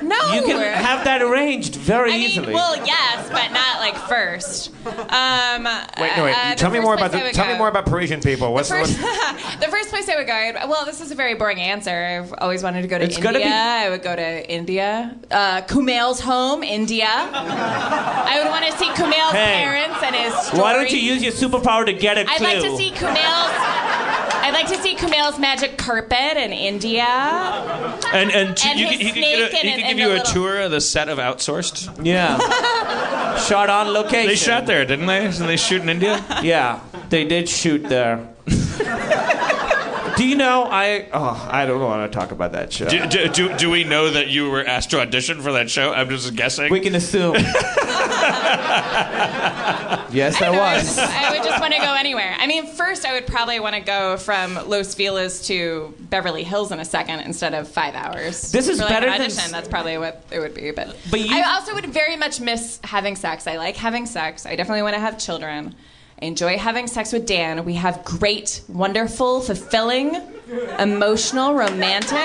Speaker 18: No.
Speaker 9: You can have that arranged very
Speaker 18: I mean,
Speaker 9: easily.
Speaker 18: well, yes, but not like first. Um,
Speaker 14: Wait, no, wait.
Speaker 18: uh, the
Speaker 14: tell me
Speaker 18: first
Speaker 14: more
Speaker 18: place
Speaker 14: about the,
Speaker 18: I would
Speaker 14: tell
Speaker 18: go-
Speaker 14: me more about Parisian people. What's
Speaker 18: the first,
Speaker 14: what,
Speaker 18: (laughs) the first place I would go, I'd, well, this is a very boring answer. I've always wanted to go to
Speaker 14: It's
Speaker 18: India.
Speaker 14: gotta be-
Speaker 18: I would go to India. Uh, Kumail's home, India. I would want to see Kumail's
Speaker 9: Hey.
Speaker 18: parents and his story.
Speaker 9: Why don't you use your superpower to get a clue?
Speaker 18: I'd like to see Kumail's. I'd like to see Kumail's magic carpet in India.
Speaker 1: and and, t-
Speaker 18: And
Speaker 1: you
Speaker 18: his
Speaker 1: could, he could, get a-
Speaker 18: snake and-
Speaker 1: he could
Speaker 18: and
Speaker 1: give
Speaker 18: the
Speaker 1: you a
Speaker 18: little-
Speaker 1: tour of the set of Outsourced.
Speaker 9: Yeah. shot on location.
Speaker 1: They shot there, didn't they? Didn't they shoot in India?
Speaker 9: (laughs) Yeah, they did shoot there. do you know I? Oh, I don't want to talk about that show.
Speaker 1: Do, (laughs) do, do, do we know that you were asked to audition for that show? I'm just guessing.
Speaker 9: we can assume. yes, I, was.
Speaker 18: I would just want to go anywhere. I mean, first, I would probably want to go from Los Feliz to Beverly Hills in a second instead of five hours.
Speaker 9: This is
Speaker 18: For, like, an
Speaker 9: better than
Speaker 18: audition.
Speaker 9: s-
Speaker 18: That's probably what it would be. But,
Speaker 9: But you-
Speaker 18: I also would very much miss having sex. I like having sex. I definitely want to have children. I enjoy having sex with Dan. We have great, wonderful, fulfilling, emotional, romantic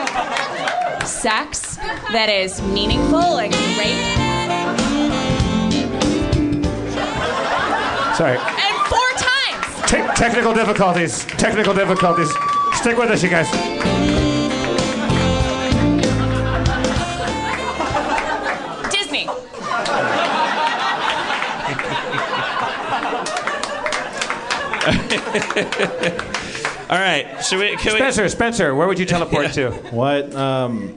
Speaker 18: sex that is meaningful and great.
Speaker 14: (laughs)
Speaker 21: Sorry.
Speaker 18: And four times.
Speaker 21: Te- technical difficulties. Technical difficulties. Stick with us, you guys.
Speaker 18: Disney.
Speaker 4: All right. So we, can
Speaker 21: Spencer,
Speaker 4: Spencer, where would you
Speaker 16: (laughs)
Speaker 18: (laughs)
Speaker 4: teleport to?
Speaker 16: What?
Speaker 9: (laughs)
Speaker 16: Um,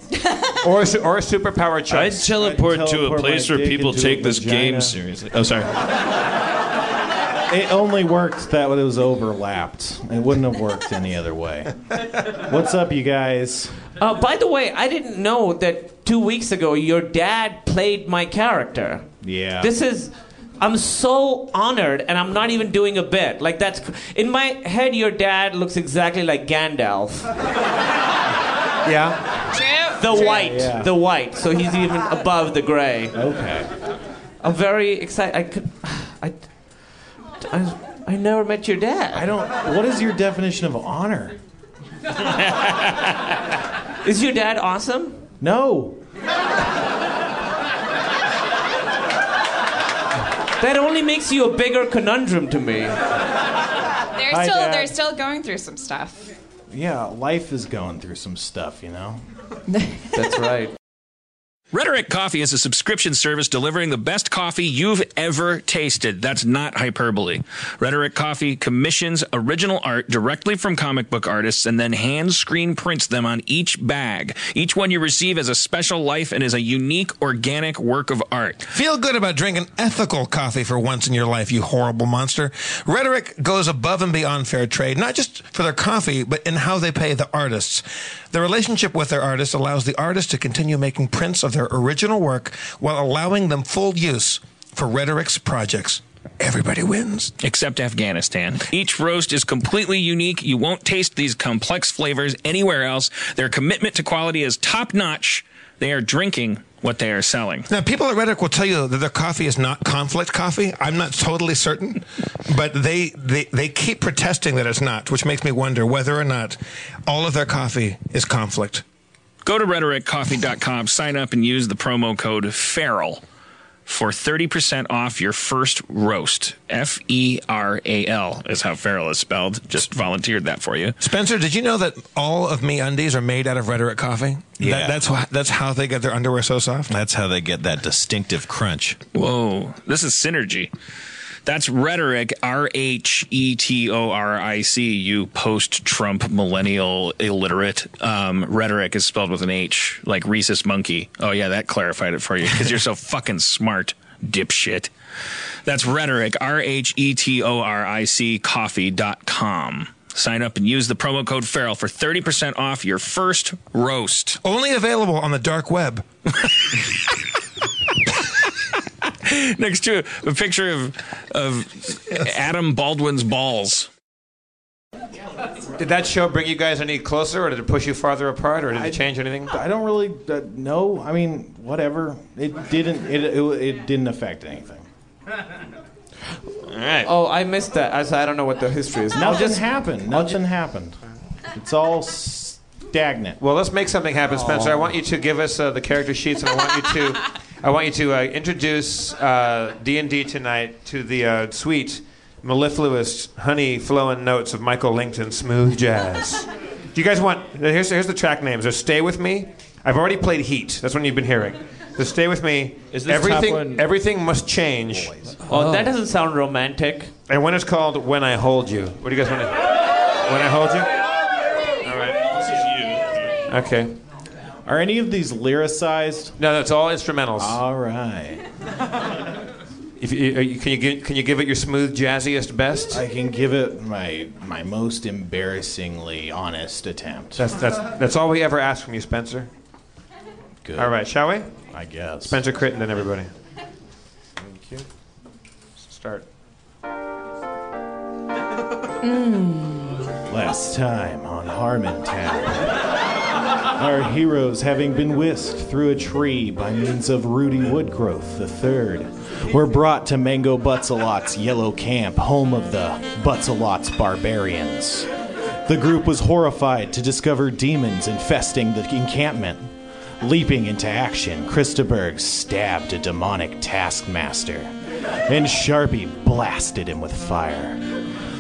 Speaker 4: or su- or superpower choice?
Speaker 22: I'd teleport, to a
Speaker 4: teleport
Speaker 22: place
Speaker 4: my
Speaker 22: where
Speaker 4: dick
Speaker 22: people
Speaker 4: into a
Speaker 22: take this
Speaker 4: vagina.
Speaker 22: game seriously. Oh, sorry.
Speaker 16: (laughs) It only worked that it was overlapped. It wouldn't have worked any other
Speaker 9: (laughs)
Speaker 16: way. What's up, you guys?
Speaker 9: Uh, by the way, I didn't know that two weeks ago your dad played my character.
Speaker 16: Yeah.
Speaker 9: This is. I'm so honored, and I'm not even doing a bit. Like that's in my head. Your dad looks exactly like Gandalf.
Speaker 16: (laughs) yeah.
Speaker 9: The
Speaker 16: True.
Speaker 9: white,
Speaker 16: Yeah.
Speaker 9: the white. So he's even above the gray.
Speaker 16: Okay.
Speaker 9: I'm very excited. I could. I. I, I never met your dad. I
Speaker 16: don't. What is your definition of
Speaker 9: (laughs)
Speaker 16: honor?
Speaker 9: Is your dad awesome?
Speaker 16: No.
Speaker 9: That only makes you a bigger conundrum to me.
Speaker 18: They're
Speaker 16: Hi,
Speaker 18: still
Speaker 16: Dad.
Speaker 18: they're still going through some stuff.
Speaker 16: Yeah, life is going through some stuff, you know?
Speaker 9: (laughs) That's right.
Speaker 1: Rhetoric Coffee is a subscription service delivering the best coffee you've ever tasted. That's not hyperbole. Rhetoric Coffee commissions original art directly from comic book artists and then hand screen prints them on each bag. Each one you receive as a special life and is a unique organic work of art.
Speaker 23: Feel good about drinking ethical coffee for once in your life, you horrible monster. Rhetoric goes above and beyond fair trade, not just for their coffee, but in how they pay the artists. The relationship with their artists allows the artists to continue making prints of their original work while allowing them full use for Rhetoric's projects. Everybody wins.
Speaker 1: Except Afghanistan. Each roast is completely unique. You won't taste these complex flavors anywhere else. Their commitment to quality is top notch. They are drinking what they are selling.
Speaker 23: Now, people at Rhetoric will tell you that their coffee is not conflict coffee. I'm not totally certain, but they, they, they keep protesting that it's not, which makes me wonder whether or not all of their coffee is conflict.
Speaker 1: Go to rhetoriccoffee.com, sign up, and use the promo code E FERAL for 30% off your first roast. F E R A L is how feral is spelled. Just volunteered that for you.
Speaker 23: Spencer, did you know that all of me undies are made out of Rhetoric coffee?
Speaker 24: Yeah.
Speaker 23: That, that's, wh- that's how they get their underwear so soft?
Speaker 24: That's how they get that distinctive crunch.
Speaker 1: Whoa, this is synergy. That's rhetoric, R H E T O R I C, you post Trump millennial illiterate. Um, rhetoric is spelled with an H, like rhesus monkey. Oh, yeah, that clarified it for you because
Speaker 24: (laughs)
Speaker 1: you're so fucking smart, dipshit. That's rhetoric, R H E T O R I C, coffee.com. Sign up and use the promo code FERAL for 30% off your first roast.
Speaker 23: Only available on the dark web.
Speaker 1: next to a picture of of Adam Baldwin's balls.
Speaker 4: Did that show bring you guys any closer, or did it push you farther apart, or did it change anything?
Speaker 16: I don't really uh, know. I mean, whatever. It didn't it, it it didn't affect anything.
Speaker 4: All right.
Speaker 9: Oh, I missed that. I, so I don't know (laughs) what the history is.
Speaker 16: Nothing
Speaker 9: I'll just
Speaker 16: happened. Nothing happened. It's all stagnant.
Speaker 4: Well, let's make something happen, Spencer. I want you to give us uh, the character sheets, and I want you to, I want you to uh, introduce uh, D and D tonight to the uh, sweet, mellifluous, honey flowing notes of Michael Langton's smooth jazz. Do you guys want? Here's here's the track names. There's "Stay with Me." I've already played "Heat." That's one you've been hearing. So "Stay with Me."
Speaker 9: Is this
Speaker 4: everything?
Speaker 9: top one-
Speaker 4: Everything must change.
Speaker 9: Oh, that doesn't sound romantic.
Speaker 4: And one is called "When I Hold You." What do you guys want to? When I hold you. All right. This is you. Okay.
Speaker 16: Are any of these lyricized?
Speaker 4: No, that's all instrumentals.
Speaker 16: All right.
Speaker 4: If you, uh, you- can you give, can you give it your smooth jazziest best?
Speaker 16: I can give it my my most embarrassingly honest attempt.
Speaker 4: That's that's that's all we ever ask from you, Spencer.
Speaker 16: Good.
Speaker 4: All right, shall we?
Speaker 16: I guess.
Speaker 4: Spencer Crittenden, everybody.
Speaker 16: Thank you.
Speaker 4: start.
Speaker 18: Mm.
Speaker 16: Last time on Harmontown. Our heroes having been whisked through a tree by means of Rudy Woodgrowth III were brought to Mango Butzelot's yellow camp, home of the Butzelot's barbarians. The group was horrified to discover demons infesting the encampment. Leaping into action, Christaberg stabbed a demonic taskmaster, and Sharpie blasted him with fire.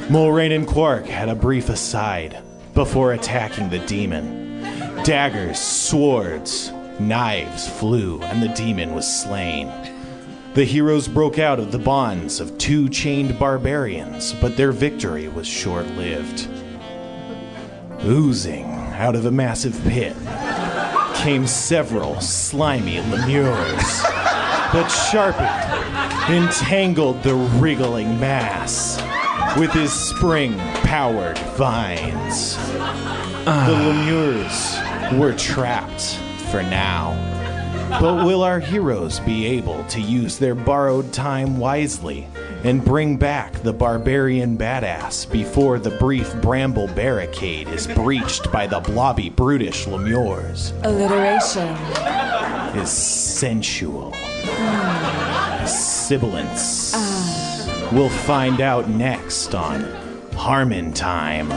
Speaker 16: Mulrain and Quark had a brief aside before attacking the demon. Daggers, swords, knives flew, and the demon was slain. The heroes broke out of the bonds of two chained barbarians, but their victory was short lived. Oozing out of a massive pit came several slimy lemures that sharpened, entangled the wriggling mass with his spring powered vines. The lemures were trapped for now. But will our heroes be able to use their borrowed time wisely and bring back the barbarian badass before the brief bramble barricade is breached by the blobby, brutish lemures?
Speaker 25: Alliteration.
Speaker 16: Is sensual. Sibilance. We'll find out next on Harmon Time.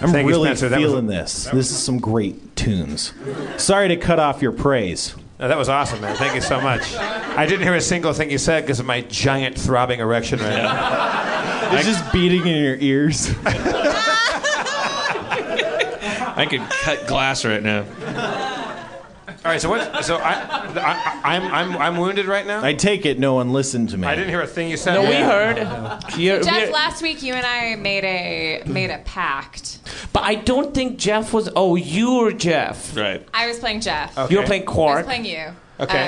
Speaker 16: I'm
Speaker 4: Thank you,
Speaker 16: really
Speaker 4: Spencer. That was-
Speaker 16: feeling this. This is some great tunes. Sorry to cut off your praise.
Speaker 4: No, Oh, that was awesome, man. Thank you so much. I didn't hear a single thing you said because of my giant throbbing erection right now.
Speaker 16: (laughs) It's just beating in your ears.
Speaker 1: I could cut glass right now.
Speaker 4: (laughs) All right, so what? So I, I, I'm, I'm, I'm wounded right now.
Speaker 16: I take it no one listened to me.
Speaker 4: I didn't hear a thing you said.
Speaker 16: No, we
Speaker 4: (laughs)
Speaker 16: Yeah.
Speaker 4: heard.
Speaker 18: Jeff, last week you and I made a made a pact.
Speaker 9: But I don't think Jeff was. Oh, you were Jeff.
Speaker 1: Right.
Speaker 18: I was playing Jeff.
Speaker 9: You were playing
Speaker 18: I was
Speaker 9: Quark.
Speaker 18: playing you.
Speaker 9: Okay.
Speaker 18: Uh,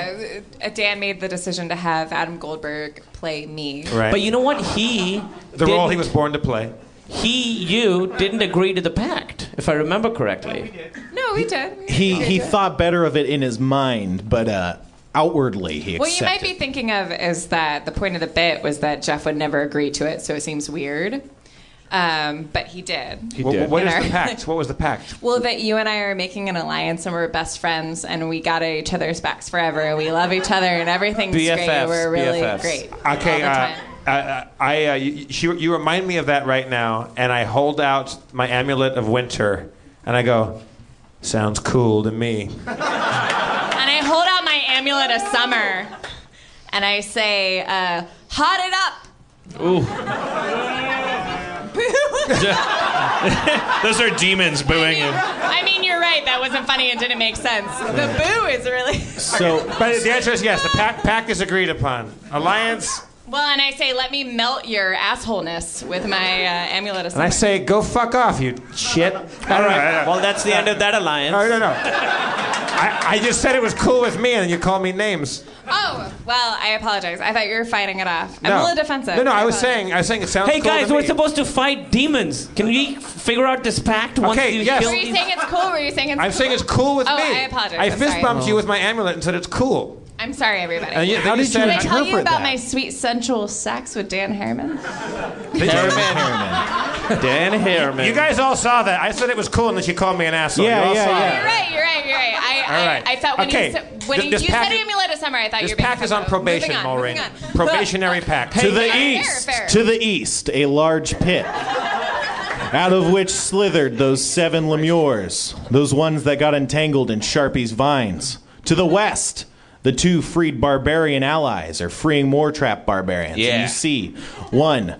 Speaker 18: Uh, Dan made the decision to have Adam Goldberg play me.
Speaker 9: But you know what? He.
Speaker 4: The role he was born to play.
Speaker 9: He, you didn't agree to the pact, if I remember correctly.
Speaker 18: No, we did. We
Speaker 16: He
Speaker 18: did.
Speaker 16: he thought better of it in his mind, but uh, outwardly he
Speaker 18: What you
Speaker 16: accepted.
Speaker 18: might be thinking of is that the point of the bit was that Jeff would never agree to it, so it seems weird. Um, but he did.
Speaker 4: Wh- wh- what
Speaker 18: In
Speaker 4: is
Speaker 18: our-
Speaker 4: the pact? What was the
Speaker 18: (laughs)
Speaker 4: pact?
Speaker 18: Well, that you and I are making an alliance and we're best friends and we got each other's backs forever and we love each other and everything's great. We're really great.
Speaker 4: Okay,
Speaker 18: all the
Speaker 4: uh, I, I, uh, you, you, you remind me of that right now, and I hold out my amulet of winter, and I go, "Sounds cool to me."
Speaker 18: And I hold out my amulet of summer and I say, uh, hot it up.
Speaker 1: Ooh. (laughs) Those are demons booing him.
Speaker 18: I mean, you're right. That wasn't funny and didn't make sense. The boo is really. (laughs)
Speaker 4: So, but the answer is yes. The pact, pact is agreed upon. Alliance,
Speaker 18: Well, and I say, let me melt your assholeness with my uh, amulet of
Speaker 4: and
Speaker 18: summer.
Speaker 4: I say, "Go fuck off, you shit." All right.
Speaker 9: Well, that's the end of that alliance.
Speaker 4: No, no, no. I, I just said it was cool with me, and then you call me names.
Speaker 18: Oh, well, I apologize. I thought you were fighting it off. I'm
Speaker 4: No.
Speaker 18: a little defensive.
Speaker 4: No, no, I was
Speaker 18: apologize.
Speaker 4: saying, I was saying it sounds.
Speaker 9: Hey
Speaker 4: cool
Speaker 9: guys,
Speaker 4: to
Speaker 9: we're
Speaker 4: me.
Speaker 9: supposed to fight demons. Can we figure out this pact once
Speaker 4: Okay,
Speaker 9: you
Speaker 4: yes.
Speaker 9: kill
Speaker 18: Were you
Speaker 9: these?
Speaker 18: saying it's cool? Were you saying it's
Speaker 4: I'm saying it's cool with
Speaker 18: oh,
Speaker 4: me.
Speaker 18: I apologize.
Speaker 4: I
Speaker 18: I'm
Speaker 4: fist
Speaker 18: sorry.
Speaker 4: bumped you with Uh, my amulet and said it's cool.
Speaker 18: I'm sorry, everybody.
Speaker 4: And you- How then you did you
Speaker 18: Did I tell you
Speaker 4: interpret
Speaker 18: about
Speaker 4: that?
Speaker 18: my sweet sensual sex with Dan Harriman?
Speaker 4: Dan Harriman. You guys all saw that. I said it was cool, and then she called me an asshole.
Speaker 16: Yeah,
Speaker 4: you all
Speaker 16: yeah,
Speaker 4: saw
Speaker 16: yeah.
Speaker 18: You're
Speaker 4: That.
Speaker 18: right. You're right. You're right. I,
Speaker 4: All right.
Speaker 18: I, I thought when
Speaker 4: Okay.
Speaker 18: you said, when
Speaker 4: Th-
Speaker 18: you,
Speaker 4: this
Speaker 18: you said
Speaker 4: pact-
Speaker 18: amulet of summer, I thought you
Speaker 4: This
Speaker 18: were being
Speaker 4: pact is on
Speaker 18: funko.
Speaker 4: probation,
Speaker 18: Moving on,
Speaker 4: Mulrain.
Speaker 18: moving on.
Speaker 4: Probationary pact.
Speaker 16: to the
Speaker 18: fair,
Speaker 16: east,
Speaker 18: fair.
Speaker 16: to the east, a large pit, out of which slithered those seven lemures, those ones that got entangled in Sharpie's vines. To the west, the two freed barbarian allies are freeing more trap barbarians. And
Speaker 1: Yeah.
Speaker 16: you see one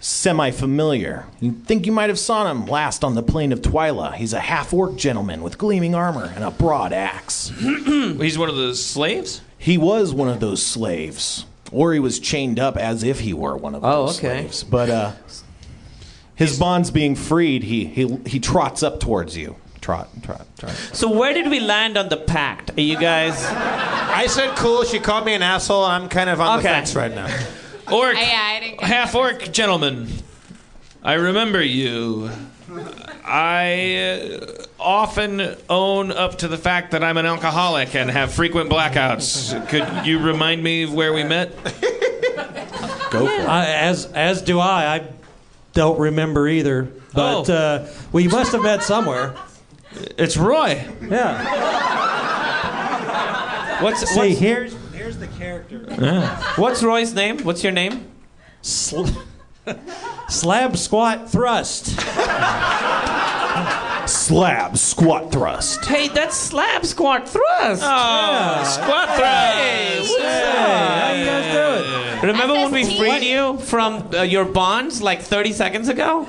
Speaker 16: semi-familiar. You think you might have saw him last on the plain of Twyla. He's a half-orc gentleman with gleaming armor and a broad axe.
Speaker 1: (clears throat) He's one of the slaves?
Speaker 16: He was one of those slaves, or he was chained up as if he were one of
Speaker 9: Oh,
Speaker 16: those
Speaker 9: okay.
Speaker 16: slaves. But uh, his bonds being freed, he he he trots up towards you. Trot, trot, trot.
Speaker 9: So where did we land on the pact? Are you guys?
Speaker 4: I said cool. She called me an asshole. I'm kind of on
Speaker 9: Okay.
Speaker 4: the fence right now.
Speaker 1: Orc.
Speaker 18: I, I didn't get
Speaker 1: Half orc gentleman. I remember you. I uh, often own up to the fact that I'm an alcoholic and have frequent blackouts. Could you remind me of where we met? Oh.
Speaker 13: Go for it. I, as as do I. I don't remember either. But uh, we must have met somewhere.
Speaker 1: Oh. It's Roy.
Speaker 13: Yeah.
Speaker 9: What's,
Speaker 13: See,
Speaker 9: what's
Speaker 13: here's here's the character.
Speaker 9: What's Roy's name? What's your name?
Speaker 4: (laughs)
Speaker 13: Sl- slab squat thrust.
Speaker 16: Slab squat thrust.
Speaker 9: Hey, that's slab squat thrust. Oh,
Speaker 1: squat thrust.
Speaker 9: Hey, what's up? How you guys doing? Remember when we
Speaker 1: FFT.
Speaker 9: freed you from uh, your bonds like 30 seconds ago?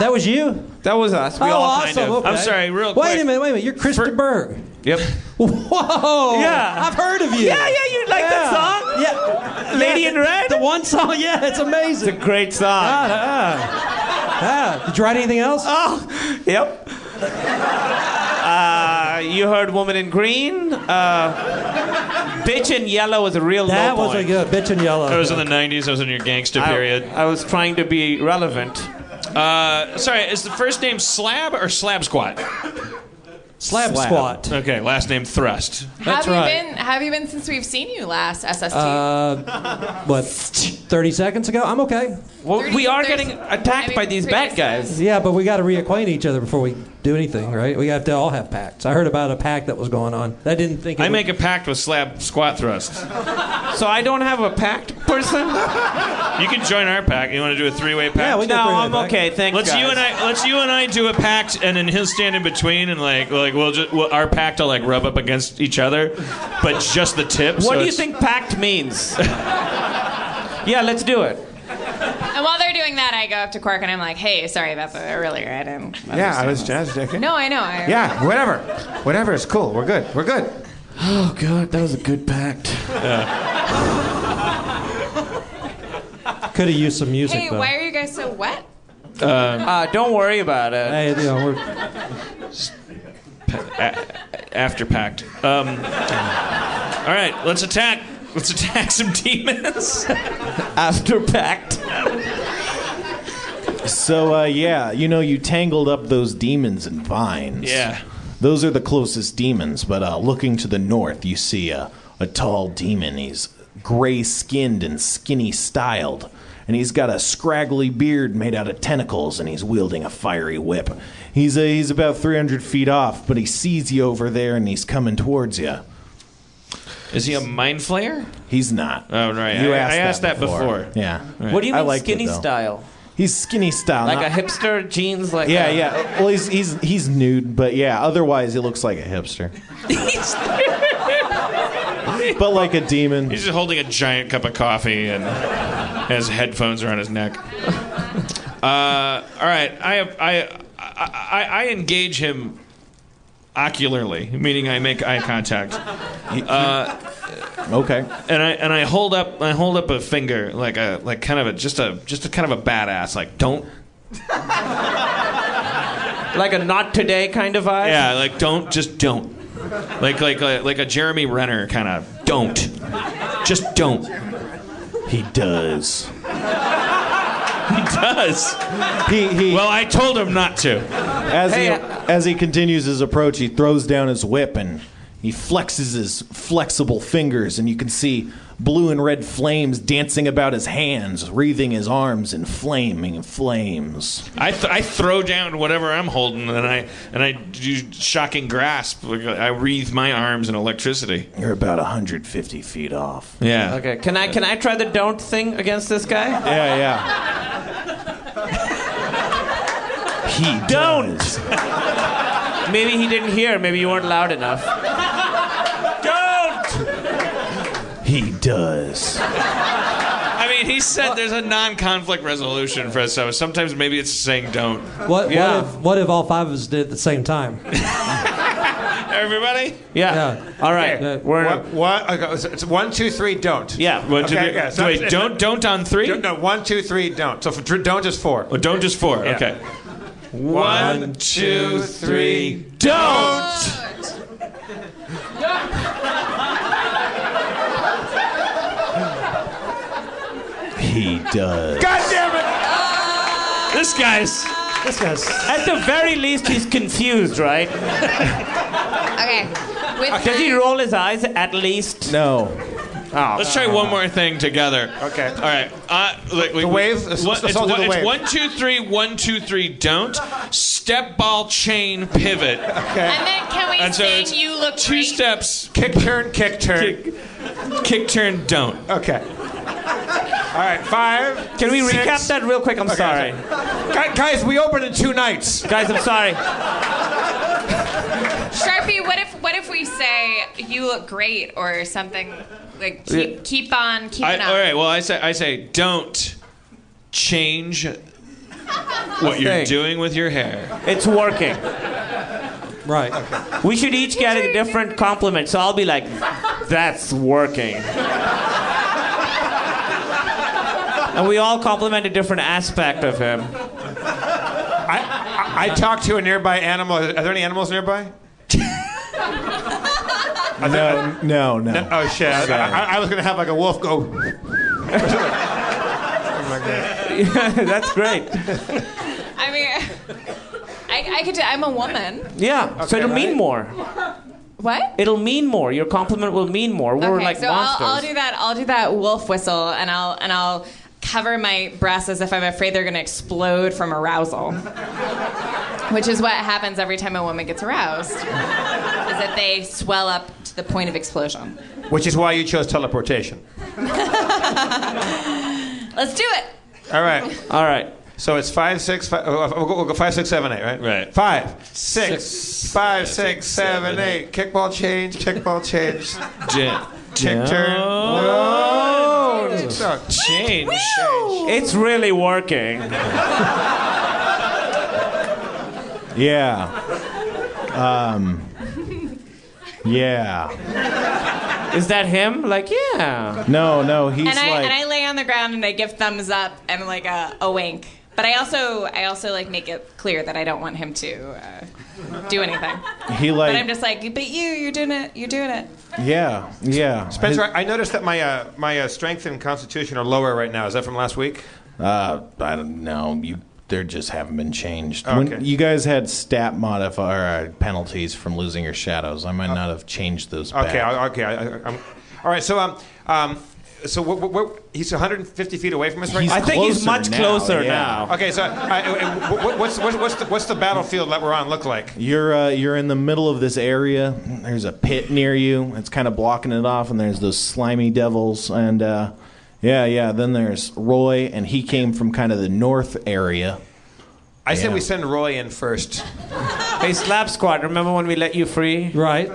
Speaker 13: That was you.
Speaker 9: That was us. We
Speaker 13: oh,
Speaker 9: all
Speaker 13: awesome.
Speaker 9: kind of.
Speaker 13: okay.
Speaker 9: I'm sorry, real
Speaker 13: wait
Speaker 9: quick.
Speaker 13: a minute. Wait a minute. You're Krista Berg.
Speaker 1: Yep.
Speaker 13: Whoa.
Speaker 9: Yeah.
Speaker 13: I've heard of you.
Speaker 9: Yeah, yeah, you like that song?
Speaker 13: Yeah.
Speaker 9: Lady
Speaker 13: Yeah,
Speaker 9: in
Speaker 13: the-
Speaker 9: Red?
Speaker 13: The one song. (laughs) Yeah, it's amazing. It's a
Speaker 9: great song.
Speaker 13: Ah, Did you write anything else?
Speaker 9: Oh, yep. Uh, you heard Woman in Green. Uh, Bitch in Yellow was a real
Speaker 13: That
Speaker 9: low
Speaker 13: was a
Speaker 9: point.
Speaker 13: good bitch in yellow.
Speaker 1: I was in the 90s. I was in your gangster period.
Speaker 9: I, was trying to be relevant.
Speaker 1: Uh, sorry, is the first name Slab or Slab Squat?
Speaker 13: Slab, Squat.
Speaker 1: Okay, last name Thrust.
Speaker 18: have you been? Have you been since we've seen you last? SST.
Speaker 13: Uh, what? Thirty seconds ago? I'm okay.
Speaker 9: Well, we are
Speaker 18: Thirty-
Speaker 9: getting attacked
Speaker 18: I mean,
Speaker 9: by these
Speaker 18: thirty
Speaker 9: bad guys.
Speaker 13: Yeah, but we got to reacquaint each other before we do anything, right? We have to all have pacts. I heard about a pact that was going on. I didn't think. It
Speaker 1: I
Speaker 13: would-
Speaker 1: make a pact with Slab Squat Thrust.
Speaker 9: So I don't have a pact person.
Speaker 1: You can join our pact. You want to do a three-way pact?
Speaker 9: we do No, three-way I'm pact. okay, thanks,
Speaker 1: Let's you
Speaker 9: guys.
Speaker 1: and I. Let's you and I do a pact, and then he'll stand in between, and like, like we'll just we'll, our pact will like rub up against each other, but just the tip.
Speaker 9: What
Speaker 1: so
Speaker 9: do you
Speaker 1: it's-
Speaker 9: think pact means? yeah, let's do it.
Speaker 18: And while they're doing that, I go up to Quark and I'm like, "Hey, sorry about the earlier. I didn't."
Speaker 14: Yeah, I was jazzed. Okay.
Speaker 18: No, I know. I,
Speaker 14: Yeah, whatever. Whatever. It's cool. We're good. We're good.
Speaker 17: Oh god, that was a good pact.
Speaker 18: (laughs)
Speaker 13: Could have used some music.
Speaker 18: Hey,
Speaker 13: though.
Speaker 18: why are you guys so wet?
Speaker 4: (laughs)
Speaker 9: uh, don't worry about it.
Speaker 13: Hey, you know, we're,
Speaker 1: A- after pact. Um, all right, let's attack. Let's attack some demons.
Speaker 9: after pact.
Speaker 16: So uh, yeah, you know you tangled up those demons in vines.
Speaker 1: Yeah.
Speaker 16: Those are the closest demons, but uh, looking to the north, you see a, a tall demon. He's gray skinned and skinny styled, and he's got a scraggly beard made out of tentacles, and he's wielding a fiery whip. He's, uh he's about 300 feet off, but he sees you over there and he's coming towards you.
Speaker 1: Is he a mind flayer?
Speaker 16: He's not.
Speaker 1: Oh right,
Speaker 16: You
Speaker 1: I,
Speaker 16: asked
Speaker 1: I
Speaker 16: that
Speaker 1: asked that before.
Speaker 16: before. Yeah.
Speaker 9: What do you
Speaker 16: I
Speaker 9: mean
Speaker 16: liked it,
Speaker 9: skinny
Speaker 16: though.
Speaker 9: style?
Speaker 16: He's skinny style.
Speaker 9: Like
Speaker 16: not-
Speaker 9: a hipster jeans, like
Speaker 16: yeah,
Speaker 1: uh,
Speaker 9: a-
Speaker 16: yeah. Well, he's he's he's nude, but yeah. Otherwise, he looks like a hipster, (laughs) but like a demon.
Speaker 1: He's just holding a giant cup of coffee and has headphones around his neck. Uh, all right, I, I, I, I engage him ocularly, meaning I make eye contact. Uh,
Speaker 16: okay.
Speaker 1: And I and I hold up I hold up a finger like a like kind of a just a just a kind of a badass like don't
Speaker 9: like a not today kind of vibe.
Speaker 1: yeah like don't just don't like like like, like a Jeremy Renner kind of don't just don't
Speaker 16: he does
Speaker 1: he (laughs) does
Speaker 16: he, he
Speaker 1: well I told him not to
Speaker 16: As he
Speaker 1: Hey,
Speaker 16: as he continues his approach, he throws down his whip and he flexes his flexible fingers, and you can see blue and red flames dancing about his hands, wreathing his arms in flaming flames.
Speaker 1: I, th- I throw down whatever I'm holding, and I and I do shocking grasp. Like, I wreathe my arms in electricity.
Speaker 16: You're about 150 feet off.
Speaker 1: Yeah.
Speaker 9: Okay. Can I can I try the don't thing against this guy?
Speaker 16: Yeah, yeah. He
Speaker 9: Don't.
Speaker 16: does.
Speaker 9: Maybe he didn't hear. Maybe you weren't loud enough. Don't.
Speaker 16: He does.
Speaker 1: I mean, he said there's a non-conflict resolution for us. So sometimes maybe it's saying don't.
Speaker 13: what,
Speaker 1: Yeah.
Speaker 13: what if what if all five of us did it at the same time?
Speaker 1: Everybody.
Speaker 9: Yeah. All right. We're in a-
Speaker 14: What, what, okay, it's- it's one, two, three, don't.
Speaker 9: Yeah.
Speaker 1: One, two, three. Wait, don't- don't on three?
Speaker 14: Don't, no, one, two, three, don't. So for, tr- don't is four.
Speaker 1: Oh, don't just four.
Speaker 14: Yeah.
Speaker 1: Okay.
Speaker 14: One, two, three, don't!
Speaker 16: He does.
Speaker 14: God damn it!
Speaker 9: This guy's. This guy's. At the very least, he's confused, right? Uh,
Speaker 18: Okay. With
Speaker 9: Does he roll his eyes at least?
Speaker 16: No.
Speaker 1: Let's try one more thing together. Okay. All right. Uh, like,
Speaker 4: The wave?
Speaker 1: What,
Speaker 4: Let's-
Speaker 1: it's,
Speaker 4: let's all do
Speaker 1: one,
Speaker 4: the
Speaker 1: it's
Speaker 4: wave.
Speaker 1: one, two, three, one, two, three, don't. Step ball chain pivot. Okay.
Speaker 18: And then can we
Speaker 1: And so
Speaker 18: sing
Speaker 1: it's
Speaker 18: you look
Speaker 1: two
Speaker 18: great?
Speaker 1: steps.
Speaker 4: Kick turn, kick turn.
Speaker 1: Kick, kick turn, don't.
Speaker 4: Okay. All right, five.
Speaker 9: Can we
Speaker 4: six-
Speaker 9: recap that real quick? I'm
Speaker 4: Okay,
Speaker 9: sorry.
Speaker 4: Gu- Guys, we opened in two nights.
Speaker 9: Guys, I'm sorry.
Speaker 18: Sharpie, what if what if we say you look great or something like
Speaker 1: Yeah.
Speaker 18: keep, keep on keeping
Speaker 1: I,
Speaker 18: up?
Speaker 1: all right. Well, I say I say don't change what you're
Speaker 9: thing.
Speaker 1: doing with your hair.
Speaker 9: It's working.
Speaker 13: Right.
Speaker 9: We should each get a different compliment, so I'll be like, that's working. And we all compliment a different aspect of
Speaker 1: Um,
Speaker 9: him.
Speaker 4: I talked to a nearby animal. Are there any animals nearby?
Speaker 16: No, no, no.
Speaker 4: No- oh shit! I,
Speaker 16: Sorry.
Speaker 4: I- I was gonna have like a wolf go.
Speaker 9: (laughs) that's great.
Speaker 18: I mean, I, I could. do- I'm a woman.
Speaker 9: Yeah, so it'll mean more.
Speaker 18: What?
Speaker 9: It'll mean more. Your compliment will mean more. We're
Speaker 18: okay,
Speaker 9: like
Speaker 18: so
Speaker 9: monsters.
Speaker 18: I'll, I'll do that. I'll do that wolf whistle, and I'll and I'll cover my breasts as if I'm afraid they're going to explode from arousal, which is what happens every time a woman gets aroused, is that they swell up to the point of explosion.
Speaker 4: Which is why you chose teleportation.
Speaker 18: Let's do it.
Speaker 4: (laughs) All right.
Speaker 9: All right.
Speaker 4: So it's five, six, oh, five. We'll go, we'll go five, six, seven, eight, right? Right. Five, six, five, six, seven, eight. Kickball change. Kickball change.
Speaker 1: Jen.
Speaker 4: Kick turn. No. So-
Speaker 1: Change.
Speaker 9: It's really working.
Speaker 16: Yeah. Um, yeah.
Speaker 9: Is that him? Like, yeah.
Speaker 16: No, no, he's
Speaker 18: and I
Speaker 16: like.
Speaker 18: and I lay on the ground and I give thumbs up and like a, a wink. But I also I also like make it clear that I don't want him to uh, do anything.
Speaker 16: he like.
Speaker 18: but I'm just like, but you, you're doing it, you're doing it.
Speaker 16: yeah, yeah.
Speaker 4: Spencer, I I noticed that my uh, my uh, strength and constitution are lower right now. Is that from last week?
Speaker 16: Uh, I don't know. You, they just haven't been changed.
Speaker 4: Okay.
Speaker 16: When you guys had stat modifier uh, penalties from losing your shadows, I might not have changed those. Back.
Speaker 4: Uh, Okay, I, okay. I, I, I'm, all right. So um, um, so wh- wh- wh- he's 150 feet away from us right
Speaker 16: He's
Speaker 4: now.
Speaker 16: I think he's closer much now, closer yeah. now.
Speaker 4: Okay, so uh, uh, wh- wh- what's what's what's the, what's the battlefield that we're on look like?
Speaker 16: You're uh, you're in the middle of this area. There's a pit near you. It's kind of blocking it off, and there's those slimy devils. And uh, yeah, yeah. Then there's Roy, and he came from kind of the north area.
Speaker 4: I
Speaker 16: Yeah.
Speaker 4: said we send Roy in first.
Speaker 9: (laughs) Hey, Slap Squad, remember when we let you free?
Speaker 13: Right.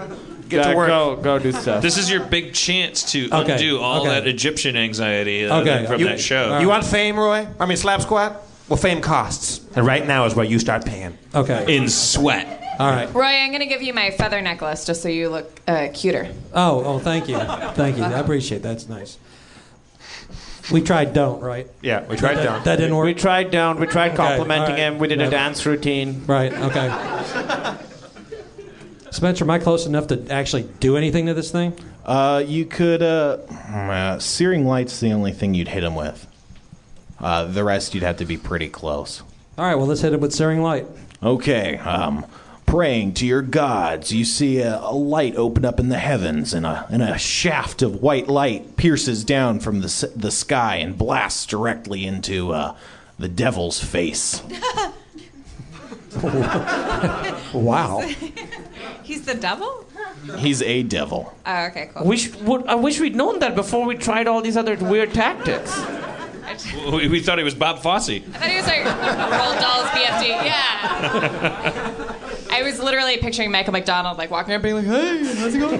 Speaker 4: Get to work.
Speaker 9: Go, go do stuff.
Speaker 1: This is your big chance to
Speaker 4: Okay,
Speaker 1: undo all
Speaker 4: okay.
Speaker 1: that Egyptian anxiety uh,
Speaker 4: Okay,
Speaker 1: from
Speaker 4: you-
Speaker 1: that show.
Speaker 4: You want fame, Roy? I mean, slap squat. Well, fame costs, and right now is where you start paying.
Speaker 13: Okay.
Speaker 1: in sweat.
Speaker 13: All right.
Speaker 18: Roy, I'm gonna give you my feather necklace just so you look uh, cuter.
Speaker 13: Oh, oh, thank you. Thank you. I appreciate that. That's nice. We tried don't, right?
Speaker 4: Yeah, we tried
Speaker 13: that,
Speaker 4: down.
Speaker 13: That didn't work.
Speaker 9: We tried down. We tried complimenting
Speaker 13: all right.
Speaker 9: him. We did a
Speaker 13: Never-
Speaker 9: dance routine.
Speaker 13: Right, okay. Spencer, am I close enough to actually do anything to this thing?
Speaker 16: Uh, you could. Uh, uh, searing light's the only thing you'd hit him with. Uh, the rest you'd have to be pretty close.
Speaker 13: All right, well, let's hit him with Searing Light.
Speaker 16: Okay, um, praying to your gods, you see a, a light open up in the heavens, and a, and a shaft of white light pierces down from the, s- the sky and blasts directly into uh, the devil's face. wow.
Speaker 18: (laughs) He's the devil.
Speaker 16: He's a devil.
Speaker 18: Oh, okay, cool.
Speaker 9: Wish, would, I wish we'd known that before we tried all these other weird tactics.
Speaker 1: We, we thought it was Bob Fosse.
Speaker 18: I thought he was like Roald Dahl's BFD.
Speaker 16: (laughs)
Speaker 18: Yeah. I was literally picturing Michael McDonald like walking up being like, hey, how's it
Speaker 16: (laughs)
Speaker 18: going?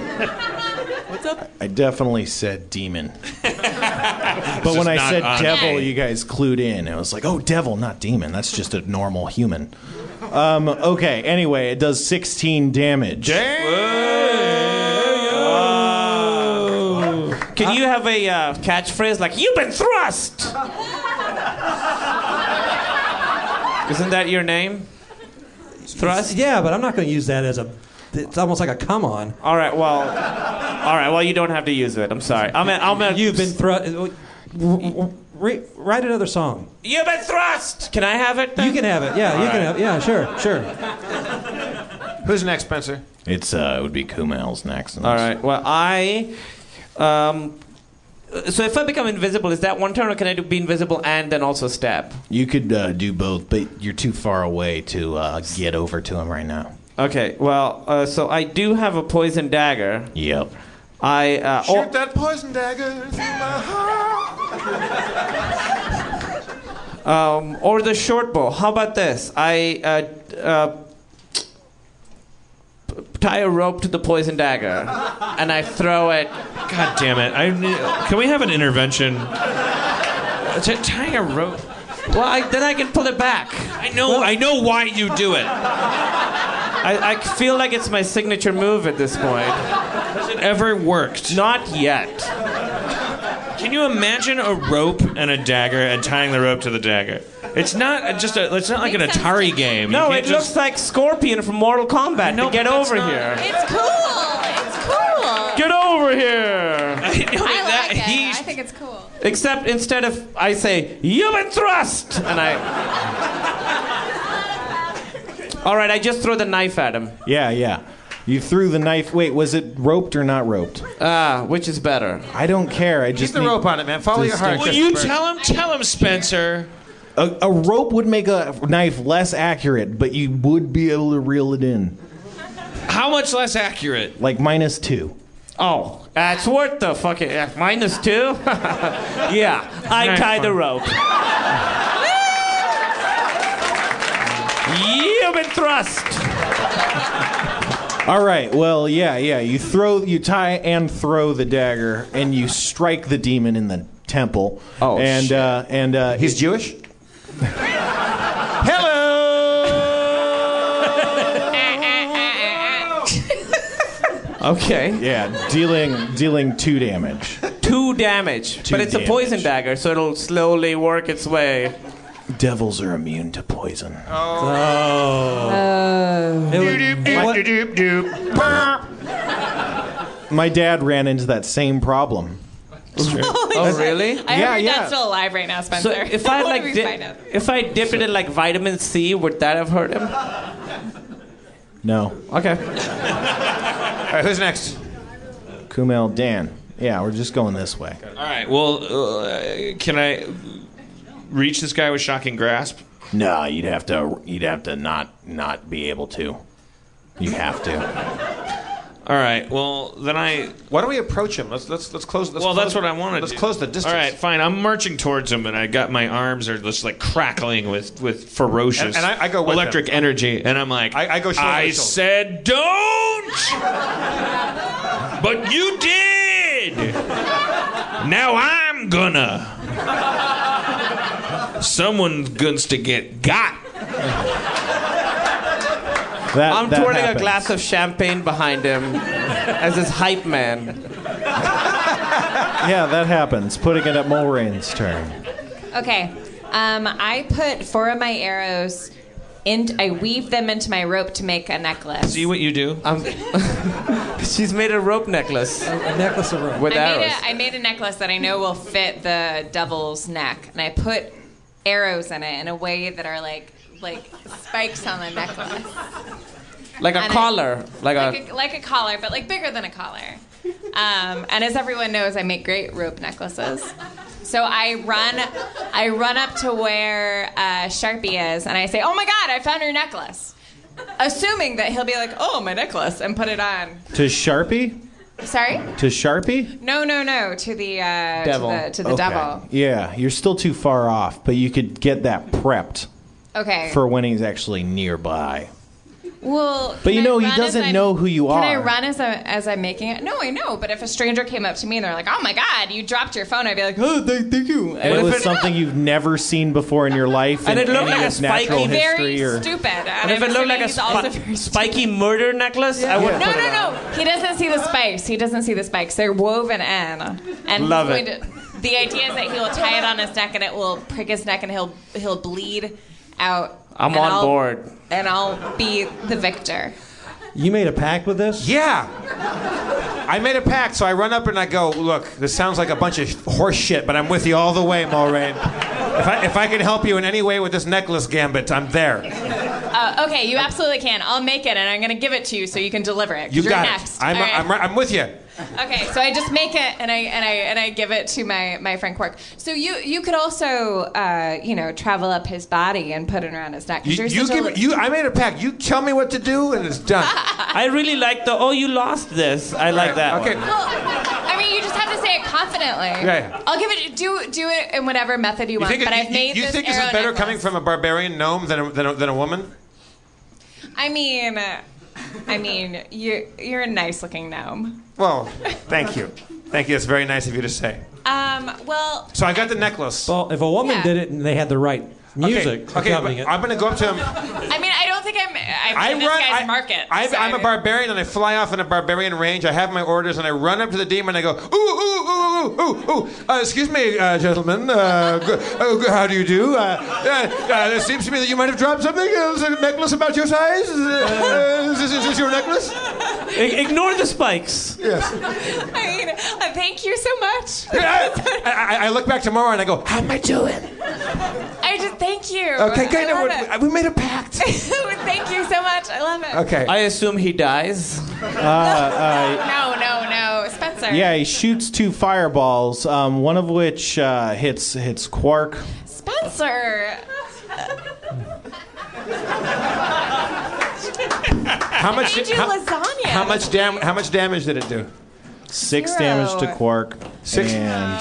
Speaker 18: What's up?
Speaker 16: I definitely
Speaker 14: (laughs)
Speaker 16: said demon. but
Speaker 1: It's
Speaker 16: when
Speaker 1: just
Speaker 16: I
Speaker 1: not
Speaker 16: said
Speaker 1: on.
Speaker 16: devil,
Speaker 1: Okay.
Speaker 16: you guys clued in. It was like, oh, devil, not demon. That's just a normal human. Um, okay, anyway, it does 16 damage.
Speaker 9: Can you have a uh, catchphrase like, You've been thrust? Isn't that your name? Thrust?
Speaker 13: Yeah, but I'm not going to use that as a. It's almost like a come on.
Speaker 9: All right, well, all right, well, you don't have to use it. I'm sorry. I'm a, I'm a,
Speaker 13: You've been thrust. re- write another song.
Speaker 9: You've been thrust.
Speaker 13: Can I have it? You can have it. Yeah, you
Speaker 14: All
Speaker 13: can
Speaker 14: right.
Speaker 13: have. Yeah, sure, sure.
Speaker 14: Who's next, Spencer?
Speaker 3: It's uh, it would be Kumail's next.
Speaker 9: All right. Well, I. Um, so if I become invisible, is that one turn, or can I do be invisible and then also stab?
Speaker 3: You could uh, do both, but you're too far away to uh, get over to him right now.
Speaker 9: Okay. Well, uh, so I do have a poison dagger.
Speaker 3: Yep.
Speaker 9: I uh,
Speaker 14: Shoot
Speaker 9: oh,
Speaker 14: that poison dagger through my heart.
Speaker 9: um, or the short bow. How about this? I uh, uh, p- tie a rope to the poison dagger, and I throw it.
Speaker 1: God damn it! I knew- can we have an intervention? T- tying a rope.
Speaker 9: Well, I, then I can pull it back.
Speaker 1: I know. I know why you do it.
Speaker 9: I, I feel like it's my signature move at this point. Has
Speaker 1: it ever worked?
Speaker 9: Not yet.
Speaker 1: Can you imagine a rope and a dagger and tying the rope to the dagger? It's not a- just a. It's not like an Atari game. You
Speaker 9: No, it
Speaker 1: can't just-
Speaker 9: looks like Scorpion from Mortal Kombat. No, get over here.
Speaker 18: It's cool. It's cool.
Speaker 9: Get over here.
Speaker 18: I like it. I think it's cool.
Speaker 9: (laughs)
Speaker 18: (laughs)
Speaker 9: Except instead of I say you've been thrust, and I. All right, I just throw the knife at him.
Speaker 16: Yeah, yeah. You threw the knife. Wait, was it roped or not roped?
Speaker 9: Ah, which is better?
Speaker 16: I don't care. I just
Speaker 14: the
Speaker 16: need
Speaker 14: rope on it, man. Follow your heart.
Speaker 16: distinction.
Speaker 1: Will you tell him? Tell him, Spencer.
Speaker 16: A, a rope would make a knife less accurate, but you would be able to reel it in,
Speaker 1: How much less accurate?
Speaker 16: like minus two.
Speaker 9: Oh, that's worth the fucking uh, minus two. (laughs) yeah, I
Speaker 16: Nice
Speaker 9: tie the
Speaker 16: one.
Speaker 9: rope. You've been thrust.
Speaker 16: All right. Well, yeah, yeah. You throw, you tie and throw the dagger, and you strike the demon in the temple. Oh, and
Speaker 14: shit.
Speaker 16: Uh, and uh, he's
Speaker 14: Jewish.
Speaker 9: Okay.
Speaker 16: Yeah, dealing dealing two damage.
Speaker 9: (laughs) Two damage,
Speaker 16: Two
Speaker 9: but it's a poison dagger, so it'll slowly work its way.
Speaker 16: Devils are immune to poison.
Speaker 9: Oh.
Speaker 4: (laughs)
Speaker 16: My dad ran into that same problem.
Speaker 9: Oh, really?
Speaker 18: I hope your dad's still alive right now,
Speaker 9: So
Speaker 18: Spencer.
Speaker 9: if I
Speaker 18: (laughs) What do
Speaker 9: like
Speaker 18: we find
Speaker 9: di-
Speaker 18: out?
Speaker 9: if I dipped it in like vitamin C, would that have hurt him?
Speaker 16: No.
Speaker 9: Okay.
Speaker 14: All right, who's next?
Speaker 16: Kumail Dan. Yeah, we're just going this way.
Speaker 1: All right. Well, uh, can I reach this guy with shocking grasp?
Speaker 3: No, you'd have to. You'd have to not not be able to. You have to.
Speaker 1: All right. Well, then I.
Speaker 14: Why don't we approach him? Let's let's let's close. Let's
Speaker 1: well,
Speaker 14: close,
Speaker 1: that's what I wanted.
Speaker 14: Let's close the distance.
Speaker 1: All right, fine. I'm marching towards him, and I got my arms are just like crackling with with ferocious
Speaker 14: And- and I- I go with
Speaker 1: electric
Speaker 14: him.
Speaker 1: energy, and I'm like,
Speaker 14: I- I go shoulder
Speaker 1: I
Speaker 14: to shoulder."
Speaker 1: said don't, but Oh, you (laughs) did.
Speaker 14: (laughs)
Speaker 1: Now I'm gonna. Someone's guns to get got.
Speaker 9: I'm
Speaker 1: that
Speaker 9: twirling
Speaker 1: happens.
Speaker 9: a glass of champagne behind him as his hype man.
Speaker 16: Yeah, that happens. Putting it at Mulrain's turn.
Speaker 18: Okay. Um, I put four of my arrows in. I weave them into my rope to make a necklace.
Speaker 1: See what you do?
Speaker 9: Um, (laughs) She's made a rope necklace. A, necklace of rope. With
Speaker 18: I made,
Speaker 9: arrows.
Speaker 18: a, I made a necklace that I know will fit the devil's neck, and I put arrows in it in a way that are like like spikes on the necklace,
Speaker 9: like a
Speaker 18: and I-
Speaker 9: collar. like,
Speaker 18: like
Speaker 9: a.
Speaker 18: a, like a collar, but like bigger than a collar. Um, and as everyone knows, I make great rope necklaces. So I run, I run up to where uh, Sharpie is, and I say, "Oh my God, I found your necklace," assuming that he'll be like, "Oh, my necklace," and put it on.
Speaker 16: To Sharpie?
Speaker 18: Sorry?
Speaker 16: To Sharpie?
Speaker 18: No, no, no. To the uh, to the, to the
Speaker 16: Okay.
Speaker 18: devil.
Speaker 16: Yeah, you're still too far off, but you could get that prepped
Speaker 18: Okay.
Speaker 16: for when he's actually nearby.
Speaker 18: well,
Speaker 16: But you
Speaker 18: can I
Speaker 16: know, he
Speaker 18: run as
Speaker 16: doesn't
Speaker 18: I'm-
Speaker 16: know who you
Speaker 18: can I
Speaker 16: are.
Speaker 18: run as I, as I'm making it? No, I know. But if a stranger came up to me and they're like, "Oh my God, you dropped your phone," I'd be like, "Oh, thank, thank you."
Speaker 16: And it was something you've never seen before in your life,
Speaker 18: And
Speaker 16: in
Speaker 18: it looked
Speaker 16: any
Speaker 18: like a
Speaker 16: of natural
Speaker 18: spiky-
Speaker 16: history,
Speaker 18: very
Speaker 16: or
Speaker 18: stupid. And
Speaker 9: And if
Speaker 18: I'm
Speaker 9: it looked
Speaker 18: assuming
Speaker 9: like a
Speaker 18: he's also
Speaker 9: spi- spiky murder necklace, I would
Speaker 18: no,
Speaker 9: put it
Speaker 18: no,
Speaker 9: on.
Speaker 18: no. He doesn't see the spikes. He doesn't see the spikes. They're woven in. And
Speaker 9: Love
Speaker 18: he's
Speaker 9: it.
Speaker 18: going to- the idea is that he will tie it on his neck and it will prick his neck and he'll he'll bleed out.
Speaker 13: I'm
Speaker 18: and
Speaker 13: on
Speaker 18: I'll-
Speaker 13: board.
Speaker 18: And I'll be the victor.
Speaker 13: You made a pact with this?
Speaker 14: Yeah.
Speaker 4: I made a pact, so I run up and I go, "Look, this sounds like a bunch of horse shit, but I'm with you all the way, Mulrain. If I if I can help you in any way with this necklace gambit, I'm there.
Speaker 18: Uh, okay, you absolutely can. I'll make it, and I'm gonna give it to you so you can deliver it. 'cause
Speaker 4: You
Speaker 18: you're
Speaker 4: got
Speaker 18: next.
Speaker 4: it. I'm
Speaker 18: All right.
Speaker 4: I'm, I'm with you.
Speaker 18: Okay, so I just make it and I and I and I give it to my my friend Quark. So you you could also uh, you know travel up his body and put it around his neck. 'cause
Speaker 4: You,
Speaker 18: you're
Speaker 4: you
Speaker 18: such a
Speaker 4: give you. I made a pact. You tell me what to do, and it's done.
Speaker 9: (laughs) I really like the. Oh, you lost this. I like that.
Speaker 4: Okay.
Speaker 9: one.
Speaker 18: Well, I mean, you just have to say it confidently.
Speaker 4: Yeah, yeah.
Speaker 18: I'll give it. Do do it in whatever method you,
Speaker 4: You
Speaker 18: want.
Speaker 4: think, it-
Speaker 18: but
Speaker 4: you-
Speaker 18: I've made
Speaker 4: you
Speaker 18: this
Speaker 4: think this
Speaker 18: arrow
Speaker 4: is better
Speaker 18: necklace.
Speaker 4: coming from a barbarian gnome than a, than a, than a woman?
Speaker 18: I mean, uh, I mean, you're you're a nice looking gnome.
Speaker 4: Well, thank you, thank you. It's very nice of you to say.
Speaker 18: Um, well,
Speaker 4: So I got the necklace.
Speaker 26: Well, if a woman
Speaker 18: Yeah.
Speaker 26: did it and they had the right music,
Speaker 4: Okay,
Speaker 26: accompanying
Speaker 4: but
Speaker 26: it.
Speaker 4: I'm gonna go up to him.
Speaker 18: I mean, I don't think I'm. I'm
Speaker 4: I
Speaker 18: in this
Speaker 4: run-
Speaker 18: guy's
Speaker 4: I-
Speaker 18: market.
Speaker 4: I,
Speaker 18: so-
Speaker 4: I'm a barbarian and I fly off in a barbarian range. I have my orders and I run up to the demon and I go, ooh, ooh, ooh, ooh, ooh, ooh. Uh, excuse me, uh, gentlemen. Uh, g- uh, g- how do you do? Uh, uh, uh, it seems to me that you might have dropped something. Uh, is it a necklace about your size? Is, it, uh, is, this, is this your necklace?
Speaker 9: ignore the spikes.
Speaker 4: Yes.
Speaker 18: (laughs) I mean, uh, thank you so much.
Speaker 4: I, I, I look back tomorrow and I go, how am I doing?
Speaker 18: I just thank you.
Speaker 4: Okay, kind
Speaker 18: I
Speaker 4: of.
Speaker 18: love
Speaker 4: we-
Speaker 18: it.
Speaker 4: We, made a pact.
Speaker 18: (laughs) Thank you so much. I love it.
Speaker 4: Okay.
Speaker 9: I assume he dies.
Speaker 16: uh,
Speaker 18: (laughs) No, no, no, Spencer.
Speaker 16: yeah, he shoots two fireballs, um, one of which uh, hits hits Quark.
Speaker 18: Spencer.
Speaker 4: How much?
Speaker 18: I made you
Speaker 4: how,
Speaker 18: lasagna.
Speaker 4: how much dam- How much damage did it do?
Speaker 16: Six
Speaker 18: Zero.
Speaker 16: damage to Quark.
Speaker 4: Six-
Speaker 16: And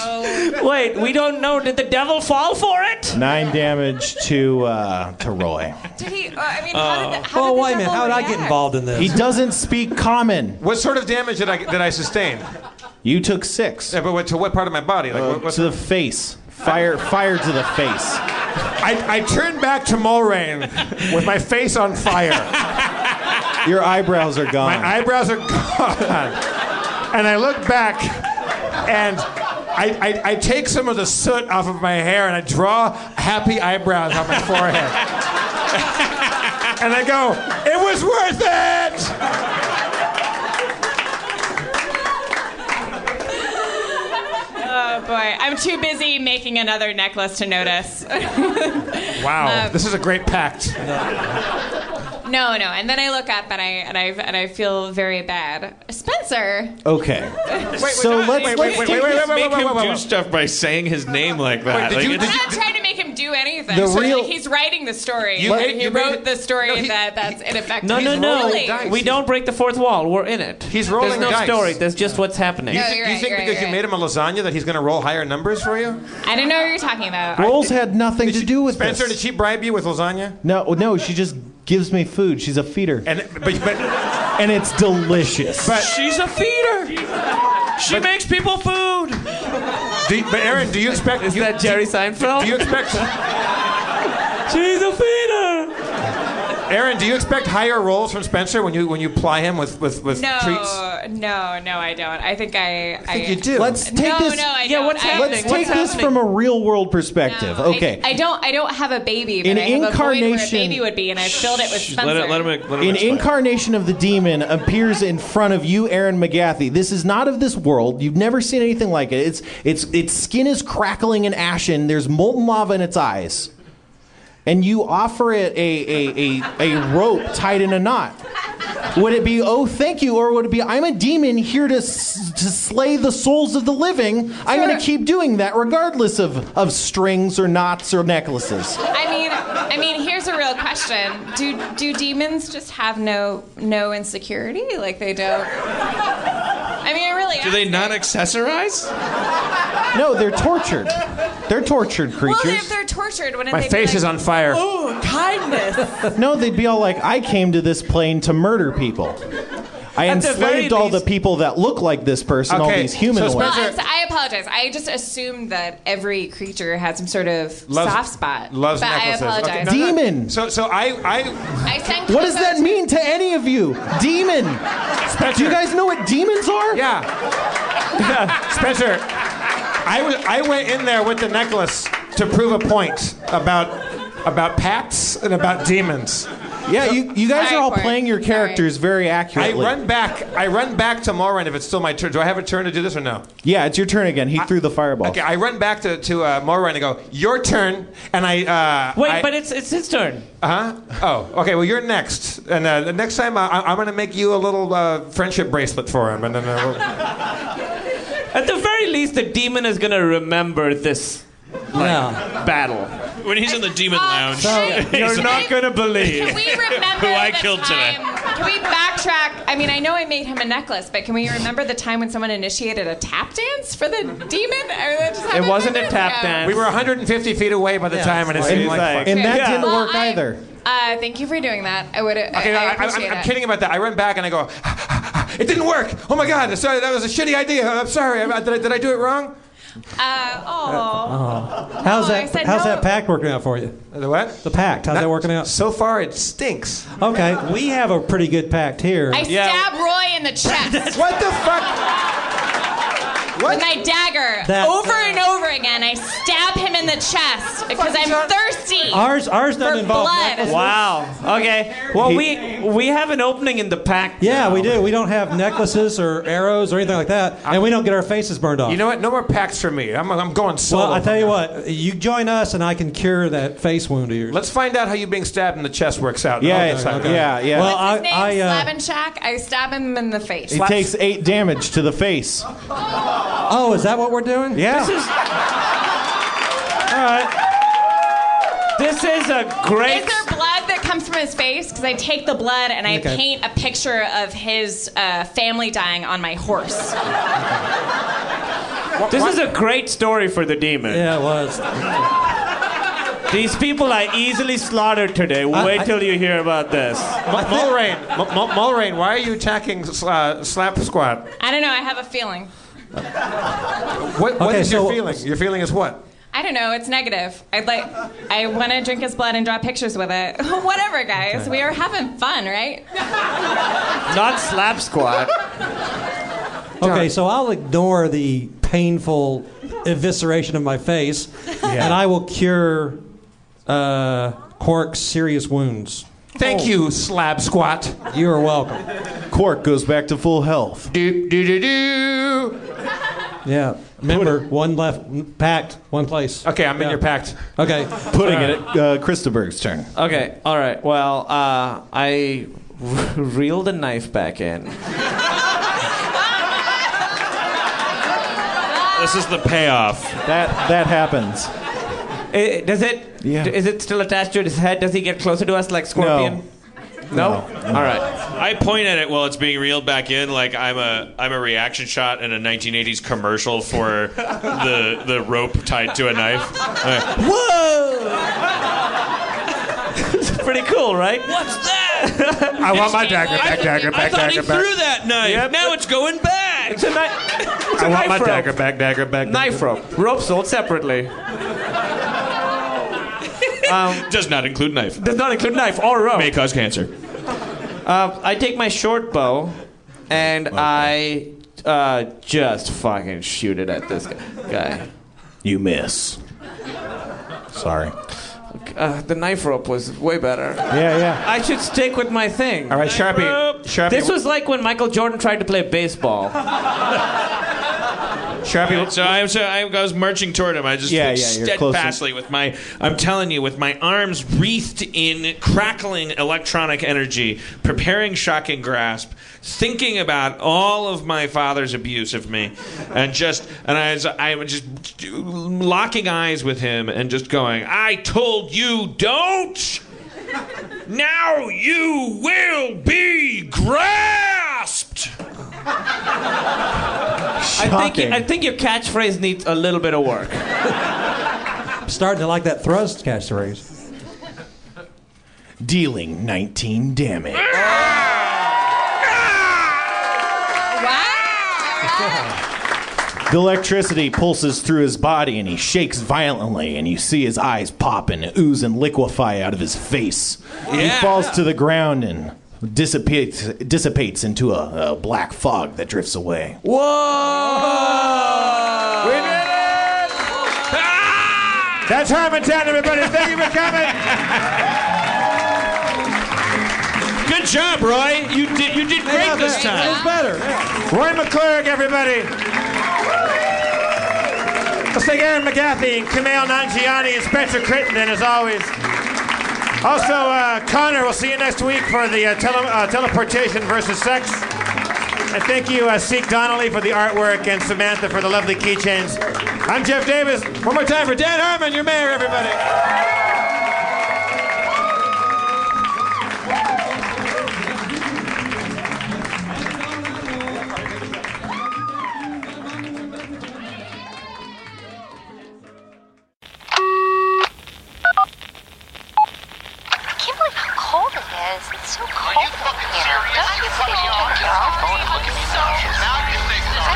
Speaker 9: Wait, we don't know. Did the devil fall for it?
Speaker 16: nine damage to uh, to Roy.
Speaker 18: Did he? Uh, I mean, how did the, how
Speaker 26: oh,
Speaker 18: did the
Speaker 26: wait a minute.
Speaker 18: devil
Speaker 26: How did I get
Speaker 18: react?
Speaker 26: involved in this?
Speaker 16: He doesn't speak common.
Speaker 4: What sort of damage did I did I sustain?
Speaker 16: You took six.
Speaker 4: Yeah, but what, to what part of my body? Like,
Speaker 16: Uh,
Speaker 4: what, what,
Speaker 16: to the face. Fire fire to the face.
Speaker 4: I, I turned back to Mulrain with my face on fire.
Speaker 16: Your eyebrows are gone.
Speaker 4: My eyebrows are gone. And I look back and I, I, I take some of the soot off of my hair and I draw happy eyebrows on my forehead. and I go, it was worth it!
Speaker 18: Oh boy, I'm too busy making another necklace to notice. (laughs)
Speaker 4: Wow,
Speaker 18: Um,
Speaker 4: this is a great pact.
Speaker 18: no, no, and then I look up and I and I and I feel very bad. Spencer. (laughs)
Speaker 16: Okay.
Speaker 18: So let's- let's take this-
Speaker 1: make
Speaker 4: wait,
Speaker 1: him
Speaker 4: wait,
Speaker 1: do
Speaker 4: wait.
Speaker 1: stuff by saying his name like
Speaker 4: Wait,
Speaker 1: that.
Speaker 4: did
Speaker 1: Like,
Speaker 4: you-
Speaker 1: it's-
Speaker 18: I'm not trying to make him do anything.
Speaker 1: The
Speaker 18: So, like,
Speaker 1: real-
Speaker 18: he's writing the story.
Speaker 9: You
Speaker 18: and
Speaker 9: made-
Speaker 18: he
Speaker 9: you made
Speaker 18: wrote
Speaker 9: it-
Speaker 18: the story that that's ineffective.
Speaker 9: No, no, no.
Speaker 18: Really?
Speaker 9: We don't break the fourth wall. We're in it. He's
Speaker 4: rolling
Speaker 9: There's no
Speaker 4: dice.
Speaker 9: story. There's just what's happening.
Speaker 4: You,
Speaker 18: No,
Speaker 4: thi-
Speaker 18: you're
Speaker 4: you
Speaker 18: right,
Speaker 4: think
Speaker 18: you're right,
Speaker 4: because you
Speaker 18: you're
Speaker 4: made him a lasagna that he's going to roll higher numbers for you?
Speaker 18: I didn't know what you were talking about.
Speaker 16: Rolls had nothing to do with
Speaker 4: Spencer,
Speaker 16: this.
Speaker 4: did she bribe you with lasagna?
Speaker 16: No, no, she just gives me food. She's a feeder.
Speaker 4: And but, but
Speaker 16: and it's delicious.
Speaker 9: She's a feeder. She makes people food.
Speaker 4: Do you- but Aaron, do you expect?
Speaker 9: Is that Jerry Seinfeld?
Speaker 4: Do you expect?
Speaker 9: She's a feeder.
Speaker 4: Aaron, do you expect higher rolls from Spencer when you when you ply him with with, with
Speaker 18: No,
Speaker 4: treats?
Speaker 18: no, no, I don't. I think I. I
Speaker 4: think you do.
Speaker 16: Let's take
Speaker 18: no,
Speaker 16: this.
Speaker 18: No, I don't. I-
Speaker 16: Let's take this from a real world perspective.
Speaker 18: I-
Speaker 16: okay.
Speaker 18: I, don't. I don't have a baby, but
Speaker 16: In
Speaker 18: I have a void where a
Speaker 16: incarnation-
Speaker 18: baby would be, and I filled it with Spencer.
Speaker 1: let, it, let him. Let him
Speaker 16: An
Speaker 1: explain.
Speaker 16: incarnation of the demon appears in front of you, Aaron McGathy. This is not of this world. You've never seen anything like it. It's it's its skin is crackling and ashen. There's molten lava in its eyes, and you offer it a a, a, a rope tied in a knot. Would it be oh thank you, or would it be I'm a demon here to s- to slay the souls of the living? I'm going to keep doing that regardless of of strings or knots or necklaces.
Speaker 18: I mean, I mean, here's a real question: Do do demons just have no no insecurity? Like they don't? I mean, I really.
Speaker 1: Do they not accessorize?
Speaker 16: No, they're tortured. They're tortured creatures.
Speaker 18: Well, if they're tortured, wouldn't
Speaker 16: My
Speaker 18: they
Speaker 16: face
Speaker 18: be like,
Speaker 16: is on fire.
Speaker 18: Oh, kindness.
Speaker 16: no, they'd be all like, I came to this plane to murder people. (laughs) I
Speaker 18: At the
Speaker 16: enslaved
Speaker 18: very
Speaker 16: all the people that look like this person, all
Speaker 4: Okay,
Speaker 16: these human
Speaker 4: so
Speaker 18: Well,
Speaker 16: ones.
Speaker 18: I'm so- I apologize. I just assumed that every creature had some sort of
Speaker 4: Loves-
Speaker 18: soft spot.
Speaker 4: Loves
Speaker 18: but
Speaker 4: necklaces.
Speaker 18: I apologize.
Speaker 16: Demon.
Speaker 4: So so I I.
Speaker 18: I sang
Speaker 16: What does that mean to any of you? Demon. Do you guys know what demons are?
Speaker 14: (laughs)
Speaker 4: Yeah. Spencer, I, was, I went in there with the necklace to prove a point about about pacts and about demons.
Speaker 14: Yeah, you,
Speaker 4: you guys are all playing your characters
Speaker 14: very
Speaker 4: accurately.
Speaker 14: I run back. I run back to Morin if it's still my turn. Do I have a turn to do this or no?
Speaker 16: Yeah, it's your turn again. He threw the
Speaker 9: Oh.
Speaker 16: fireball.
Speaker 14: Okay, I run back to to uh, Morin and go, "Your turn." And I uh,
Speaker 9: Wait,
Speaker 14: I-
Speaker 9: but it's it's his turn.
Speaker 14: Uh huh. Oh, okay. Well, you're next, and uh, the next time I, I- I'm going to make you a little uh, friendship bracelet for him, and then uh,
Speaker 9: (laughs) At the very least, the demon is gonna remember this like, battle.
Speaker 1: When he's in the demon
Speaker 4: Uh,
Speaker 18: (laughs)
Speaker 1: lounge,
Speaker 9: So, (laughs) you're not
Speaker 14: gonna believe
Speaker 18: Can
Speaker 9: (laughs)
Speaker 18: we remember
Speaker 1: (laughs) who I
Speaker 18: the
Speaker 1: killed today.
Speaker 18: time? Can we backtrack? I mean, I know I made him a necklace, but can we remember the time when someone initiated a tap dance for the demon? Or that just (laughs)
Speaker 14: we'll,
Speaker 18: happened years ago?
Speaker 14: We were 150 feet away by the
Speaker 16: Yeah.
Speaker 14: time, and it
Speaker 16: And
Speaker 14: seemed like
Speaker 16: and that didn't
Speaker 18: Well,
Speaker 16: work
Speaker 18: I-
Speaker 16: either.
Speaker 18: Uh, thank you for doing that. I would.
Speaker 14: Okay, I,
Speaker 18: I, I
Speaker 14: I,
Speaker 18: appreciate
Speaker 14: am I'm
Speaker 18: it.
Speaker 14: kidding about that. I run back and I go, (laughs) "It didn't work. Oh my God! Sorry, that was a shitty idea. I'm sorry. I, did, I, did I do it wrong?"
Speaker 18: Uh, oh.
Speaker 13: How's
Speaker 18: Oh, I
Speaker 13: that?
Speaker 18: said
Speaker 13: How's
Speaker 18: no.
Speaker 13: that pact working out for you?
Speaker 14: The what?
Speaker 13: The pact. How's that working out?
Speaker 14: So far, it stinks.
Speaker 13: Okay, we have a pretty good pact here.
Speaker 18: I stab Roy in the chest.
Speaker 14: what the fuck? What?
Speaker 18: With my dagger,
Speaker 13: That-
Speaker 18: over and over again, I stab him in the chest because I'm thirsty.
Speaker 13: Ours- ours doesn't
Speaker 18: for
Speaker 13: involve
Speaker 18: blood.
Speaker 13: necklaces.
Speaker 9: Wow. Oh, Okay. Well,
Speaker 13: He-
Speaker 9: we we have an opening in the pact.
Speaker 13: Yeah, we do. We don't have necklaces or arrows or anything like that, and we don't get our faces burned off.
Speaker 14: You know what? No more packs for me. I'm, I'm going solo.
Speaker 13: well, I tell you what, you join us, and I can cure that face wound of yours.
Speaker 14: Let's find out how you being stabbed in the chest works out.
Speaker 13: Yeah,
Speaker 14: Okay,
Speaker 13: it's-
Speaker 14: sorry.
Speaker 13: okay. yeah, yeah.
Speaker 14: Well,
Speaker 18: What's his name?
Speaker 14: I- I, uh,
Speaker 18: Slavinchak? I stab him in the face.
Speaker 16: It takes eight damage to the face.
Speaker 13: Oh, is that what we're doing?
Speaker 16: Yeah.
Speaker 9: All right. This is a
Speaker 18: Is
Speaker 9: great.
Speaker 18: there blood that comes from his face? Because I take the blood and I
Speaker 9: Okay.
Speaker 18: paint a picture of his uh, family dying on my horse.
Speaker 9: This is a great story for the demon.
Speaker 13: Yeah, it was.
Speaker 9: These people I easily slaughtered today. Wait till you hear about this.
Speaker 14: Mulrain, M- M- Mulrain, why are you attacking uh, Slap Squad?
Speaker 18: I don't know. I have a feeling.
Speaker 14: What, what
Speaker 13: Okay,
Speaker 14: is
Speaker 13: so-
Speaker 14: your feeling? Your feeling is what?
Speaker 18: I don't know. It's negative. I'd like. I want to drink his blood and draw pictures with it. (laughs) Whatever, guys. We are having fun, right?
Speaker 9: Not Slap Squad.
Speaker 13: Okay, so I'll ignore the painful evisceration of my face, and I will cure uh, Quark's serious wounds.
Speaker 14: Thank you, Slab Squat.
Speaker 13: You are welcome.
Speaker 16: Quark goes back to full health.
Speaker 14: Do, do, do, do.
Speaker 13: Yeah. Remember, one left packed, one place.
Speaker 14: Okay, I'm in your pact.
Speaker 13: Okay.
Speaker 16: Putting it at uh, Christoberg's turn.
Speaker 9: Okay, all right. Well, uh, I (laughs) r- reel the knife back in.
Speaker 1: this is the payoff.
Speaker 16: That that happens.
Speaker 9: Eh, does it?
Speaker 16: Yeah.
Speaker 9: Is it still attached to his head? Does he get closer to us like Scorpion? No. All right.
Speaker 1: I point at it while it's being reeled back in, like I'm a I'm a reaction shot in a 1980s commercial for the the rope tied to a knife. Alright.
Speaker 9: Whoa! (laughs) it's pretty cool, right?
Speaker 1: What's
Speaker 9: (laughs)
Speaker 1: that?
Speaker 14: I want my dagger
Speaker 1: I
Speaker 14: back,
Speaker 1: thought-
Speaker 14: dagger
Speaker 1: I
Speaker 14: back,
Speaker 1: thought
Speaker 14: dagger
Speaker 1: he
Speaker 14: back.
Speaker 1: threw that knife.
Speaker 9: Yep.
Speaker 1: Now it's going back.
Speaker 9: It's a, ni- it's a knife rope.
Speaker 14: back, dagger back.
Speaker 9: Knife rope. Rope
Speaker 14: (laughs)
Speaker 9: sold separately. Um,
Speaker 1: Does not include knife.
Speaker 9: does not include knife or rope.
Speaker 1: May cause cancer.
Speaker 9: Uh, I take my short bow and I uh, just fucking shoot it at this guy.
Speaker 3: You miss. Sorry.
Speaker 9: Uh, the knife rope was way better.
Speaker 16: Yeah, yeah.
Speaker 9: I should stick with my thing.
Speaker 14: All right, Sharpie. Sharpie.
Speaker 9: This was like when Michael Jordan tried to play baseball.
Speaker 14: Sharpie.
Speaker 1: So I'm so I was marching toward him. I just
Speaker 16: Yeah, yeah, you're
Speaker 1: steadfastly with my I'm telling you with my arms wreathed in crackling electronic energy, preparing shocking grasp, thinking about all of my father's abuse of me, and just and I was I was just locking eyes with him and just going, I told you don't. Now you will be grasped.
Speaker 9: I think, I think your catchphrase needs a little bit of work.
Speaker 13: I'm starting to like that thrust catchphrase.
Speaker 3: Dealing 19 damage.
Speaker 18: Ah!
Speaker 4: Ah!
Speaker 14: Ah!
Speaker 16: The electricity pulses through his body and he shakes violently, and you see his eyes pop and ooze and liquefy out of his face. He
Speaker 1: Yeah.
Speaker 16: falls to the ground and dissipates, dissipates into a, a black fog that drifts away.
Speaker 9: Whoa!
Speaker 14: We did it! Ah! That's Harmontown, everybody. Thank you for coming.
Speaker 1: Good job, Roy. You did you did great this time.
Speaker 4: better. Roy McClurg, everybody. Let's thank Aaron McGathy and Kamal Nanjiani and Spencer Crittenden, as always. Also, uh, Connor, we'll see you next week for the uh, tele- uh, teleportation versus sex. And thank you, uh, Seek Donnelly, for the artwork and Samantha for the lovely keychains. I'm Jeff Davis. One more time for Dan Harmon, your mayor, everybody.
Speaker 27: I can't believe how cold it is. It's so cold up here. Don't you think you can go? I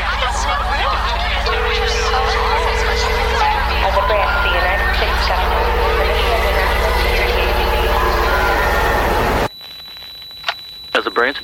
Speaker 27: think it's so weird. As a brand of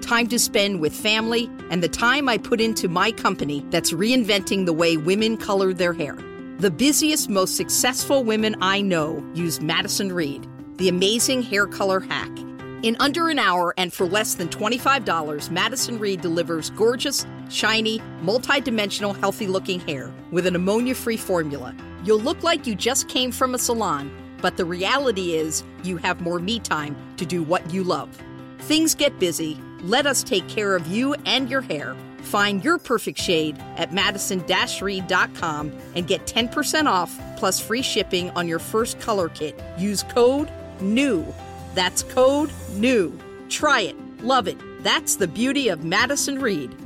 Speaker 28: time to spend with family, and the time I put into my company that's reinventing the way women color their hair. The busiest, most successful women I know use Madison Reed, the amazing hair color hack. In under an hour and for less than $25, Madison Reed delivers gorgeous, shiny, multi-dimensional, healthy-looking hair with an ammonia-free formula. You'll look like you just came from a salon, but the reality is you have more me time to do what you love. Things get busy. Let us take care of you and your hair. Find your perfect shade at madison-reed.com and get 10% off plus free shipping on your first color kit. Use code NEW that's code NEW. Try it. Love it. That's the beauty of Madison Reed.